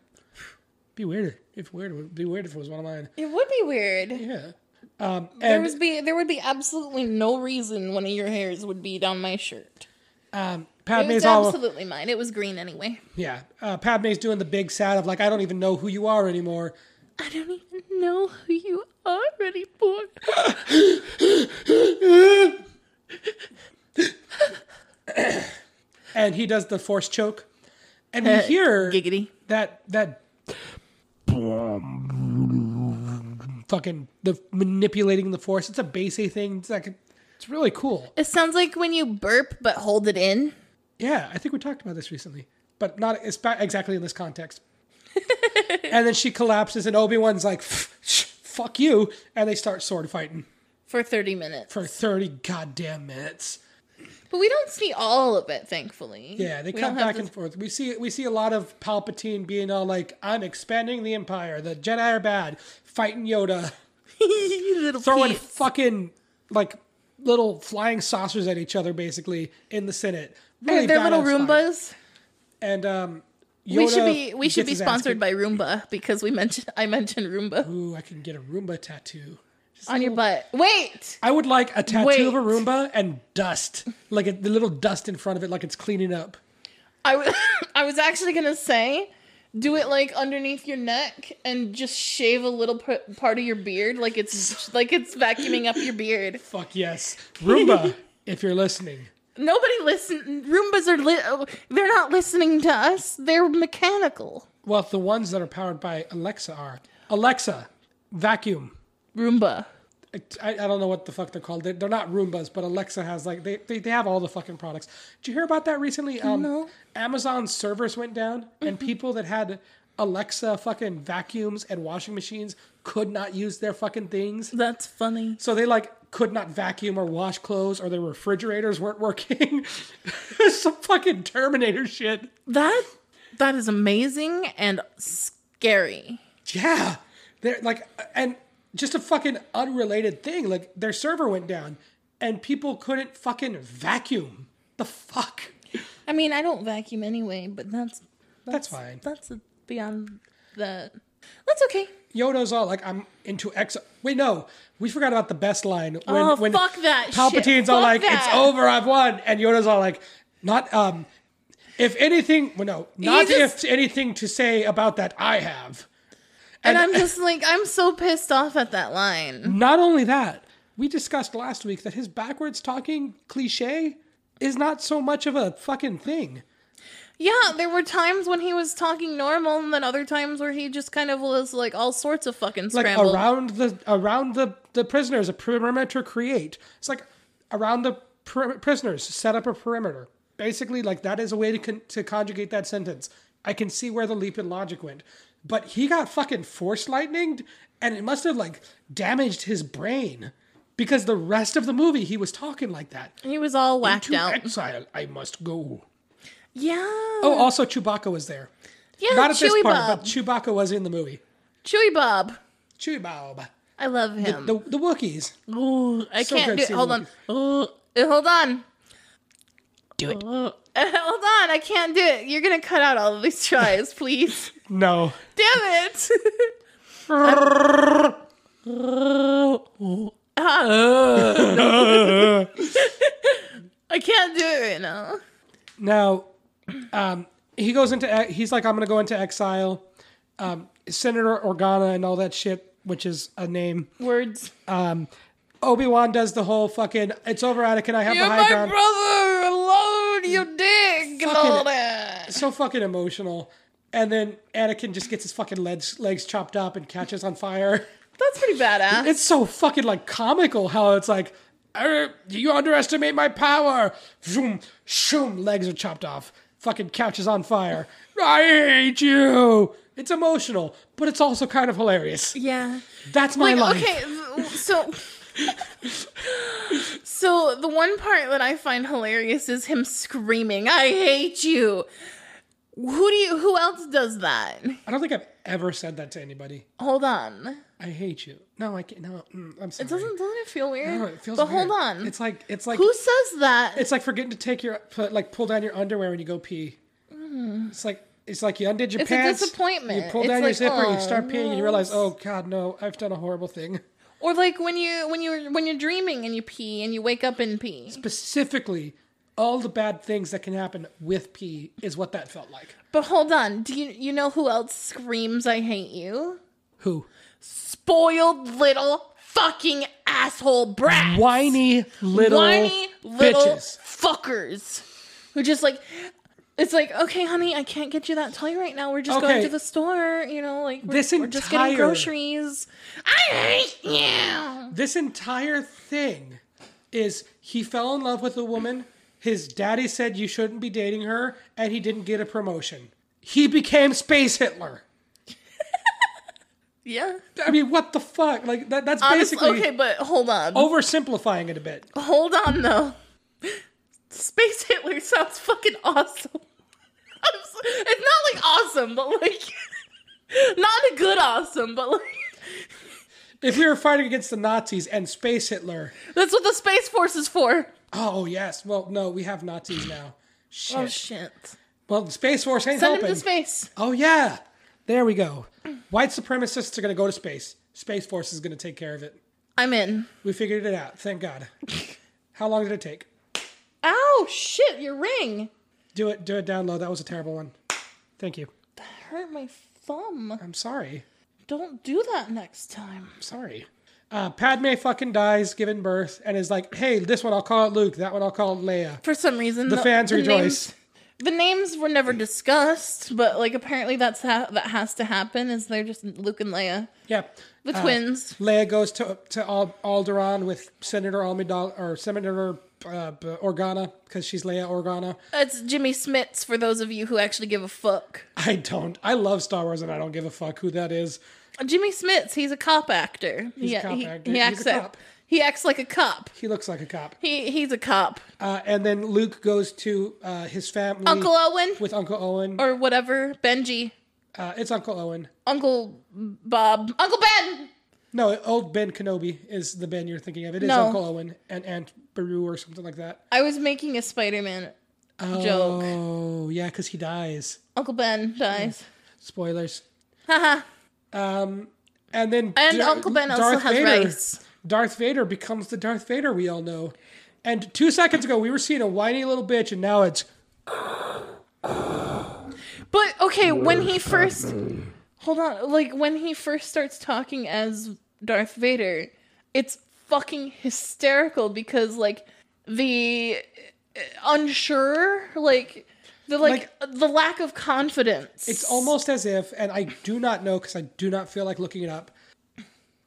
A: Be weirder. If weird, it would be weird if it was one of mine.
B: it would be weird.
A: Yeah. Um, and
B: There was be there would be absolutely no reason one of your hairs would be down my shirt.
A: um,
B: It
A: Padme's
B: was
A: all.
B: absolutely mine. It was green anyway.
A: Yeah, uh, Padme's doing the big sad of like, I don't even know who you are anymore.
B: I don't even know who you are anymore.
A: And he does the force choke, and we hear
B: Giggity.
A: that that fucking the manipulating the force. It's a basic thing. It's like it's really cool.
B: It sounds like when you burp but hold it in.
A: Yeah, I think we talked about this recently, but not it's ba- exactly in this context. and then she collapses, and Obi Wan's like, "Fuck you!" And they start sword fighting
B: For 30 minutes.
A: for thirty goddamn minutes.
B: But we don't see all of it, thankfully.
A: Yeah, they
B: We
A: cut
B: don't have
A: back
B: the-
A: and forth. We see we see a lot of Palpatine being all like, "I'm expanding the Empire. The Jedi are bad." Fighting
B: [LAUGHS]
A: Yoda,
B: little
A: throwing
B: peep.
A: fucking like little flying saucers at each other, basically in the Senate.
B: Hey, They're little
A: badass fight.
B: Roombas.
A: And um, Yoda
B: we should be we should
A: gets
B: be
A: his ass
B: sponsored by Roomba because we mentioned I mentioned Roomba
A: kicked. Ooh, I can get a Roomba tattoo.
B: on your butt. Wait,
A: I would like a tattoo of a
B: Wait.
A: Roomba and
B: [LAUGHS]
A: dust, like a, the little dust in front of it, like it's cleaning up.
B: I was [LAUGHS] I was actually gonna say, do it like underneath your neck and just shave a little p- part of your beard like it's like it's vacuuming up your beard.
A: Fuck
B: [LAUGHS]
A: yes, Roomba, if you're listening.
B: Nobody listen. Roombas are li- oh, they're not listening to us. They're mechanical.
A: Well, the ones that are powered by Alexa are Alexa, vacuum.
B: Roomba.
A: I, I don't know what the fuck they're called. They're, they're not Roombas, but Alexa has like they, they they have all the fucking products. Did you hear about that recently? Um,
B: No.
A: Amazon servers went down, and people that had Alexa fucking vacuums and washing machines could not use their fucking things.
B: That's funny.
A: So they like could not vacuum or wash clothes, or their refrigerators weren't working. [LAUGHS] Some fucking Terminator shit.
B: That that is amazing and scary.
A: Yeah. They're like and just a fucking unrelated thing. Like their server went down and people couldn't fucking vacuum. The fuck?
B: I mean, I don't vacuum anyway, but that's
A: That's fine.
B: That's beyond that. That's okay.
A: Yoda's all like, I'm into X. Wait, no, we forgot about the best line. When,
B: Oh, fuck that shit.
A: Palpatine's all
B: Fuck
A: like,
B: that.
A: "It's over, I've won," and Yoda's all like, "Not um, if anything, well, no, not
B: just-
A: if anything to say about that I have."
B: And, I'm just like, I'm so pissed off at that line.
A: Not only that, we discussed last week that his backwards talking cliche is not so much of a fucking thing.
B: Yeah, there were times when he was talking normal, and then other times where he just kind of was like all sorts of fucking
A: Like
B: scrambled.
A: around the around the the prisoners, a perimeter create. It's like around the per- prisoners, set up a perimeter. Basically, like that is a way to con- to conjugate that sentence. I can see where the leap in logic went, but he got fucking force lightninged, and it must have like damaged his brain because the rest of the movie he was talking like that.
B: he was all whacked
A: To
B: out.
A: exile, I must go.
B: yeah.
A: Oh, also Chewbacca was there.
B: yeah,
A: Not at
B: Chewy
A: this part,
B: Bob.
A: but Chewbacca was in the movie.
B: Chewy Bob.
A: Chewbacca.
B: I love him.
A: The, the Wookiees.
B: Ooh, I
A: So
B: can't
A: good
B: do it.
A: seeing
B: Hold
A: you.
B: on. Ooh, uh, [LAUGHS] hold on. Do it. hold on. I can't do it. You're going to cut out all of these
A: [LAUGHS]
B: tries, please.
A: No.
B: Damn
A: [LAUGHS]
B: it. Ah. [LAUGHS] I can't do it right now.
A: Now, um, he goes into he's like, I'm gonna go into exile. Um, Senator Organa and all that shit, which is a name.
B: Words.
A: Obi Wan does the whole fucking. It's over, Anakin. I have the high ground.
B: brother alone, you dick.
A: Fucking- so fucking emotional. And then Anakin just gets his fucking legs legs chopped up and catches on fire. [LAUGHS]
B: That's pretty badass.
A: It's so fucking like comical how it's like, "Er, you underestimate my power. Zoom, shoom, legs are chopped off. Fucking couch is on fire. I hate you. It's emotional, but it's also kind of hilarious.
B: yeah.
A: That's my
B: like,
A: life.
B: okay, th- so so the one part that I find hilarious is him screaming, "I hate you." Who do you? Who else does that?
A: I don't think I've ever said that to anybody.
B: Hold on.
A: I hate you. No, I can't. No, mm, I'm sorry.
B: It doesn't doesn't it feel weird?
A: No, it feels
B: but hold
A: weird.
B: on.
A: It's like it's like
B: who says that?
A: It's like forgetting to take your put, like pull down your underwear when you go pee. It's like it's like you undid your
B: It's a
A: pants.
B: disappointment.
A: You pull
B: It's
A: down your
B: like,
A: zipper,
B: "Oh,
A: you start peeing, and you realize, oh god, no, I've done a horrible thing.
B: or like when you when you're when you're dreaming and you pee and you wake up and pee.
A: Specifically, all the bad things that can happen with pee is what that felt like.
B: But hold on. Do you you know who else screams, "I hate you"?
A: Who?
B: Spoiled little fucking asshole brat.
A: Whiny little
B: whiny little
A: bitches.
B: fuckers who just like it's like okay honey i can't get you that toy right now we're just going
A: Okay.
B: to the store you know like we're,
A: This
B: we're just getting
A: entire-
B: groceries i hate you
A: This entire thing is he fell in love with a woman. His daddy said you shouldn't be dating her, and he didn't get a promotion. He became Space Hitler.
B: yeah
A: I mean, what the fuck? Like that, that's
B: Honestly,
A: basically Oh.
B: okay but hold on
A: oversimplifying it a bit.
B: hold on though space hitler sounds fucking awesome I'm so- it's not like awesome but like [LAUGHS] not a good awesome but like
A: If we were fighting against the Nazis and space Hitler,
B: that's what the space force is for
A: oh yes, well no, we have Nazis now. Shit.
B: oh shit
A: well, the space force ain't
B: send him
A: helping.
B: to space
A: Oh yeah, there we go. White supremacists are gonna go to space. Space force is gonna take care of it.
B: i'm in
A: We figured it out. Thank
B: [LAUGHS]
A: God. How long did it take?
B: Ow, shit, your ring
A: Do it. Do it down low. That was a terrible one. Thank you.
B: hurt my thumb.
A: I'm sorry.
B: Don't do that next time.
A: sorry. Uh, Padme fucking dies, giving birth, and is like, hey, this one I'll call it Luke, that one I'll call it Leia.
B: For some reason,
A: The fans rejoice.
B: Names, the names were never discussed, but like apparently that's ha- that has to happen. Is they're just Luke and Leia,
A: yeah.
B: the
A: Oh.
B: twins.
A: Leia goes to to Al- Alderaan with Senator Almidal or Senator uh, B- Organa because she's Leia Organa.
B: It's Jimmy Smits for those of you who actually give a fuck.
A: I don't. I love Star Wars, and I don't give a fuck who that is.
B: Jimmy Smits, he's a cop actor.
A: He's a
B: yeah,
A: cop
B: he,
A: actor.
B: he
A: He's a
B: acts a-
A: cop.
B: he acts like a cop.
A: He looks like a cop.
B: He he's a cop.
A: Uh, and then Luke goes to uh, his family
B: Uncle Owen
A: with Uncle Owen.
B: or whatever, Benji,
A: Uh, it's Uncle Owen.
B: Uncle Bob, Uncle Ben.
A: No, old Ben Kenobi is the Ben you're thinking of. It is
B: No.
A: Uncle Owen and Aunt Beru or something like that.
B: I was making a Spider-Man joke.
A: Oh, yeah, because he dies.
B: Uncle Ben dies.
A: Spoilers. Um,
B: Haha.
A: And then
B: And
A: Dar-
B: Uncle Ben also has
A: Vader,
B: rice.
A: Darth Vader becomes the Darth Vader we all know. And two seconds ago, we were seeing a whiny little bitch, and now it's
B: But okay, when he first Hold on. Like when he first starts talking as Darth Vader, it's fucking hysterical because like the uh, unsure, like the like, the lack of confidence.
A: it's almost as if, and I do not know because I do not feel like looking it up.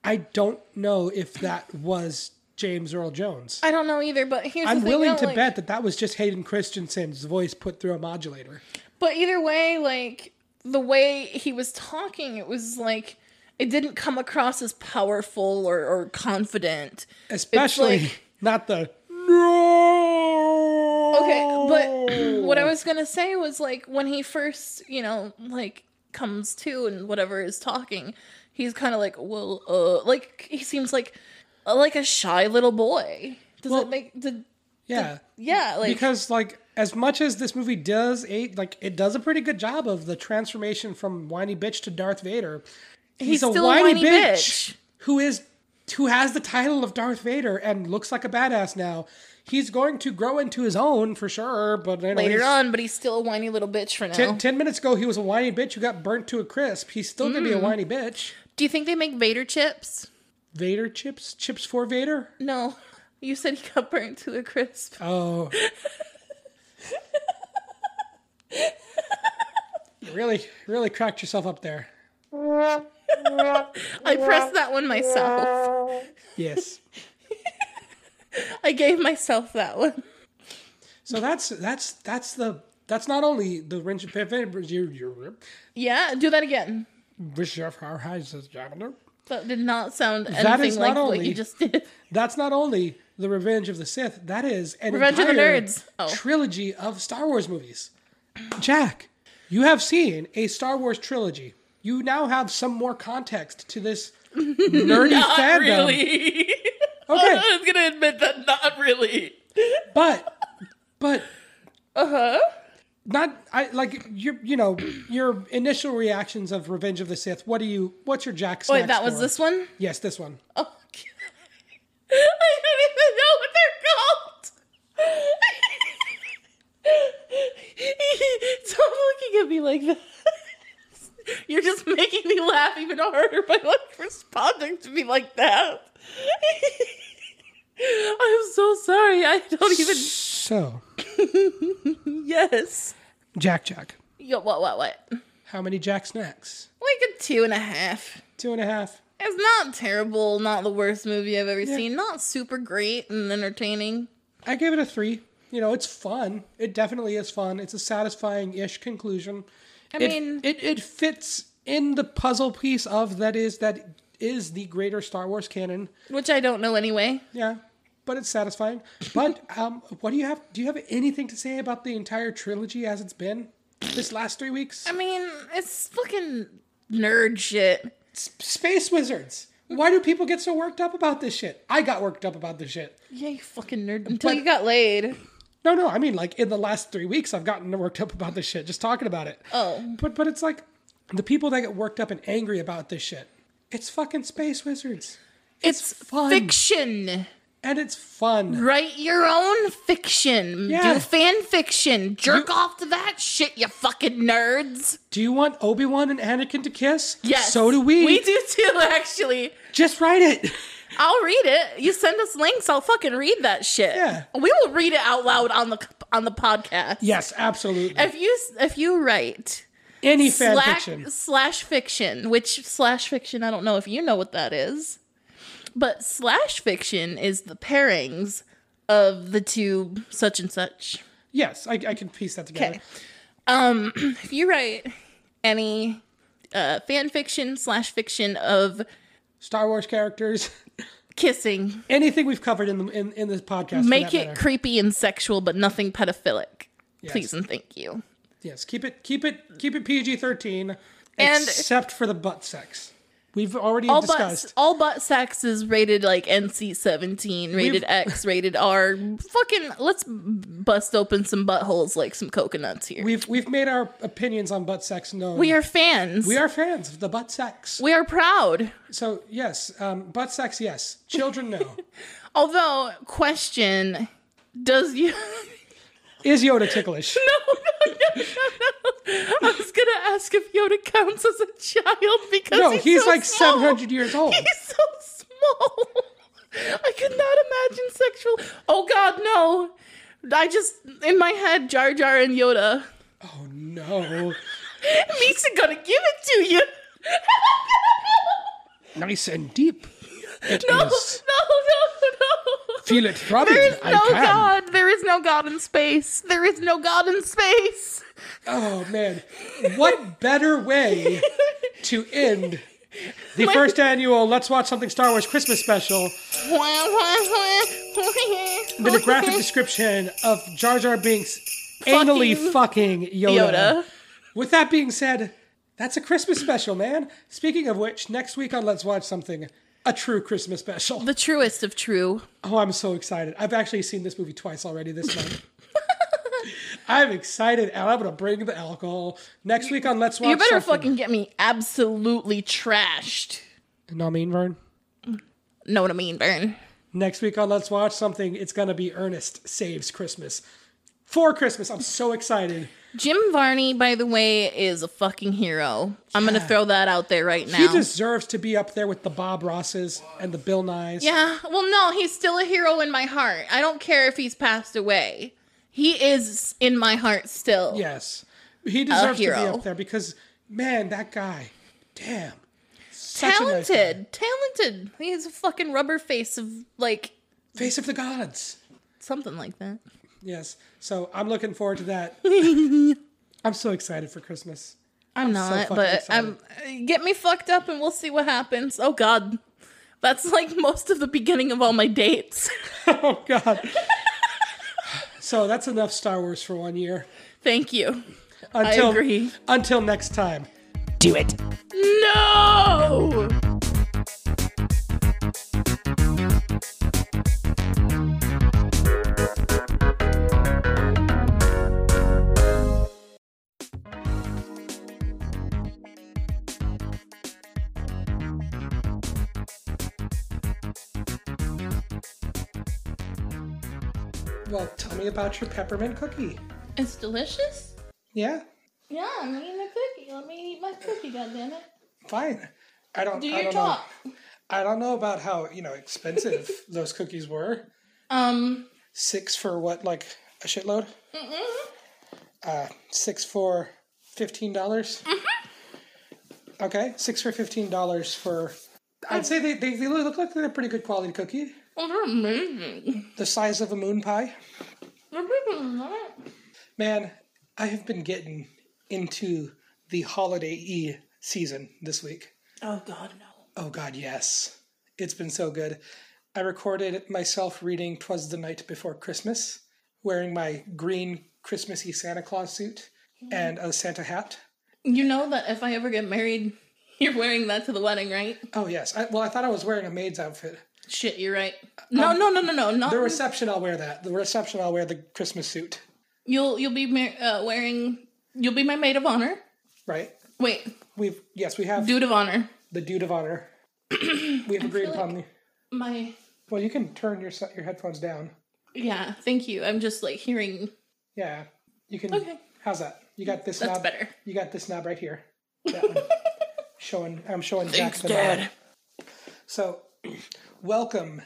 A: I don't know if that was James Earl Jones.
B: I don't know either, but here's
A: I'm
B: the thing,
A: willing
B: though,
A: to
B: like-
A: bet that that was just Hayden Christensen's voice put through a modulator.
B: But either way, like the way he was talking, it was like it didn't come across as powerful or, or confident.
A: Especially
B: like-
A: [LAUGHS] not the no.
B: Okay, but what I
A: Oh.
B: was gonna say was like when he first, you know, like comes to and whatever is talking, he's kind of like, well, uh, like he seems like uh, like a shy little boy. Does
A: Well-
B: it make the
A: yeah.
B: yeah like
A: because like as much as this movie does a like it does a pretty good job of the transformation from whiny bitch to Darth Vader. He's,
B: He's still a whiny bitch.
A: who is who has the title of Darth Vader and looks like a badass now. he's going to grow into his own for sure. But you know,
B: later
A: he's-
B: on, but he's still a whiny little bitch for now.
A: Ten, ten minutes ago, he was a whiny bitch who got burnt to a crisp. He's still gonna be
B: Mm.
A: a whiny bitch.
B: Do you think they make Vader chips?
A: Vader chips, chips for Vader.
B: No. [LAUGHS] You said he got burnt to a crisp.
A: Oh, [LAUGHS] you really, really cracked yourself up there.
B: I pressed that one myself.
A: Yes.
B: I gave myself that one.
A: So that's that's that's the that's not only the wrench that
B: Yeah, do that again. That did not sound anything
A: is
B: like
A: not
B: what
A: only-
B: you just did.
A: That's not only the Revenge of the Sith. That is an
B: Revenge of the
A: entire
B: Nerds. Oh.
A: trilogy of Star Wars movies. Jack, you have seen a Star Wars trilogy. You now have some more context to this
B: [LAUGHS]
A: nerdy fandom.
B: really. [LAUGHS]
A: Okay,
B: I was gonna admit that not really.
A: but but uh huh.
B: Uh-huh.
A: Not I like you. You know your initial reactions of Revenge of the Sith. What do you? What's your Jack?
B: Wait,
A: snack
B: that was
A: score?
B: this one?
A: Yes, this one.
B: Oh, God. I don't even know what they're called. Stop looking at me like that. You're just making me laugh even harder by like responding to me like that. I'm so sorry. I don't even.
A: So
B: Yes.
A: Jack, Jack,
B: Yo, what, what, what?
A: how many Jack snacks?
B: Like a two and a half.
A: Two and a half.
B: It's not terrible, not the worst movie I've ever seen, not super great and entertaining.
A: I gave it a three. You know, it's fun. It definitely is fun. It's a satisfying-ish conclusion.
B: I
A: it,
B: mean,
A: it it fits in the puzzle piece of that is that is the greater Star Wars canon.
B: which I don't know anyway.
A: Yeah, but it's satisfying. But um, what do you have? Do you have anything to say about the entire trilogy as it's been this last three weeks?
B: I mean, it's fucking nerd shit.
A: S- Space wizards. Why do people get so worked up about this shit? I got worked up about this shit.
B: Yeah, you fucking nerd. Until
A: But-
B: you got laid.
A: No, no, I mean like in the last three weeks, I've gotten worked up about this shit just talking about it.
B: Oh.
A: But but it's like the people that get worked up and angry about this shit. It's fucking space wizards,
B: It's
A: fun.
B: fiction.
A: and it's fun.
B: Write your own fiction.
A: Yeah.
B: Do fan fiction. Jerk off to that shit, you fucking nerds.
A: Do you want Obi Wan and Anakin to kiss?
B: Yes.
A: So do we.
B: We do too, [LAUGHS] actually.
A: Just write it.
B: I'll read it. You send us links, I'll fucking read that shit.
A: Yeah.
B: We will read it out loud on the on the podcast.
A: Yes, absolutely.
B: If you if you write
A: Any fan
B: slack,
A: fiction.
B: slash fiction, which slash fiction, I don't know if you know what that is, but slash fiction is the pairings of the two such and such.
A: Yes, I, I can piece that together.
B: Okay. Um, if you write any uh, fan fiction slash fiction of
A: Star Wars characters, [LAUGHS]
B: kissing,
A: anything we've covered in the, in, in this podcast. for
B: make
A: that
B: it
A: matter.
B: creepy and sexual, but nothing pedophilic.
A: Yes.
B: Please and thank you.
A: Yes, keep it keep it keep it PG thirteen,
B: And-
A: except for the butt sex. We've already
B: All
A: discussed.
B: butt, all butt sex is rated like NC seventeen, rated
A: We've-
B: X, rated R. Fucking, let's bust open some buttholes like some coconuts here. We,
A: We've we've made our opinions on butt sex known.
B: are fans.
A: we are fans of the butt sex.
B: We are proud.
A: so yes, um, butt sex. Yes, children
B: [LAUGHS]
A: no.
B: Although, question: Does you?
A: Is Yoda ticklish?
B: no, no, no, no, no. [LAUGHS] I was gonna ask if Yoda counts as a child because
A: No,
B: he's,
A: he's,
B: so
A: like
B: small.
A: seven hundred years old.
B: [LAUGHS] He's so small. [LAUGHS] I could not imagine sexual. Oh God, no! I just in my head Jar Jar and Yoda.
A: Oh no!
B: Misa gonna give it to you. [LAUGHS]
D: Nice and deep. It
B: No,
D: is.
B: no, no, no.
D: Feel it throbbing.
B: There is
D: I
B: no
D: can.
B: God. There is no God in space. There is no God in space.
A: Oh man! What better way to end the first annual Let's Watch Something Star Wars Christmas special than a graphic description of Jar Jar Binks anally fucking Yoda.
B: Yoda.
A: With that being said, that's a Christmas special, man. Speaking of which, next week on Let's Watch Something, a true Christmas special.
B: The truest of true.
A: Oh, I'm so excited. I've actually seen this movie twice already this month.
B: [LAUGHS]
A: I'm excited, and I'm gonna bring the alcohol next week on Let's Watch.
B: You better
A: Something.
B: fucking get me absolutely trashed.
A: No, I mean Vern.
B: Know what I mean, Bern?
A: Next week on Let's Watch Something, it's going to be Ernest Saves Christmas. For Christmas. I'm so excited.
B: Jim Varney, by the way, is a fucking hero. I'm gonna throw that out there right now.
A: He deserves to be up there with the Bob Rosses and the Bill Nyes.
B: yeah. Well, no, he's still a hero in my heart. I don't care if he's passed away. He is in my heart still.
A: Yes. He deserves to be
B: hero.
A: up there because, man, that guy, damn. Such a nice guy.
B: Talented, talented. He's a fucking rubber face of like
A: Face of the Gods.
B: something like that.
A: Yes. So I'm looking forward to
B: [LAUGHS]
A: that. I'm so excited for Christmas.
B: I'm, not,
A: fucking
B: but I'm uh, get me fucked up and we'll see what happens. Oh god. That's like most of the beginning of all my dates. [LAUGHS]
A: Oh, God. so that's enough Star Wars for one year.
B: Thank you.
A: Until,
B: agree.
A: Until next time.
D: Do it.
B: No!
A: Well, tell me about your peppermint cookie.
B: It's delicious?
A: Yeah,
B: Yeah, I'm eating a cookie. Let me eat my cookie, goddammit.
A: fine. I don't.
B: Do
A: I
B: your
A: don't
B: talk.
A: Know, I don't know about how you know
B: [LAUGHS]
A: expensive those cookies were.
B: Um,
A: Six for what? Like a shitload. Mm-mm.
B: Mm-hmm.
A: Uh, six for fifteen dollars.
B: Mm-hmm.
A: Okay, six for fifteen dollars for. I'd say they, they they look like they're a pretty good quality cookie.
B: well, they're
A: Mm-hmm.
B: amazing.
A: The size of a moon pie.
B: They're bigger than that.
A: Man, I have been getting into the holiday e season this week.
B: Oh god, no.
A: Oh God, yes. It's been so good. I recorded myself reading Twas the Night Before Christmas, wearing my green Christmassy Santa Claus suit
B: Mm-hmm.
A: and a Santa hat.
B: You know that if I ever get married, [LAUGHS] you're wearing that to the wedding, right?
A: Oh yes. I, well, I thought I was wearing a maid's outfit.
B: Shit, you're right. No, no, no, no, no, not
A: The reception, I'll wear that. The reception, I'll wear the Christmas suit.
B: You'll you'll be mar- uh, wearing you'll be my maid of honor.
A: Right?
B: Wait,
A: We've yes, we have
B: dude of honor.
A: the dude of honor. We've agreed upon the.
B: My
A: Well, you can turn your se- your headphones down.
B: yeah, thank you. I'm just like hearing. [LAUGHS]
A: Yeah, you can.
B: Okay.
A: How's that? You got this
B: That's
A: knob.
B: better.
A: You got this knob right here. That one. showing. I'm showing
C: Thanks,
A: Jack the knob.
C: Dad.
A: So, [CLEARS THROAT] welcome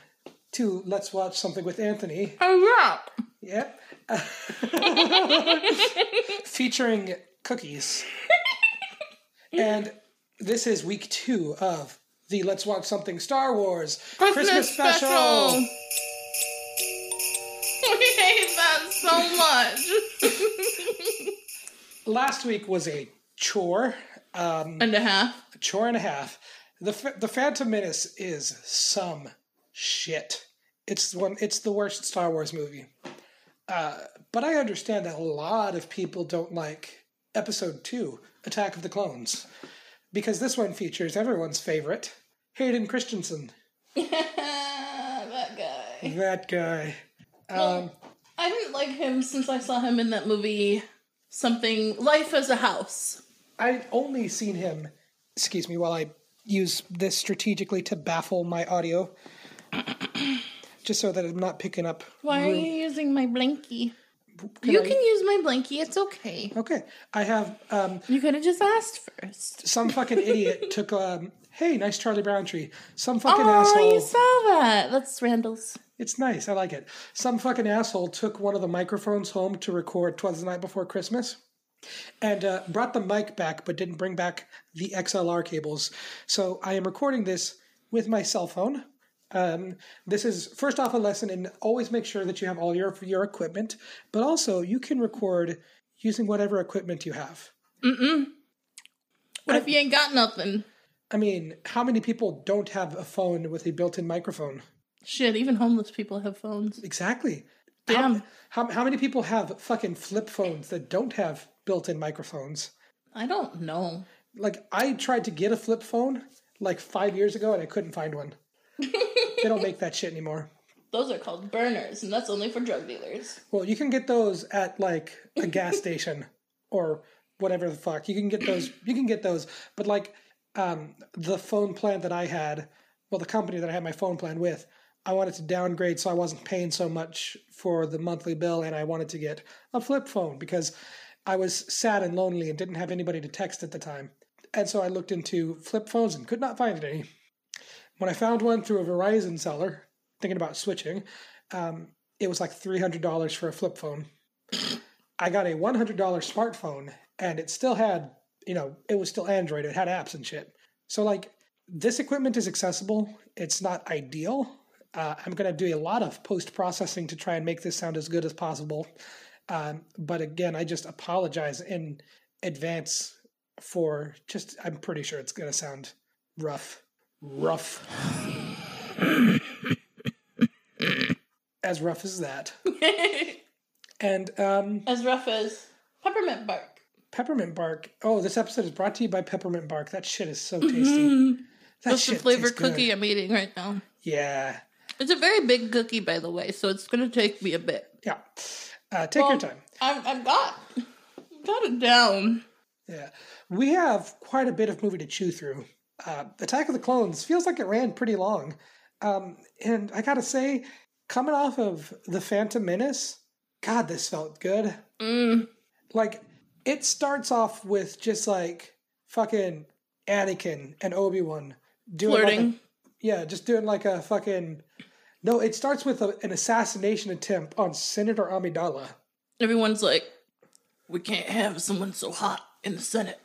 A: to Let's Watch Something with Anthony.
B: Oh yeah.
A: Yep. [LAUGHS] Featuring cookies. and this is week two of the Let's Watch Something Star Wars Christmas,
B: We hate that so
A: Last week was a chore.
B: much. and a half.
A: chore and a half. The Ph- the Phantom Menace is some shit. It's one. It's the worst Star Wars movie. Uh, but I understand that a lot of people don't like Episode Two, Attack of the Clones, because this one features everyone's favorite Hayden Christensen.
B: [LAUGHS] that guy.
A: That guy.
B: I didn't like him since I saw him in that movie, something Life as a House.
A: I've only seen him. Excuse me, while I use this strategically to baffle my audio, [CLEARS THROAT] just so that I'm not picking up.
B: Why are you using my blankie?
A: Can
B: you
A: I-
B: can use my blankie. It's okay.
A: Okay, I have um,
B: You could have just asked first.
A: some fucking idiot [LAUGHS] took um hey nice charlie brown tree some fucking
B: Oh,
A: asshole
B: you saw that. That's Randall's.
A: it's nice i like it some fucking asshole took one of the microphones home to record twas the night before christmas and uh, brought the mic back but didn't bring back the xlr cables so i am recording this with my cell phone um, this is first off a lesson in always make sure that you have all your your equipment but also you can record using whatever equipment you have
B: What if you ain't got nothing?
A: i mean how many people don't have a phone with a built-in microphone
B: Shit, even homeless people have phones.
A: Exactly.
B: Damn.
A: How, how, how many people have fucking flip phones that don't have built in microphones?
B: I don't know.
A: Like, I tried to get a flip phone like five years ago and I couldn't find one. they don't make that shit anymore.
B: Those are called burners, and that's only for drug dealers. [LAUGHS]
A: Well, you can get those at like a gas station [LAUGHS] or whatever the fuck. You can get those. You can get those. But like um, the phone plan that I had, well, the company that I had my phone plan with, I wanted to downgrade so I wasn't paying so much for the monthly bill, and I wanted to get a flip phone because I was sad and lonely and didn't have anybody to text at the time. And so I looked into flip phones and could not find any. When I found one through a Verizon seller, thinking about switching, um, it was like $300 for a flip phone. [SNIFFS] I got a $100 smartphone and it still had, you know, it was still Android. It had apps and shit. So, like, this equipment is accessible. It's not ideal. Uh, I'm going to do a lot of post processing to try and make this sound as good as possible. Um, but again, I just apologize in advance for just, I'm pretty sure it's going to sound rough. Rough. as rough as that. And um,
B: as rough as peppermint bark.
A: peppermint bark. Oh, this episode is brought to you by peppermint bark. That shit is so tasty. That
B: That's the
A: shit
B: Mm-hmm. flavor
A: tastes good.
B: cookie I'm eating right now.
A: Yeah,
B: It's a very big cookie, by the way, so it's going to take me a bit.
A: yeah. Uh, take your time.
B: I've, I've got, got it down.
A: Yeah, we have quite a bit of movie to chew through. Uh, Attack of the Clones feels like it ran pretty long, um, and I gotta say, coming off of the Phantom Menace, God, this felt good.
B: Mm.
A: like it starts off with just like fucking Anakin and Obi Wan doing like,
B: Flirting.
A: a- yeah, just doing like a fucking. No, it starts with a, an assassination attempt on Senator Amidala.
B: Everyone's like, we can't have someone so hot in the Senate.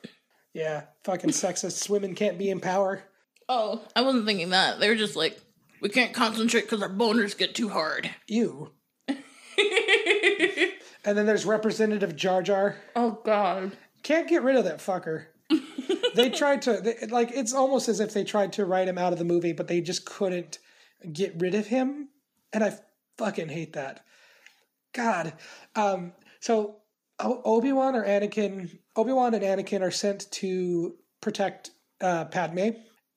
A: Yeah, fucking sexist women can't be in power.
B: Oh, I wasn't thinking that. They were just like, we can't concentrate because our boners get too hard.
A: Ew. and then there's Representative Jar Jar.
B: Oh, God.
A: Can't get rid of that fucker. they tried to, they, like, it's almost as if they tried to write him out of the movie, but they just couldn't get rid of him. And I fucking hate that. God. Um, so o- Obi-Wan or Anakin, Obi-Wan and Anakin are sent to protect uh, Padme.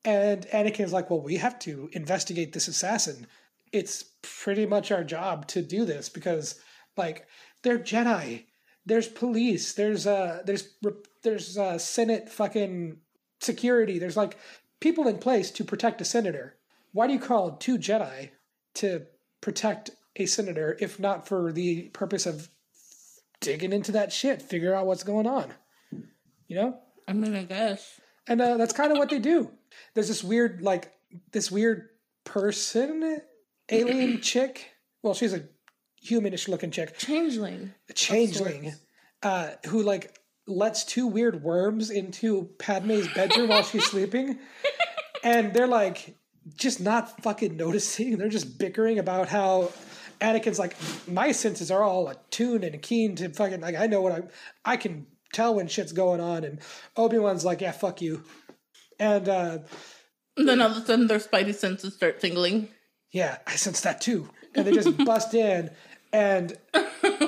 A: And Anakin's like, well, we have to investigate this assassin. It's pretty much our job to do this because, like, they're Jedi there's police there's uh there's rep- there's uh senate fucking security there's like people in place to protect a senator why do you call two jedi to protect a senator if not for the purpose of digging into that shit figure out what's going on you know
B: I mean, I guess.
A: and uh, that's kind of what they do there's this weird like this weird person alien chick well she's a humanish looking chick
B: Changeling.
A: changeling uh, who like lets two weird worms into Padme's bedroom while she's sleeping, and they're like just not fucking noticing. They're just bickering about how Anakin's like my senses are all attuned and keen to fucking like I know what I I can tell when shit's going on, and Obi Wan's like yeah fuck you, and uh,
B: And then all of a sudden their spidey senses start tingling.
A: yeah, I sense that too. And they
B: [LAUGHS]
A: just bust in. And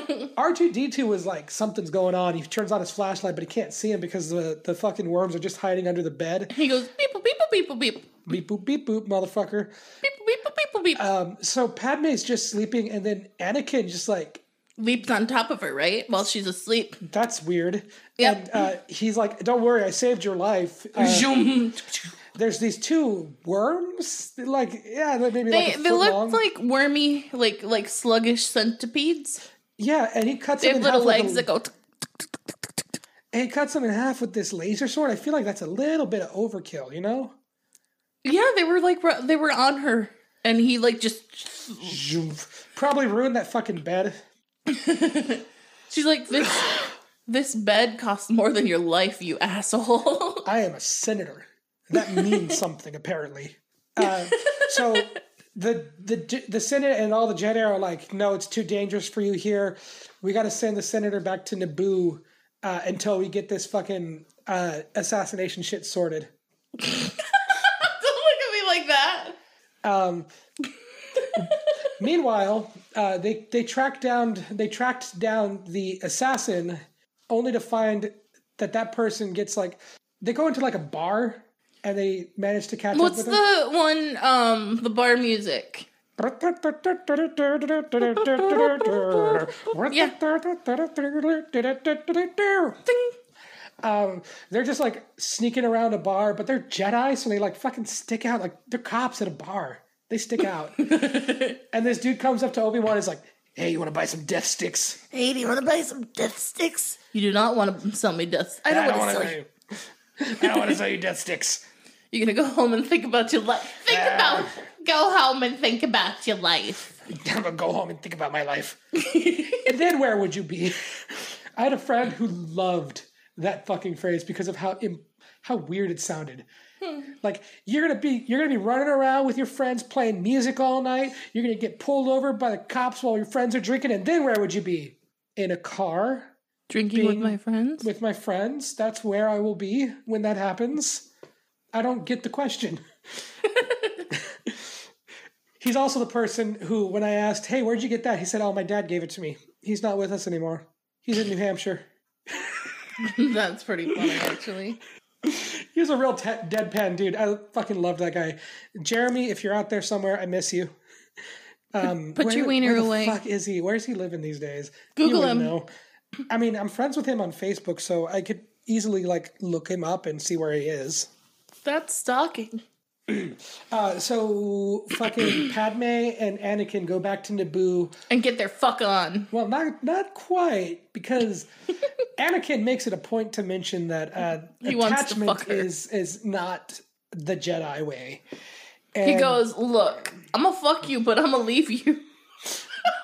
A: R2D2 was like, something's going on. He turns on his flashlight, but he can't see him because the, the fucking worms are just hiding under the bed.
B: He goes, beep, boop, beep, boop, beep, boop, beep, beep,
A: Beep boop, beep boop, motherfucker.
B: boop, beep, boop, beep, boop, beep.
A: Um, so Padme's just sleeping, and then Anakin just like,
B: Leaps on top of her, right? While she's asleep.
A: that's weird.
B: Yep.
A: And uh, he's like, don't worry, I saved your
B: [LAUGHS]
A: life. Uh,
B: Zoom.
A: there's these two worms. Like, yeah, they're maybe
B: They,
A: like a
B: they
A: foot
B: look
A: long.
B: like wormy, like like sluggish centipedes.
A: yeah, and he cuts
B: They
A: them
B: have
A: in
B: little
A: half with a-
B: legs that go. "Tsk."
A: and he cuts them in half with this laser sword. I feel like that's a little bit of overkill, you know?
B: Yeah, they were like ru- they were on her, and he like just
A: Zhoof. Probably ruined that fucking bed.
B: she's like [GASPS] this. This bed costs more than your life, you asshole. [LAUGHS]
A: I am a senator. That means something, apparently. Uh, so the the J- the Senate and all the Jedi are like, no, it's too dangerous for you here. We got to send the senator back to Naboo uh, until we get this fucking uh, assassination shit sorted.
B: [LAUGHS] Don't look at me like that.
A: Um, meanwhile, uh, they they tracked down they tracked down the assassin, only to find that that person gets like they go into like a bar and they manage to catch
B: What's
A: up with him.
B: the one? Um, the bar music. Ding.
A: Um, they're just like sneaking around a bar, but they're Jedi, so they like fucking stick out like they're cops at a bar. They stick
B: [LAUGHS]
A: out. and this dude comes up to Obi Wan. Is like, "Hey, you want to buy some death sticks?
C: Hey, do you want to buy some death sticks?
B: You do not want to sell me death. I don't want to
A: wanna
B: sell you.
A: sell you- I don't want to sell you death sticks.
B: You're gonna go home and think about your life. Think about. Go home and think about
A: [LAUGHS]
B: your life.
A: I'm gonna go home and think about my life. and then where would you be? [LAUGHS] I had a friend who loved that fucking phrase because of how im- how weird it sounded. Like you're gonna be you're gonna be running around with your friends playing music all night. You're gonna get pulled over by the cops while your friends are drinking, and then where would you be? In a car
B: Drinking with my friends.
A: with my friends. That's where I will be when that happens. I don't get the
B: [LAUGHS]
A: question. He's also the person who, when I asked, hey, where'd you get that? He said, oh, my dad gave it to me. He's not with us anymore. He's in New Hampshire.
B: That's pretty funny, actually.
A: [LAUGHS] He was a real te- deadpan dude. I fucking love that guy. Jeremy, if you're out there somewhere, I miss you. Um,
B: Put
A: where
B: your
A: the-
B: wiener
A: where the
B: away.
A: fuck is he? Where's he living these days? You
B: Google
A: wouldn't
B: him.
A: Know. I mean, I'm friends with him on Facebook, so I could easily like look him up and see where he is.
B: That's stalking.
A: Uh, so
B: [CLEARS THROAT]
A: fucking Padme and Anakin go back to Naboo.
B: And get their fuck on.
A: Well, not not quite
B: [LAUGHS]
A: because Anakin makes it a point to mention that uh,
B: He wants to
A: attachment
B: fuck her.
A: is is not the Jedi way.
B: He
A: And
B: goes, [LAUGHS] look, I'm gonna fuck you, but I'm gonna leave you.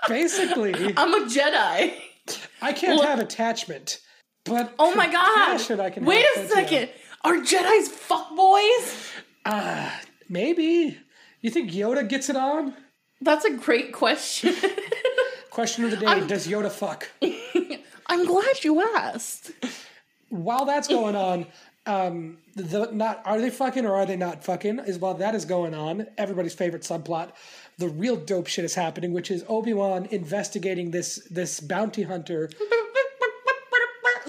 A: basically,
B: I'm a Jedi. [LAUGHS]
A: I can't
B: look-
A: have attachment. But
B: Oh my
A: compassion I
B: god!
A: can
B: Wait
A: have
B: a
A: for Jedi.
B: second. Are Jedi's fuck boys?
A: Maybe you think Yoda gets it on?
B: That's a great question. [LAUGHS]
A: Question of the day: Does Yoda fuck?
B: I'm glad you asked.
A: while that's going on, um, the not are they fucking or are they not fucking is while that is going on. Everybody's favorite subplot, the real dope shit is happening, which is Obi Wan investigating this this bounty hunter.
B: [LAUGHS]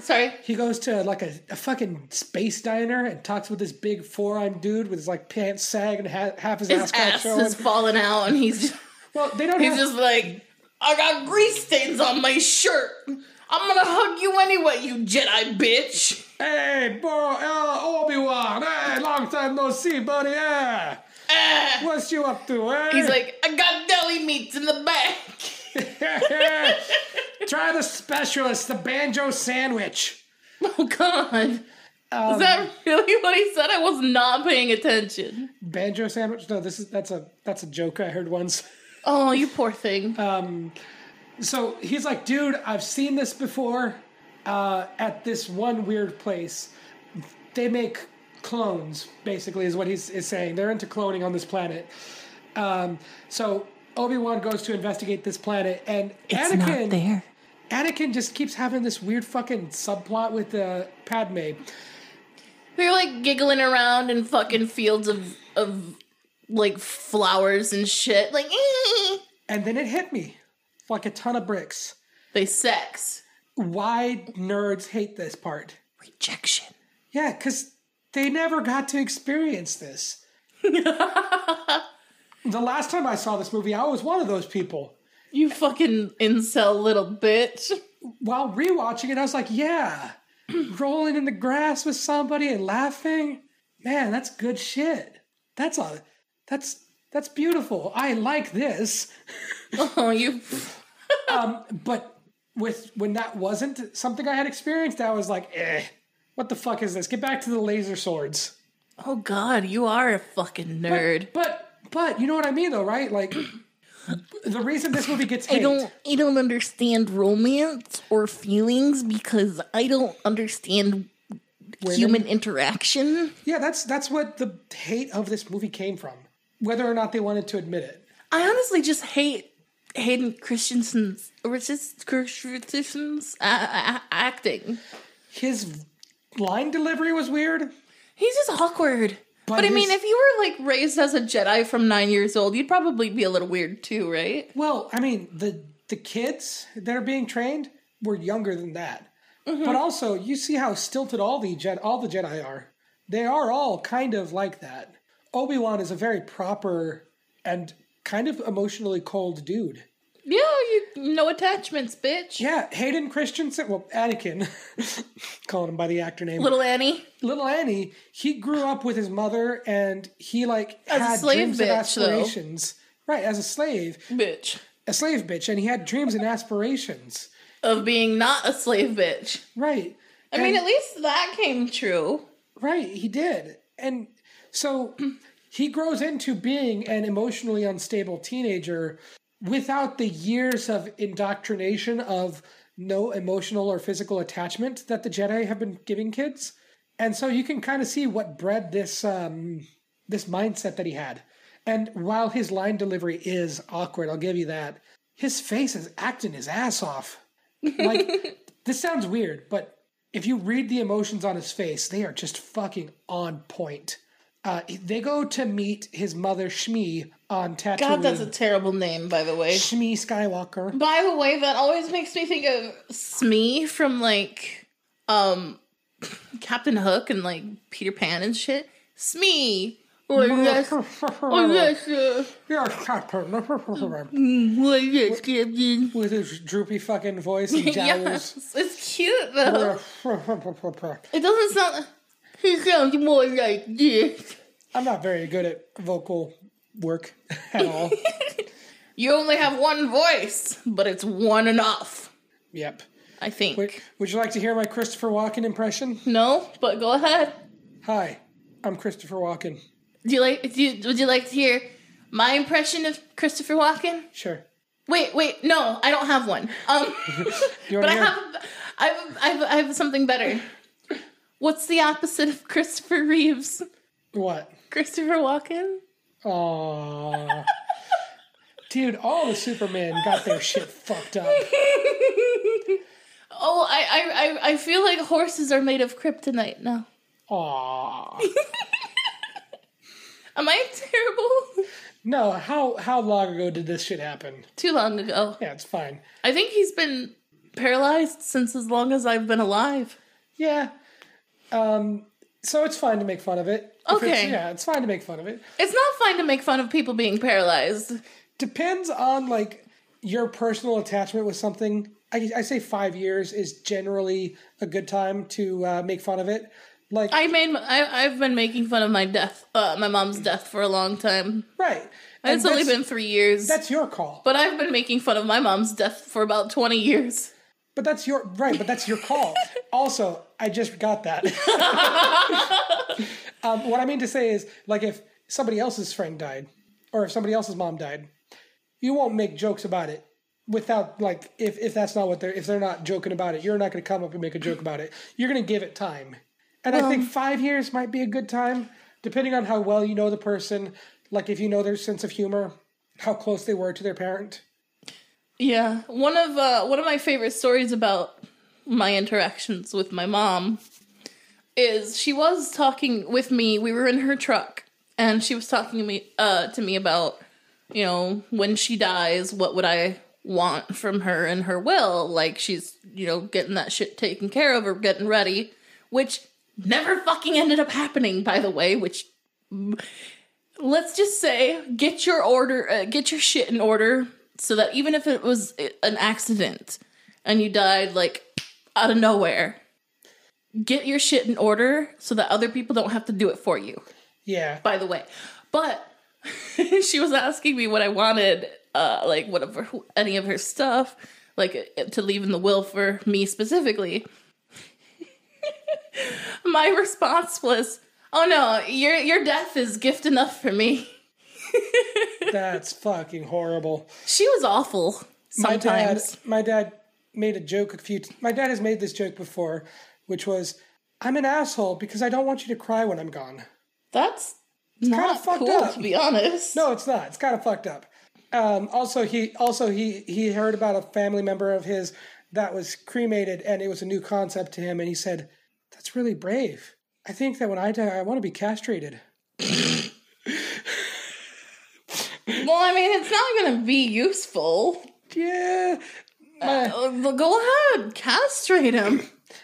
B: Sorry.
A: He goes to like a, a fucking space diner and talks with this big four armed dude with his like pants sag and ha- half his,
B: His
A: ass, crack
B: ass
A: showing.
B: is falling out and he's just,
A: well, they don't.
B: he's
A: Have,
B: just like, I got grease stains on my shirt. I'm gonna hug you anyway, you Jedi bitch.
A: hey, bro, Obi Wan. Hey, long time no see, buddy. Yeah.
B: Ah.
A: What's you up to? eh?
B: He's like, I got deli meats in the back.
A: [LAUGHS] Try the specialist, the banjo sandwich.
B: [LAUGHS] Oh god. Um, Is that really what he said? I was not paying attention.
A: Banjo sandwich? No, this is that's a that's a joke I heard once.
B: Oh, you poor thing.
A: So he's like, dude, I've seen this before uh, at this one weird place. They make clones, basically, is what he's is saying. They're into cloning on this planet. Um, so Obi Wan goes to investigate this planet, and Anakin.
C: there.
A: Anakin just keeps having this weird fucking subplot with uh, Padme.
B: They're like giggling around in fucking fields of of like flowers and shit. Like "Eh."
A: And then it hit me like a ton of bricks.
B: they sex.
A: why nerds hate this part.
C: Rejection.
A: Yeah, because they never got to experience this. the last time I saw this movie, I was one of those people.
B: You fucking incel little bitch. [LAUGHS]
A: While rewatching it, I was like, yeah, [CLEARS THROAT] rolling in the grass with somebody and laughing. Man, that's good shit. That's a that's that's beautiful. I like this.
B: Oh, you
A: But with when that wasn't something I had experienced, I was like, eh, what the fuck is this? Get back to the laser swords.
B: Oh god, you are a fucking nerd.
A: But but you know what I mean though, right? Like the reason this movie gets hate.
C: I don't I don't understand romance or feelings because I don't understand human interaction.
A: Yeah, that's that's what the hate of this movie came from, whether or not they wanted to admit it.
B: I honestly just hate Hayden Christensen's resist- Christensen's uh, uh, acting.
A: His line delivery was weird.
B: He's just awkward. But, I
A: his-
B: mean, if you were like raised as a Jedi from nine years old, you'd probably be a little weird too, right?
A: Well, I mean, the the kids that are being trained were younger than that.
B: Mm-hmm.
A: But also, you see how stilted all the Jedi, all the Jedi are. They are all kind of like that. Obi Wan is a very proper and kind of emotionally cold dude.
B: Yeah, you no attachments, bitch.
A: Yeah, Hayden Christensen, well, Anakin, [LAUGHS] calling him by the actor name.
B: Little Annie.
A: little Annie, he grew up with his mother and he like
B: As a
A: had
B: slave
A: dreams and
B: bitch, though.
A: aspirations. Right, as a slave,
B: Bitch.
A: a slave bitch, and he had dreams and aspirations.
B: Of being not a slave bitch.
A: Right.
B: I mean, at least that came true.
A: Right, he did. And so [CLEARS THROAT] he grows into being an emotionally unstable teenager without the years of indoctrination of no emotional or physical attachment that the Jedi have been giving kids. And so you can kind of see what bred this um, this mindset that he had. And while his line delivery is awkward, I'll give you that. His face is acting his ass off. Like this sounds weird, but if you read the emotions on his face, they are just fucking on point. Uh, they go to meet his mother Shmi on Tatooine.
B: God, that's a terrible name, by the way.
A: Shmi Skywalker.
B: By the way, that always makes me think of Smee from like um Captain Hook and like Peter Pan and shit. Smee. Or
A: [LAUGHS]
B: Oh, yes, or yes, uh,
A: Yes,
B: [LAUGHS]
A: Captain.
B: or yes, Captain.
A: With his droopy fucking voice
B: [LAUGHS]
A: and jowls. [LAUGHS]
B: Yes, it's cute though.
A: I'm
B: It doesn't sound. He sounds more like this.
A: not very good at vocal work [LAUGHS] at
B: [LAUGHS]
A: all.
B: [LAUGHS] You only have one voice, but it's one enough.
A: yep.
B: I think.
A: Wait, would you like to hear my Christopher Walken
B: [LAUGHS]
A: impression?
B: No, but go ahead.
A: Hi, I'm Christopher Walken.
B: Do you like? Do you, would you like to hear my impression of Christopher Walken?
A: Sure.
B: Wait, wait, no, I don't have one. [LAUGHS] Um,
A: You wanna
B: but I
A: hear-
B: have, I have, I have, I have something better. What's the opposite of Christopher Reeves?
A: [LAUGHS] What?
B: Christopher Walken?
A: Aww. Dude, all the Superman got their shit fucked
B: [LAUGHS]
A: up.
B: Oh, I, I, I, I feel like horses are made of kryptonite now.
A: Aww.
B: Am I [LAUGHS] terrible?
A: No, how how long ago did this shit happen?
B: Too long ago.
A: Yeah, it's fine.
B: I think he's been paralyzed since as long as I've been alive.
A: Yeah. Um so it's fine to make fun of it. If it's-
B: Okay.
A: yeah, it's fine to make fun of it.
B: It's not fine to make fun of people being paralyzed.
A: Depends on like your personal attachment with something. I, I say five years is generally a good time to uh, make fun of it. Like
B: I made, I, I've been making fun of my death, uh, my mom's death for a long time.
A: right. And
B: It's only
A: that's-
B: been three years.
A: that's your call.
B: But I've been making fun of my mom's death for about 20 years.
A: But that's your right. But that's your call. also, I just got that. um, what I mean to say is, like, if somebody else's friend died, or if somebody else's mom died, you won't make jokes about it without like if if that's not what they're if they're not joking about it, you're not going to come up and make a joke about it. You're going to give it time, and I think five years might be a good time, depending on how well you know the person. Like, if you know their sense of humor, how close they were to their parent.
B: Yeah. One of uh, one of my favorite stories about my interactions with my mom is she was talking with me. We were in her truck and she was talking to me uh, to me about, you know, when she dies, what would I want from her and her will? Like she's, you know, getting that shit taken care of or getting ready, which never fucking ended up happening by the way, which let's just say get your order uh, get your shit in order so that even if it was an accident and you died like out of nowhere get your shit in order so that other people don't have to do it for you
A: Yeah,
B: by the way but [LAUGHS] she was asking me what i wanted uh like what of her, any of her stuff like uh, to leave in the will for me specifically [LAUGHS] my response was oh no your your death is gift enough for me
A: that's fucking horrible.
B: She was awful sometimes.
A: My dad, my dad made a joke a few. T- my dad has made this joke before, which was, "I'm an asshole because I don't want you to cry when I'm gone."
B: That's
A: kinda
B: not
A: fucked
B: cool,
A: up.
B: to be honest.
A: No, Oh, it's not. It's kind of fucked up. Um, also, he also he he heard about a family member of his that was cremated, and it was a new concept to him, and he said, "That's really brave. I think that when I die, I want to be castrated."
B: Well, I mean, it's not going to be useful.
A: Yeah. My-
B: Uh, well, go ahead, castrate him.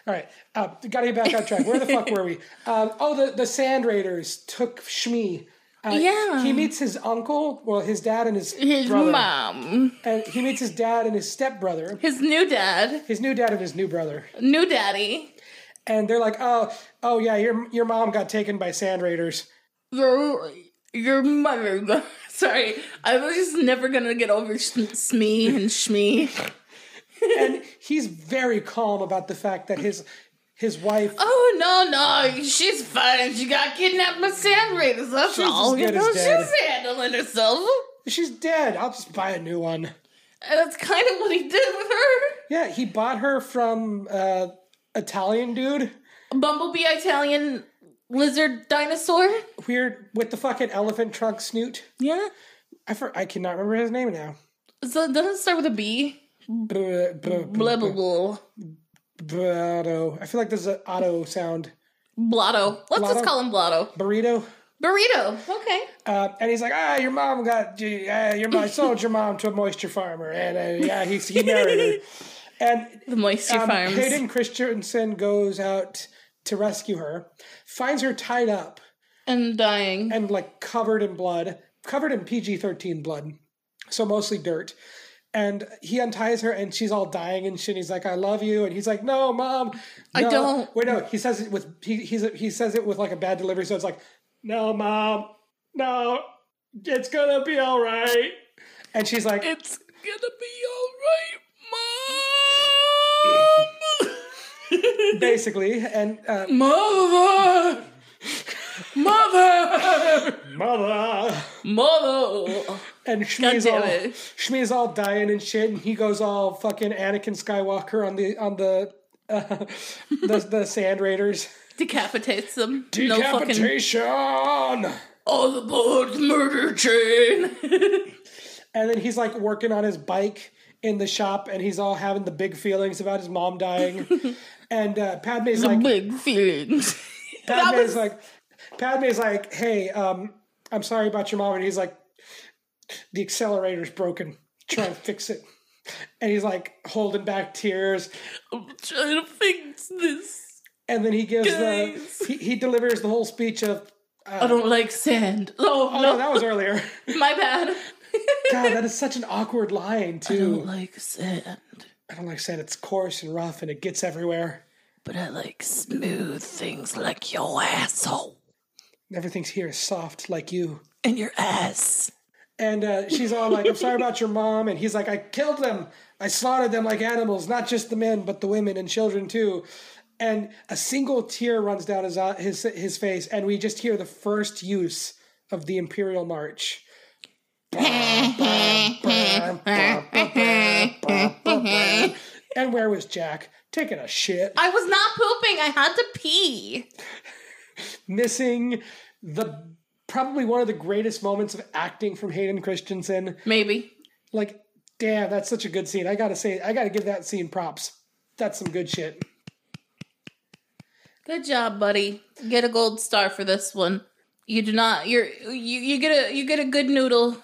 A: All right, uh,
B: [LAUGHS]
A: gotta get back on track. Where the fuck were we? Um, oh, the, the Sand Raiders took Shmi Uh,
B: Yeah.
A: He meets his uncle, well, his dad and his,
B: His
A: brother.
B: mom.
A: And he meets his dad and his stepbrother,
B: His new dad.
A: his new dad and his new brother.
B: New daddy.
A: And they're like, oh, oh yeah, your, your mom got taken by sand raiders.
B: Your, your mother. [LAUGHS] Sorry. I was just never going to get over sh- Smee and Shmee.
A: and
B: [LAUGHS]
A: he's very calm about the fact that his his wife
B: Oh, no, no. She's fine. She got kidnapped by sand raiders. That's
A: She's as
B: all. You
A: good
B: know,
A: as dead.
B: she's handling herself.
A: she's dead. I'll just buy a new one.
B: And that's kind of what he did with her.
A: Yeah, he bought her from uh Italian dude.
B: Bumblebee Italian lizard dinosaur.
A: Weird with the fucking elephant trunk snoot.
B: Yeah.
A: I for, I cannot remember his name now.
B: So it doesn't start with a B.
A: Blah, blah, blah,
B: Blah, blah, blah.
A: Blotto. I feel like there's an auto sound.
B: Blotto. Let's
A: Blotto?
B: just call him Blotto.
A: Burrito.
B: Burrito. Okay.
A: Uh, and he's like, ah, your mom got, uh, your mom I sold your mom to a moisture farmer, and uh, yeah, he, he married her. And
B: The Moisture
A: um,
B: Farms.
A: Hayden Christensen goes out to rescue her, finds her tied up
B: and dying.
A: and like covered in blood, covered in PG 13 blood, so mostly dirt. And he unties her and she's all dying and shit. He's like, I love you. And he's like, No, mom.
B: I
A: no."
B: don't.
A: Wait, no, he says it with, he, he's, he says it with like a bad delivery. So it's like, No, mom. No, it's gonna be all right. And she's like,
B: it's gonna
A: [LAUGHS]
B: be
A: Basically. And, uh,
B: alright, Mom!
A: [LAUGHS]
B: Mother!
A: Mother.
B: Mother! Mother!
A: And Shmi's
B: damn
A: all,
B: it.
A: Shmi's all dying and shit, and he goes all fucking Anakin Skywalker on the on the uh, [LAUGHS] the, the Sand Raiders.
B: Decapitates them. No fucking.
A: Decapitation.
B: All aboard murder train!
A: And then he's like working on his bike in the shop, and he's all having the big feelings about his mom
B: [LAUGHS]
A: dying. and uh, Padme's like,
B: [LAUGHS] Big feelings. that
A: Padme's
B: was
A: like, Padme's like, hey, um, I'm sorry about your mom, and he's like, the accelerator's broken. Try and fix it. And he's like holding back tears.
B: I'm trying to fix this.
A: and then he gives
B: Guys.
A: the he, he delivers the whole speech of
B: I don't like sand. Oh,
A: oh
B: no,
A: no that was earlier
B: [LAUGHS] my bad.
A: god that is such an awkward line
B: I don't
A: too
B: like sand,
A: i don't like saying it's coarse and rough and it gets everywhere
B: but I like smooth things like your asshole
A: and everything's here is soft like you
B: and your ass.
A: and uh, she's all like i'm sorry about your mom and he's like i killed them i slaughtered them like animals not just the men but the women and children too and a single tear runs down his eye- his his face and we just hear the first use of the imperial march And where was Jack? Taking a shit,
B: I was not pooping. I had to pee.
A: missing the probably one of the greatest moments of acting from Hayden Christensen.
B: Maybe.
A: Like, damn, that's such a good scene. I gotta say, I gotta give that scene props. That's some good shit.
B: Good job, buddy. Get a gold star for this one. You do not. You're you. You get a you get a good noodle.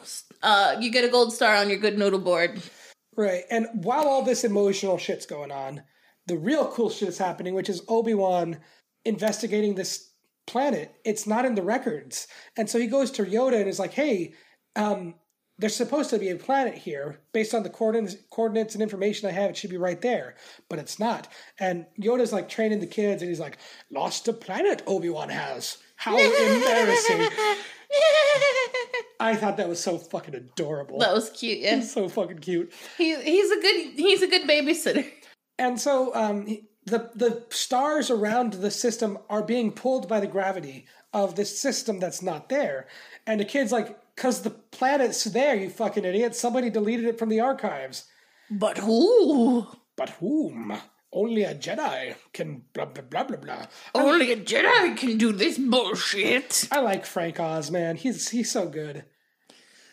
B: Uh, you get a gold star on your good noodle board. [LAUGHS]
A: Right. And while all this emotional shit's going on, the real cool shit is happening, which is Obi Wan investigating this planet. It's not in the records. And so he goes to Yoda and is like, hey, um, there's supposed to be a planet here. Based on the coordinates, coordinates and information I have, it should be right there. But it's not. And Yoda's like training the kids and he's like, lost a planet Obi Wan has. How embarrassing. I thought that was so fucking adorable.
B: That was cute. Yes,
A: So fucking cute.
B: he he's a good he's a good babysitter.
A: and so um, the the stars around the system are being pulled by the gravity of this system that's not there, and the kid's like, "Cause the planet's there, you fucking idiot! Somebody deleted it from the archives."
B: But who?
A: But whom? Only a Jedi can blah blah blah blah blah.
B: Only a Jedi can do this bullshit.
A: I like Frank Oz, man. He's he's so good.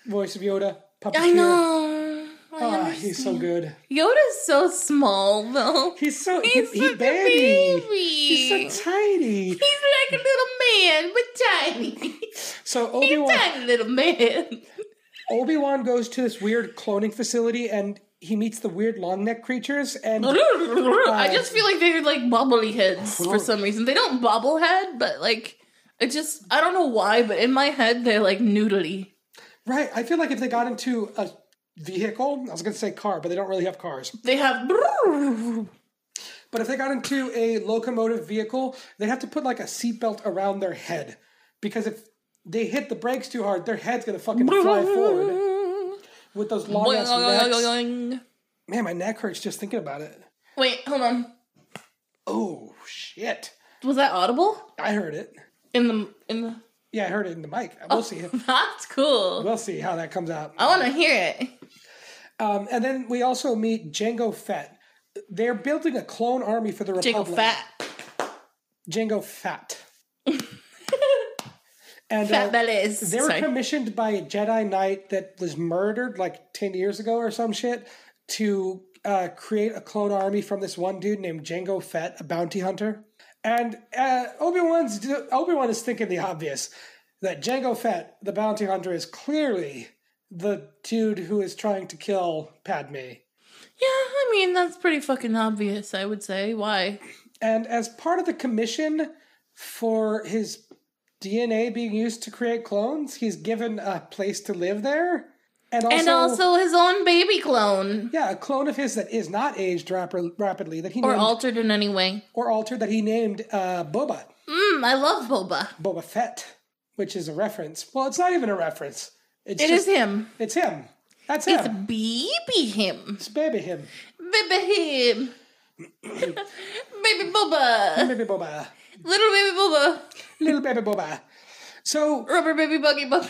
A: Voice of Yoda, puppeteer.
B: I know. I
A: Ah,
B: understand.
A: he's so good.
B: Yoda's so small though.
A: He's so
B: He's
A: he,
B: such
A: he
B: a
A: baby.
B: baby.
A: He's so tiny.
B: He's like a little man, but tiny. [LAUGHS]
A: So Obi
B: He's
A: Wan.
B: tiny little man.
A: Obi Wan goes to this weird cloning facility and he meets the weird long neck creatures
B: [LAUGHS]
A: and
B: I just feel like they're like bobbly heads for some reason. They don't bobblehead, but like It just I don't know why, but in my head they're like nudity.
A: Right. I feel like if they got into a vehicle, I was going to say car, but they don't really have cars.
B: They have
A: But if they got into a locomotive vehicle, they'd have to put like a seatbelt around their head because if they hit the brakes too hard, their head's going to
B: [LAUGHS]
A: fucking fly forward with those long ass necks. Man, my neck hurts just thinking about it.
B: Wait, hold on.
A: Oh, shit.
B: Was that audible?
A: I heard it.
B: In the in the
A: Yeah, I heard it in the mic.
B: Oh.
A: We'll see.
B: That's cool.
A: We'll see how that comes out.
B: I wanna hear it.
A: Um, and then we also meet Django Fett. They're building a clone army for the
B: Jiggle
A: Republic.
B: fat.
A: Django Fat. and uh,
B: Fat bellies.
A: they were
B: Sorry.
A: commissioned by a Jedi Knight that was murdered like 10 years ago or some shit to uh, create a clone army from this one dude named Django Fett, a bounty hunter. And uh, Obi-Wan's, Obi-Wan is thinking the obvious that Django Fett, the bounty hunter, is clearly the dude who is trying to kill Padme.
B: yeah, I mean that's pretty fucking obvious, I would say. Why?
A: And as part of the commission for his DNA being used to create clones, he's given a place to live there. And also,
B: and also his own baby clone.
A: yeah, a clone of his that is not aged rap- rapidly that he
B: Or
A: named,
B: altered in any way.
A: or altered that he named uh, Boba
B: Mmm, I love Boba.
A: Boba Fett, which is a reference. Well, it's not even a reference. It's
B: It is
A: just,
B: him.
A: It's him. That's
B: It's
A: him.
B: baby him.
A: It's baby him.
B: Baby him. [COUGHS] baby Boba.
A: Baby
B: [LAUGHS]
A: Boba.
B: Little baby Boba.
A: Little baby Boba. So
B: Rubber baby buggy [LAUGHS] bumper.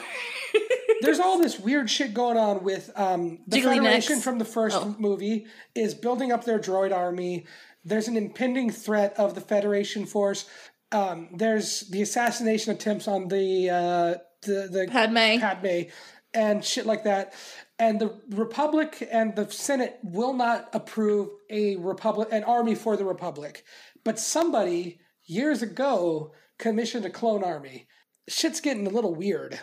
A: there's all this weird shit going on with um, the
B: Jiggly
A: Federation
B: necks.
A: from the first
B: Oh.
A: movie is building up their droid army. There's an impending threat of the Federation force. Um, there's the assassination attempts on the uh, the the
B: Padme.
A: Padme and shit like that. And the Republic and the Senate will not approve a republic an army for the Republic. But somebody years ago commissioned a clone army. Shit's getting a little weird.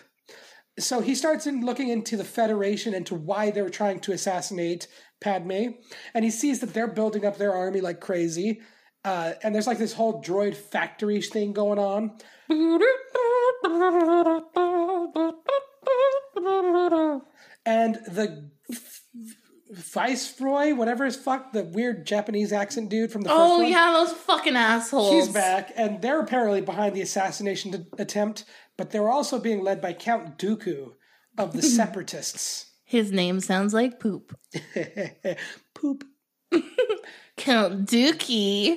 A: So he starts in looking into the Federation and to why they're trying to assassinate Padme, and he sees that they're building up their army like crazy. Uh, and there's like this whole droid factory thing going on. And the f- f- viceroy, whatever his fuck, the weird Japanese accent dude from the first
B: Oh
A: one,
B: yeah, those fucking assholes.
A: he's back, and they're apparently behind the assassination d- attempt. But they were also being led by Count Dooku of
B: [LAUGHS]
A: the Separatists. [LAUGHS]
B: His name sounds like poop.
A: Poop.
B: Count Dookie.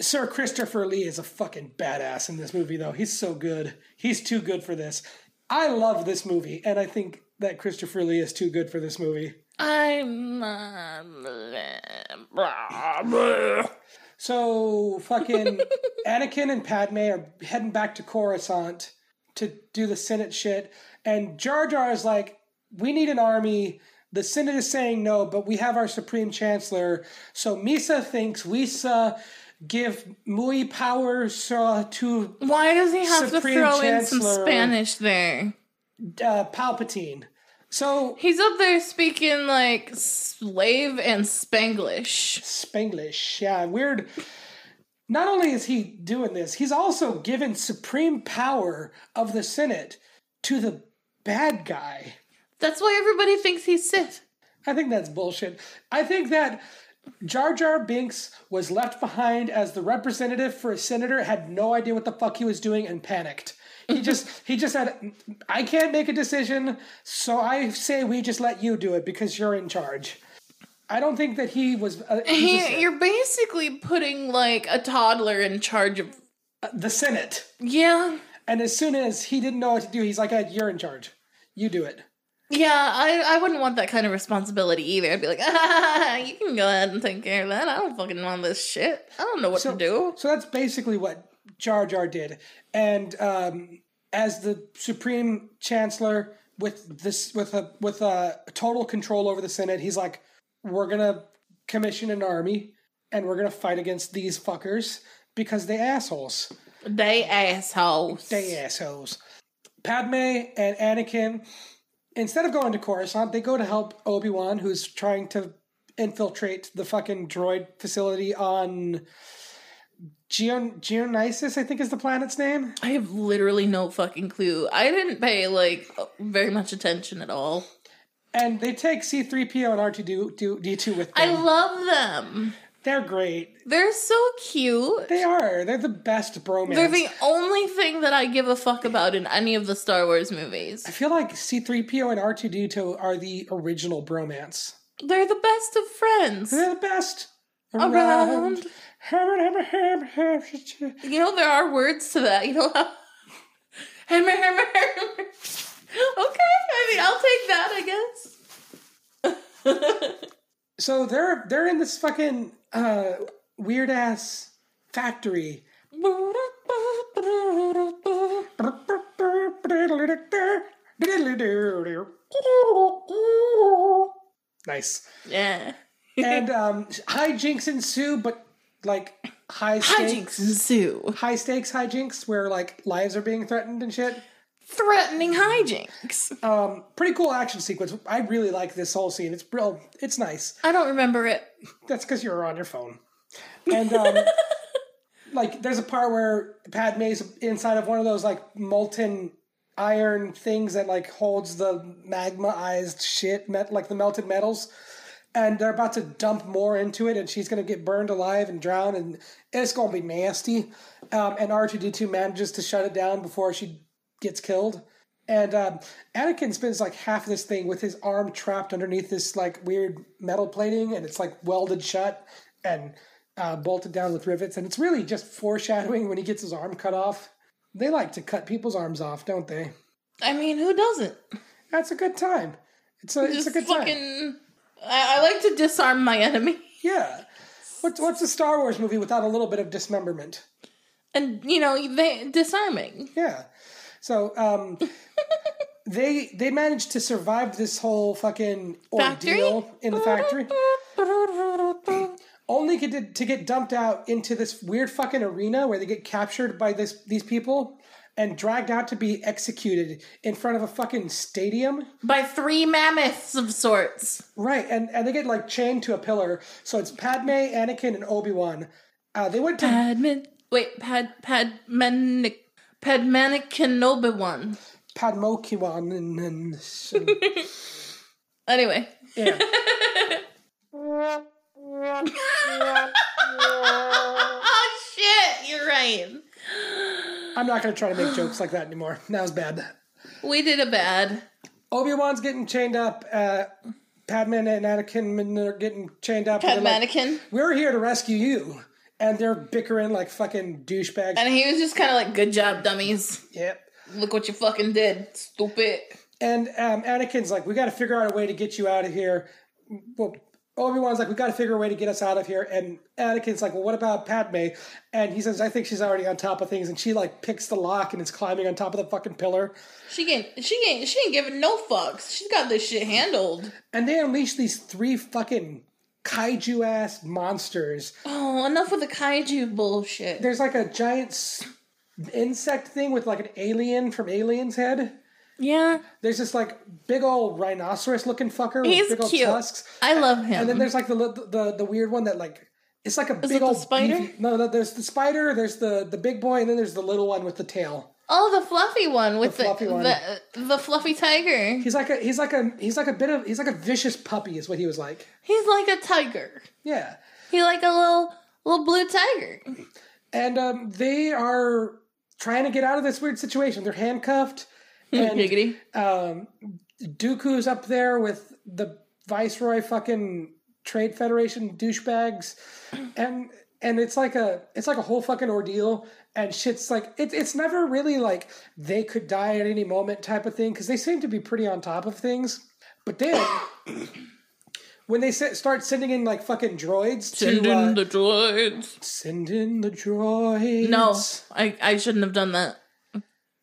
A: Sir Christopher Lee is a fucking badass in this movie, though. He's so good. He's too good for this. I love this movie, and I think that Christopher Lee is too good for this movie.
B: I'm uh,
A: So fucking Anakin and Padme are heading back to Coruscant to do the Senate shit, and Jar Jar is like, "We need an army." The Senate is saying no, but we have our Supreme Chancellor. So Misa thinks we sa give Mui power sa to
B: Why does he have
A: Supreme
B: to throw in some
A: Chancellor.
B: Spanish there?
A: uh, Palpatine. So
B: He's up there speaking like slave and Spanglish.
A: Spanglish, yeah, weird. Not only is he doing this, he's also given supreme power of the Senate to the bad guy.
B: That's why everybody thinks he's Sith.
A: I think that's bullshit. I think that Jar Jar Binks was left behind as the representative for a senator, had no idea what the fuck he was doing, and panicked. He just he just said, "I can't make a decision, so I say we just let you do it because you're in charge." I don't think that he was. Uh, he was
B: He, you're basically putting like a toddler in charge of.
A: the Senate.
B: Yeah,
A: And as soon as he didn't know what to do, he's like, "Ed, "You're in charge. You do it."
B: yeah. I, I wouldn't want that kind of responsibility either. I'd be like, [LAUGHS] ah, you can go ahead and take care of that. I don't fucking want this shit. I don't know what to do.
A: So that's basically what Jar Jar did. And um, as the Supreme Chancellor, with this, with a with a total control over the Senate, he's like, "We're gonna commission an army, and we're gonna fight against these fuckers because they assholes.
B: They assholes.
A: They assholes." Padme and Anakin, instead of going to Coruscant, they go to help Obi Wan, who's trying to infiltrate the fucking droid facility on Geon- Geonisis, I think is the planet's name.
B: I have literally no fucking clue. I didn't pay like very much attention at all.
A: And they take C3PO and R2D2 with them.
B: I love them.
A: They're great.
B: They're so cute.
A: They are. They're the best bromance.
B: They're the only thing that I give a fuck about in any of the Star Wars
A: I
B: movies.
A: feel like C3PO and R2D2 are the original bromance.
B: They're the best of friends.
A: They're the best
B: Around.
A: around.
B: You know, there are words to that. You know how. [LAUGHS] Hammer, hammer, hammer. Okay, I mean, I'll take that, I guess.
A: So they're they're in this fucking uh, weird ass factory. Nice.
B: Yeah.
A: And um, hijinks ensue, but like high stakes,
B: Hijinks ensue.
A: high stakes hijinks where like lives are being threatened and shit.
B: Threatening hijinks.
A: Um, pretty cool action sequence. I really like this whole scene. It's real. It's nice.
B: I don't remember it.
A: That's because you were on your phone. And um, like, there's a part where Padme's inside of one of those like molten iron things that like holds the magmaized shit, met, like the melted metals. And they're about to dump more into it, and she's gonna get burned alive and drown, and it's gonna be nasty. Um, and R two D two manages to shut it down before she gets killed. And um, Anakin spends like half of this thing with his arm trapped underneath this like weird metal plating, and it's like welded shut and uh, bolted down with rivets. And it's really just foreshadowing when he gets his arm cut off. They like to cut people's arms off, don't they?
B: I mean, who doesn't?
A: That's a good time. It's a it's
B: Just
A: a good time.
B: fucking. I, I like to disarm my enemy.
A: Yeah. What's what's a Star Wars movie without a little bit of dismemberment?
B: And, you know, they,
A: [LAUGHS]
B: disarming.
A: Yeah. So
B: [LAUGHS]
A: um, they they managed to survive this whole fucking
B: Factory?
A: ordeal in the factory.
B: [LAUGHS]
A: Only get to, to get dumped out into this weird fucking arena where they get captured by this these people and dragged out to be executed in front of a fucking stadium.
B: By three mammoths of sorts.
A: Right, and, and they get like chained to a pillar. So it's Padme, Anakin, and Obi Wan. Uh, they went to
B: Padman. Wait, Pad Padmanic Padmanic Kenobi one.
A: Padmokiwan and, and
B: Anyway,
A: yeah.
B: [LAUGHS] oh shit, you're right.
A: I'm not gonna try to make jokes like that anymore. That was bad.
B: We did a bad.
A: Obi Wan's getting chained up. Uh, Padme and Anakin are getting chained up. and they're like,
B: Padmanican,
A: We're here to rescue you, and they're bickering like fucking douchebags.
B: and he was just kind of like, "Good job, dummies.
A: yep.
B: Look what you fucking did, stupid."
A: And um, Anakin's like, "We got to figure out a way to get you out of here." Well, Obi Wan's like, "We got to figure a way to get us out of here." And Anakin's like, "Well, what about Padme?" And he says, "I think she's already on top of things." And she like picks the lock and is climbing on top of the fucking pillar.
B: She ain't, she ain't, she ain't giving no fucks. She's got this shit handled.
A: And they unleash these three fucking kaiju ass monsters
B: Oh, enough with the kaiju bullshit.
A: there's like a giant s- insect thing with like an alien from Alien's head.
B: yeah,
A: There's this like big old rhinoceros looking fucker with
B: He's
A: big old
B: cute.
A: tusks,
B: I love him.
A: and then there's like the li- the the weird one that like it's like a big
B: it the
A: old
B: spider?
A: beefy- no, no, there's the spider, there's the the big boy, and then there's the little one with the tail.
B: oh, the fluffy one with
A: The
B: the
A: fluffy one.
B: the, the fluffy tiger.
A: He's like a he's like a he's like a bit of he's like a vicious puppy is what he was like.
B: He's like a tiger.
A: Yeah,
B: He like a little little blue tiger.
A: and um, they are trying to get out of this weird situation. They're handcuffed. And um,
B: Giggity.
A: Dooku's up there with the Viceroy fucking Trade Federation douchebags, and and it's like a it's like a whole fucking ordeal, and shit's like it, it's never really like they could die at any moment type of thing because they seem to be pretty on top of things, but then. [COUGHS] When they se- start sending in like fucking droids to uh,
B: the droids.
A: send in the droids,
B: No, I, I shouldn't have done that.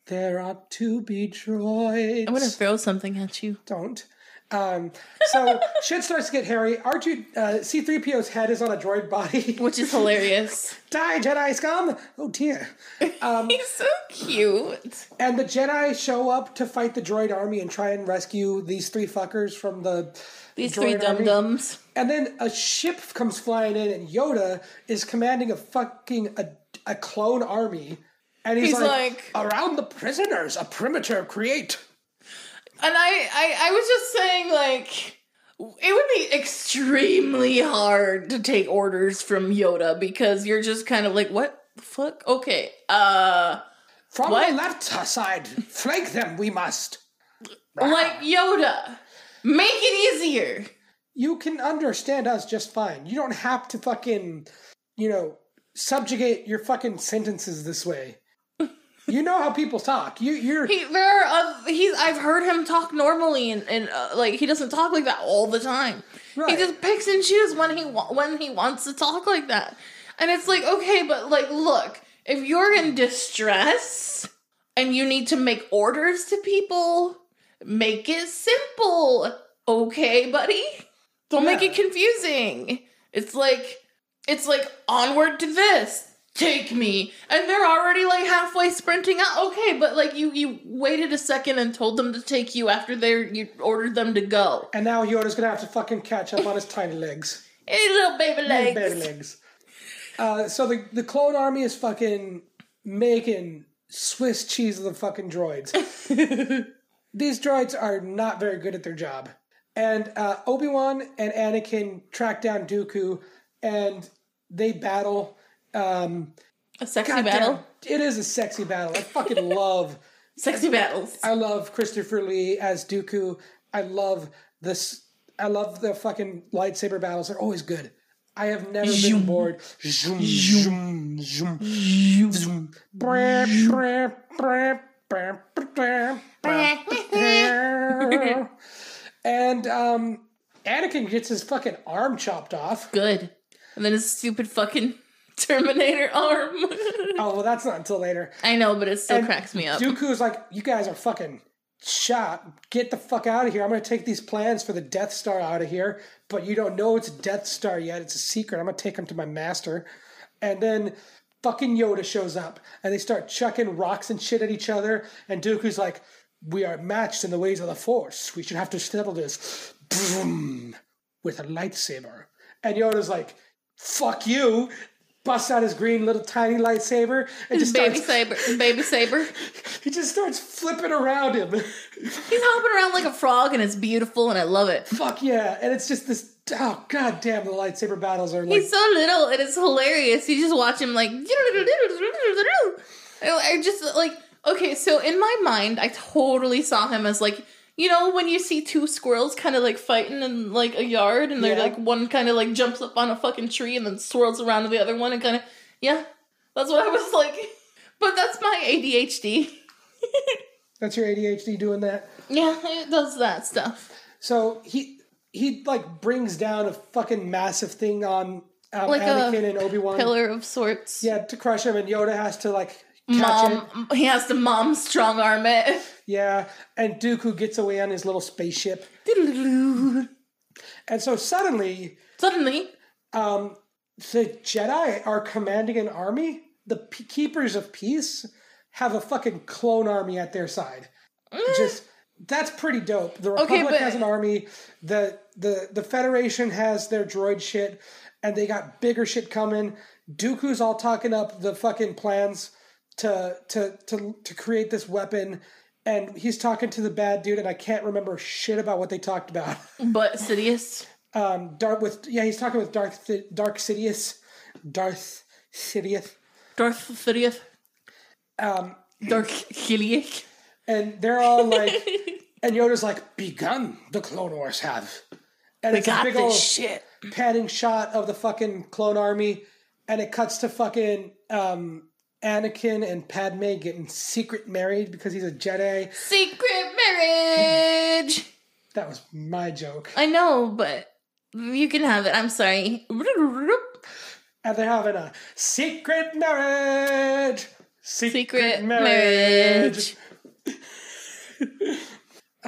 A: there ought to be droids.
B: I'm gonna throw something at you.
A: Don't. Um, [LAUGHS] so shit starts to get hairy. R2 uh, C3PO's head is on a droid body.
B: which is hilarious.
A: [LAUGHS] Die, Jedi scum! Oh dear.
B: [LAUGHS] He's so cute.
A: And the Jedi show up to fight the droid army and try and rescue these three fuckers from the.
B: These
A: Droid
B: three
A: army.
B: dum dums.
A: And then a ship comes flying in, and Yoda is commanding a fucking a, a clone army. And he's,
B: He's
A: like,
B: like-
A: around the prisoners, a perimeter create.
B: And I, I, I was just saying, like, it would be extremely hard to take orders from Yoda because you're just kind of like, what the fuck? Okay,
A: Ah.
B: uh,
A: From
B: What?
A: the left side, flank them, we must.
B: like Yoda, make it easier.
A: You can understand us just fine. You don't have to fucking, you know, subjugate your fucking sentences this way. you know how people talk. You, you're.
B: He, there are, uh, he's, I've heard him talk normally, and, and uh, like he doesn't talk like that all the time. He
A: Right.
B: just picks and chooses when he wa- when he wants to talk like that, and it's like okay, but like look, if you're in distress and you need to make orders to people, make it simple, okay, buddy. Don't make
A: Yeah.
B: it confusing. It's like it's like onward to this take me and they're already like halfway sprinting out okay but like you you waited a second and told them to take you after they are you ordered them to go
A: and now Yoda's gonna have to fucking catch up on his tiny legs.
B: hey little baby
A: Big
B: legs
A: Baby legs. Uh, so the the clone army is fucking making Swiss cheese of the fucking
B: [LAUGHS]
A: droids. These droids are not very good at their job, and uh, Obi Wan and Anakin track down Dooku, and they battle. Um,
B: a sexy
A: goddamn,
B: battle
A: It is a sexy battle. I
B: [LAUGHS]
A: fucking love.
B: sexy battles
A: I love Christopher Lee as Dooku. I love this. I love the fucking lightsaber battles. They're always good. I have never been bored. Zoom, zoom, zoom, zoom. Brap, brap, brap, brap, brap, brap, brap. And um, Anakin gets his fucking arm chopped off.
B: good and then his stupid fucking [LAUGHS] terminator arm [LAUGHS]
A: Oh well, that's not until later.
B: i know but it still
A: And
B: cracks me up
A: Dooku's like, you guys are fucking shot. Get the fuck out of here. I'm going to take these plans for the Death Star out of here, but you don't know it's a Death Star yet. It's a secret. I'm going to take them to my master. And then fucking Yoda shows up and they start chucking rocks and shit at each other. And Dooku's like, we are matched in the ways of the Force. We should have to settle this Vroom. with a lightsaber. And Yoda's like, fuck you. Busts out his green little tiny lightsaber and just
B: baby
A: starts
B: saber baby
A: [LAUGHS]
B: saber
A: he just starts flipping around him. [LAUGHS]
B: he's hopping around like a frog and it's beautiful and i love it
A: Fuck yeah. And it's just this oh god damn the lightsaber battles are like
B: He's so little, and it's hilarious. You just watch him like. I I just like okay. So in my mind, I totally saw him as like you know when you see two squirrels kind of like fighting in like a yard, and they're
A: Yeah.
B: like one kind of like jumps up on a fucking tree and then swirls around to the other one and kind of yeah. That's what I was like, [LAUGHS] but that's my ADHD.
A: that's your ADHD doing that.
B: Yeah, it does that stuff.
A: So he he like brings down a fucking massive thing on um,
B: Like a
A: Anakin and Obi Wan.
B: Pillar of sorts.
A: Yeah, to crush him and Yoda has to like catch it.
B: Mom, he has to mom strong arm eh, it.
A: Yeah. And Dooku gets away on his little
B: [LAUGHS]
A: spaceship. And so suddenly
B: [LAUGHS] Suddenly,
A: um, the Jedi are commanding an army. The P- Keepers of Peace have a fucking clone army at their side. Just that's pretty dope. The Republic
B: but-
A: has an army. The the the Federation has their droid shit, and they got bigger shit coming. Dooku's all talking up the fucking plans to to to to create this weapon. And he's talking to the bad dude, and I can't remember shit about what they talked about. [LAUGHS]
B: but Sidious.
A: um, Darth with yeah, he's talking with Darth Dark Sidious, Darth Sidious,
B: Darth Sidious.
A: um,
B: Darth Kiliak.
A: and they're
E: [LAUGHS]
A: all like, and Yoda's like, "Begun the Clone Wars have," and it's a
E: Got
A: big
E: this
A: old
E: shit.
A: panning shot of the fucking clone army, and it cuts to fucking um, Anakin and Padme getting secret married because he's a Jedi.
B: Secret marriage.
A: That was my joke.
B: I know, but you can have it. I'm sorry.
A: And they're having a secret marriage.
B: Secret marriage.
A: [LAUGHS]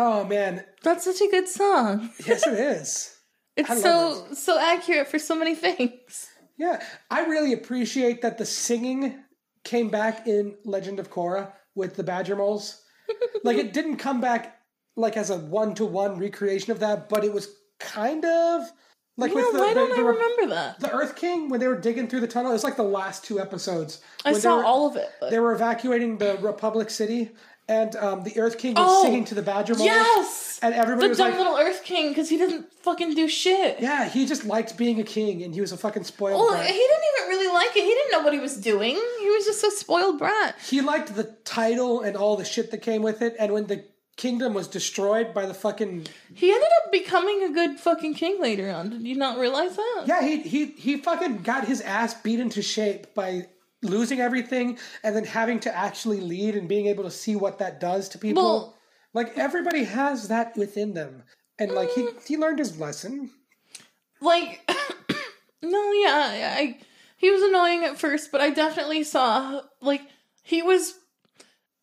A: Oh man,
B: That's such a good song.
A: yes it is. I
B: It's so
A: love
B: so accurate for so many things.
A: Yeah, I really appreciate that the singing came back in Legend of Korra with the Badger
B: [LAUGHS]
A: Moles. like it didn't come back like as a one to one recreation of that, but it was kind of like
B: You
A: with
B: know,
A: the,
B: why
A: the-
B: don't
A: the-
B: I remember that?
A: the Earth King when they were digging through the tunnel. It was like the last two episodes.
B: I
A: when
B: saw
A: they were,
B: all of it. but-
A: They were evacuating the Republic City, and um, the Earth King was
B: Oh,
A: singing to the Badger Moles.
B: yes,
A: and everybody
B: the
A: was
B: dumb
A: like,
B: little Earth King because he didn't fucking do shit.
A: "Yeah, he just liked being a king, and he was a fucking spoiled
B: Well,
A: brat."
B: he didn't even really like it. He didn't know what he was doing. He was just a spoiled brat.
A: he liked the title and all the shit that came with it. And when the kingdom was destroyed by the fucking
B: He ended up becoming a good fucking king later on. Did you not realize that?
A: yeah, he he he fucking got his ass beat into shape by losing everything and then having to actually lead and being able to see what that does to people.
B: Well-
A: like everybody has that within them, and like he
B: Mm.
A: he learned his lesson.
B: Like, [COUGHS] no, yeah, I, I. He was annoying at first, but I definitely saw like he was.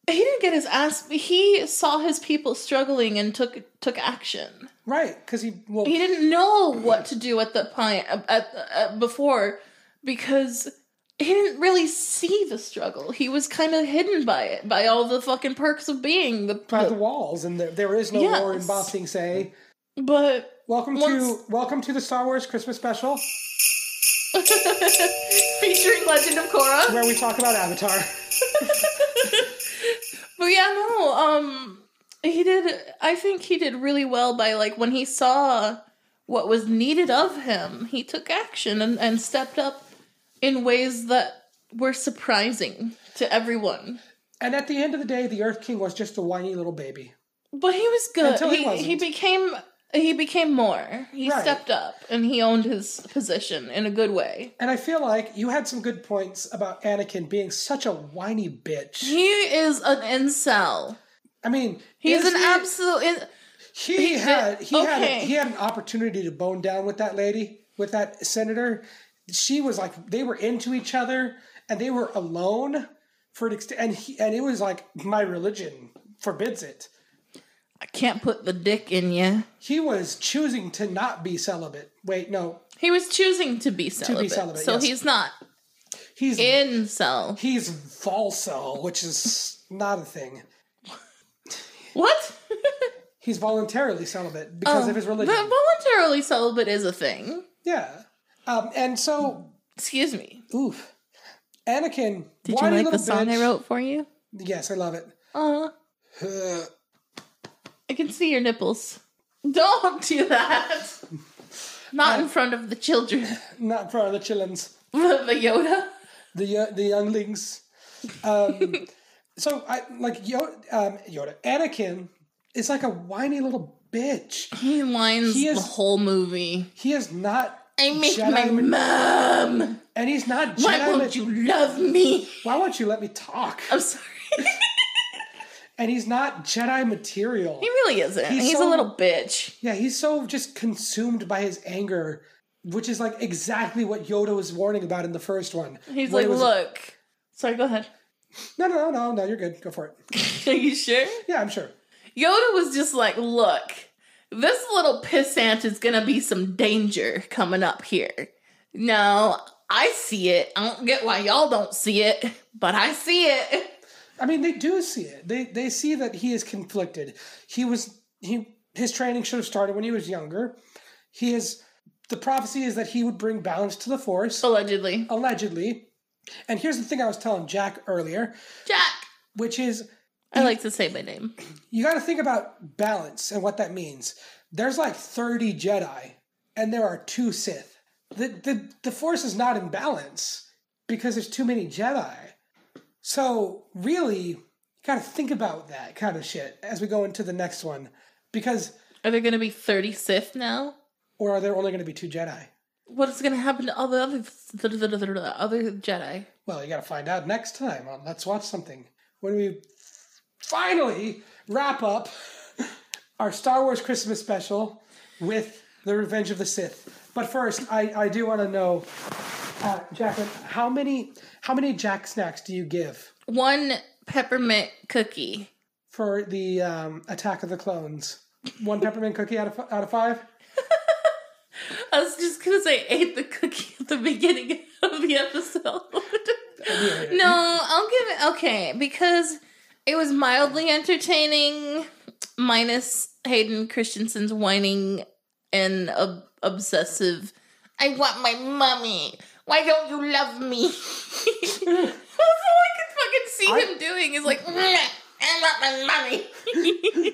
B: He didn't get his ass. He saw his people struggling and took took action.
A: Right, because he well
B: he didn't know what to do at the point at, at, at before because he didn't really see the struggle. He was kind of hidden by it, by all the fucking perks of being the.
A: by the walls, and there, there is no
B: Yes.
A: war in Ba Sing Se.
B: but
A: Welcome to
B: Once-
A: welcome to the Star Wars Christmas special
B: [LAUGHS] featuring Legend of Korra.
A: where we talk about Avatar. [LAUGHS]
B: But yeah, no, um, he did. I think he did really well by like when he saw what was needed of him, he took action and, and stepped up in ways that were surprising to everyone.
A: And at the end of the day, the Earth King was just a whiny little baby.
B: But he was good.
A: Until he
B: he, he,
A: wasn't.
B: became he became more. He
A: Right.
B: stepped up and he owned his position in a good way.
A: And I feel like you had some good points about Anakin being such a whiny bitch.
B: He is an incel.
A: I mean,
B: He's
A: is
B: an
A: he-
B: absolute. In-
A: He,
B: he
A: had
B: did-
A: he had a,
B: okay.
A: he had an opportunity to bone down with that lady, with that senator. She was like they were into each other, and they were alone for an extent. And he, and it was like my religion forbids it.
B: I can't put the dick in you.
A: He was choosing to not be celibate. Wait, no,
B: He was choosing to be celibate,
A: celibate,
B: so
A: yes.
B: he's not
A: he's
B: incel.
A: he's falso, which is not a thing.
B: What?
A: He's voluntarily celibate because of his religion.
B: [LAUGHS] Um, But voluntarily celibate is a thing.
A: Yeah. Um, and so,
B: Excuse me.
A: oof. Anakin, whiny
B: Did you like
A: little
B: the song
A: bitch.
B: I wrote for you?
A: Yes, I love it. [SIGHS]
B: Uh,
A: Uh,
B: I can see your nipples. Don't do that. Not in front of the children. [LAUGHS]
A: not for the chillins,
B: the Yoda.
A: the yo- the younglings.
B: [LAUGHS]
A: Um, so I like Yo- um, Yoda. Anakin is like a whiny little bitch.
B: He lines
A: He is-
B: the whole movie.
A: He is not,
B: I miss
A: Jedi
B: my
A: ma-
B: mom.
A: and he's not.
B: Why
A: Jedi
B: won't
A: ma-
B: you love me?
A: Why won't you let me talk?
B: I'm sorry. [LAUGHS]
A: And he's not Jedi material.
B: he really isn't.
A: He's
B: He's,
A: so-
B: a little bitch.
A: Yeah, he's so just consumed by his anger, which is like exactly what Yoda was warning about in the first one.
B: He's
A: When
B: like,
A: it was-
B: look. Sorry, go ahead.
A: No, no, no, no, no, you're good. Go for it.
B: [LAUGHS] Are you sure?
A: Yeah, I'm sure.
B: Yoda was just like, look, this little pissant is gonna be some danger coming up here. No, I see it. I don't get why y'all don't see it, but I see it.
A: I mean, they do see it. They they see that he is conflicted. He was he his training should have started when he was younger. He is the prophecy is that he would bring balance to the force
B: [LAUGHS] Allegedly.
A: allegedly. And here's the thing I was telling Jack earlier,
B: Jack.
A: which is
B: I like to say my name.
A: you got to think about balance and what that means. There's like 30 Jedi, and there are two Sith. The, the, the Force is not in balance because there's too many Jedi. So, really, you got to think about that kind of shit as we go into the next one. Because,
B: Are there gonna be 30 Sith now?
A: or are there only going to be two Jedi?
B: What's gonna happen to all the other the other Jedi?
A: Well, you got to find out next time on Let's Watch Something when we finally wrap up [LAUGHS] our Star Wars Christmas special with The Revenge of the Sith. But first, I, I do want to know, uh, Jacqueline, how many how many Jack snacks do you give
B: One peppermint cookie
A: for the um, Attack of the Clones? One peppermint cookie out of f- out of five.
B: I was just gonna say ate the cookie at the beginning of the episode. no, I'll give it okay because it was mildly entertaining, minus Hayden Christensen's whining and ob- obsessive. I want my mummy. Why don't you love me? [LAUGHS] That's all I could fucking see him doing is like, "Mm, I want my mummy.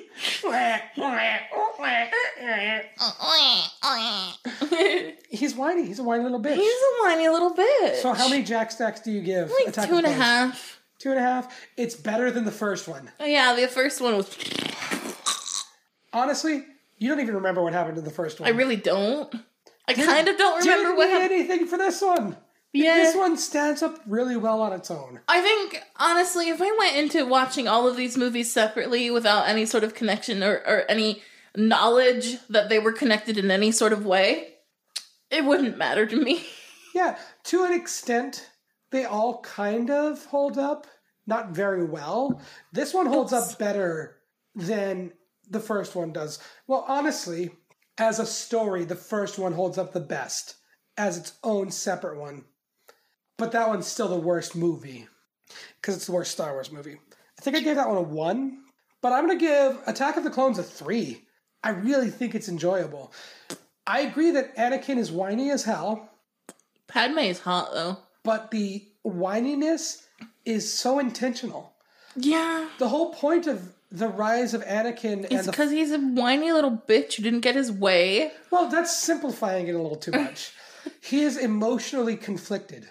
A: He's whiny. He's a whiny little bitch.
B: He's a whiny little bitch.
A: so how many jack stacks do you give?
B: Like
A: Attack of
B: two and
A: the
B: a
A: Clones?
B: half.
A: Two and a half. It's better than the first one.
B: Oh, yeah, the first one was.
A: Honestly, you don't even remember what happened to the first one.
B: I really don't. I kind of don't
A: Didn't
B: remember what Eh.
A: mean
B: happened.
A: anything for this one.
B: Yeah.
A: This one stands up really well on its own.
B: I think honestly, if I went into watching all of these movies separately without any sort of connection or, or any knowledge that they were connected in any sort of way, it wouldn't matter to me. [LAUGHS]
A: Yeah, to an extent, they all kind of hold up, not very well. This one holds up better than the first one does. Well, honestly, as a story, the first one holds up the best as its own separate one. But that one's still the worst movie because it's the worst Star Wars movie. I think I gave that one a one, but I'm going to give Attack of the Clones a three. I really think it's enjoyable. I agree that Anakin is whiny as hell
B: Padme is hot though.
A: but the whininess is so intentional.
B: Yeah,
A: The whole point of the rise of Anakin and
B: it's
A: the
B: because he's a whiny little bitch who didn't get his way. [LAUGHS]
A: well, that's simplifying it a little too much. he is emotionally conflicted.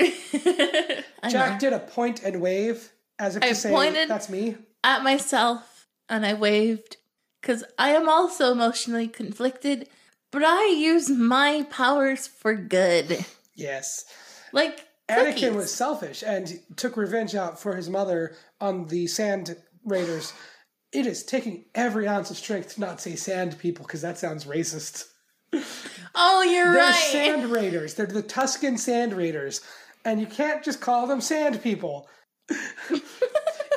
B: I
A: Jack did a point and wave as if
B: I
A: to say,
B: pointed-
A: "That's me."
B: at myself and I waved because I am also emotionally conflicted, but I use my powers for good.
A: Yes,
B: Like,
A: Anakin
B: cookies.
A: was selfish and took revenge out for his mother on the Sand Raiders. It is taking every ounce of strength to not say "sand people" because that sounds racist.
B: Oh, you're
A: They're
B: right.
A: sand raiders. They're the Tuscan sand raiders. And you can't just call them sand
B: [LAUGHS]
A: people.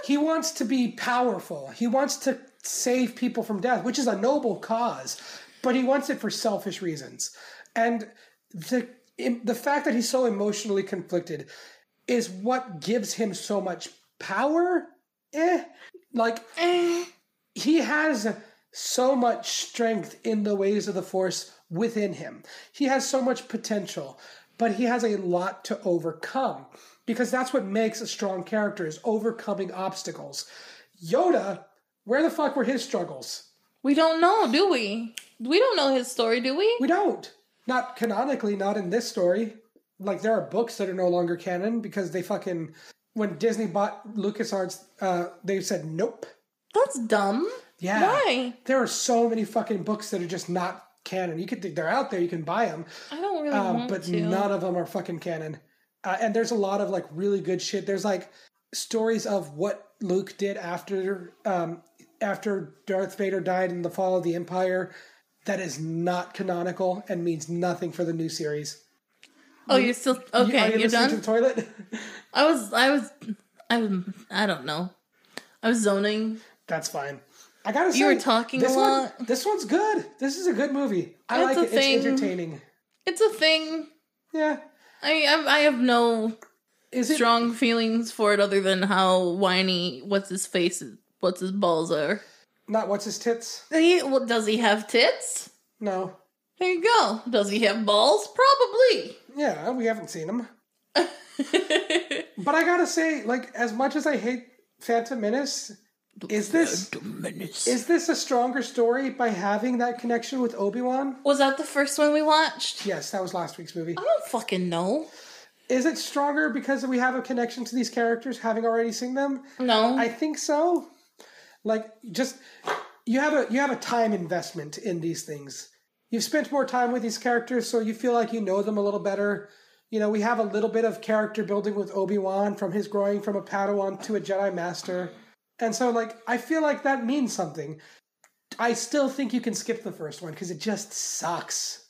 A: he wants to be powerful. He wants to save people from death, which is a noble cause, but he wants it for selfish reasons. And the im- the fact that he's so emotionally conflicted is what gives him so much power. Eh, like he has so much strength in the ways of the force within him. He has so much potential, but he has a lot to overcome because that's what makes a strong character is overcoming obstacles. Yoda, where the fuck were his struggles?
B: we don't know, do we? We don't know his story, do we?
A: We don't. Not canonically, not in this story. Like there are books that are no longer canon because they fucking when Disney bought LucasArts, uh, they said nope.
B: That's dumb.
A: Yeah.
B: Why?
A: There are so many fucking books that are just not canon. You could they're out there. You can buy them,
B: I don't really
A: um,
B: want
A: but
B: to.
A: none of them are fucking canon. Uh, and there's a lot of like really good shit. There's like stories of what Luke did after um, after Darth Vader died in the fall of the Empire. That is not canonical and means nothing for the new series.
B: oh, you're still
A: You- are
B: okay.
A: you
B: You are
A: listening to
B: done.
A: the toilet? [LAUGHS]
B: I was, I was, I was, I don't know. I was zoning.
A: That's fine. I gotta say,
B: You were talking
A: this
B: a
A: one-
B: lot.
A: this one's good. This is a good movie. I
B: That's
A: like it.
B: a
A: It's
B: thing.
A: entertaining.
B: It's a thing.
A: Yeah.
B: I, I, I have no
A: Is it
B: strong feelings for it other than how whiny what's his face what's his balls are
A: Not what's his tits?
B: he, well, does he have tits
A: No.
B: there you go does he have balls probably
A: Yeah, we haven't seen him. but I gotta say, like, as much as I hate Phantom Menace, is this is this a stronger story by having that connection with Obi Wan?
B: was that the first one we watched
A: Yes, that was last week's movie.
B: i don't fucking know
A: Is it stronger because we have a connection to these characters, having already seen them?
B: no
A: I think so. Like, just you have a you have a time investment in these things. You've spent more time with these characters, so you feel like you know them a little better. You know, we have a little bit of character building with Obi Wan from his growing from a Padawan to a Jedi Master, and so like I feel like that means something. I still think you can skip the first one because it just sucks.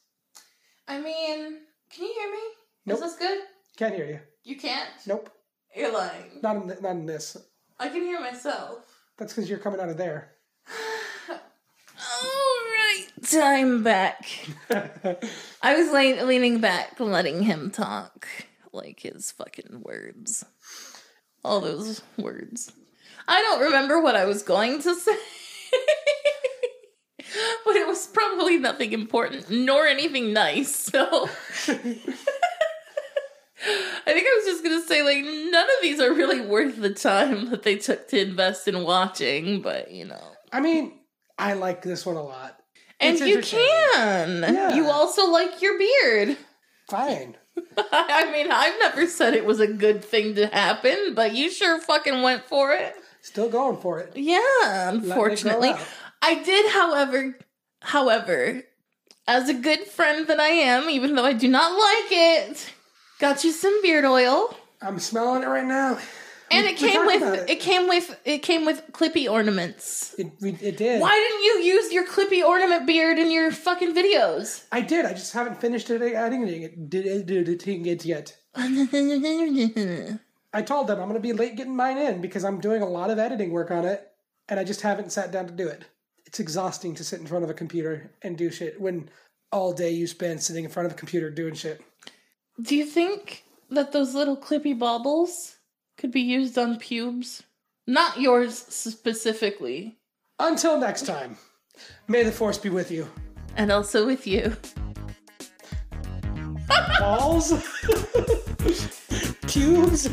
B: I mean can you hear me
A: Nope.
B: this good
A: Can't hear you.
B: you can't
A: Nope.
B: you're lying
A: Not in th- not in this.
B: i can hear myself
A: That's because you're coming out of there.
B: Alright, I'm back. I was lay- leaning back, letting him talk. Like his fucking words. All those words. I don't remember what I was going to say. [LAUGHS] but it was probably nothing important, nor anything nice, so. [LAUGHS] I think I was just gonna say, like, none of these are really worth the time that they took to invest in watching, but you know.
A: I mean, I like this one a lot.
B: And
A: It's
B: you
A: entertaining.
B: can.
A: Yeah.
B: You also like your beard. [LAUGHS]
A: Fine.
B: I mean, I've never said it was a good thing to happen, but you sure fucking went for it.
A: Still going for it.
B: Yeah, unfortunately.
A: out.
B: I did, however, however, as a good friend that I am, even though I do not like it, got you some beard oil.
A: I'm smelling it right now.
B: And it
A: we
B: came
A: talked
B: with
A: about
B: it.
A: it.
B: came with it came with clippy ornaments.
A: It, we- it did.
B: Why didn't you use your clippy ornament beard in your fucking videos?
A: [LAUGHS] I did. I just haven't finished it adding it, did- editing it yet. I told them I'm going to be late getting mine in because I'm doing a lot of editing work on it, and I just haven't sat down to do it. It's exhausting to sit in front of a computer and do shit when all day you spend sitting in front of a computer doing shit.
B: Do you think that those little clippy baubles could be used on pubes? Not yours specifically,
A: Until next time, may the force be with you.
B: and also with you.
A: [LAUGHS] Balls? Cubes?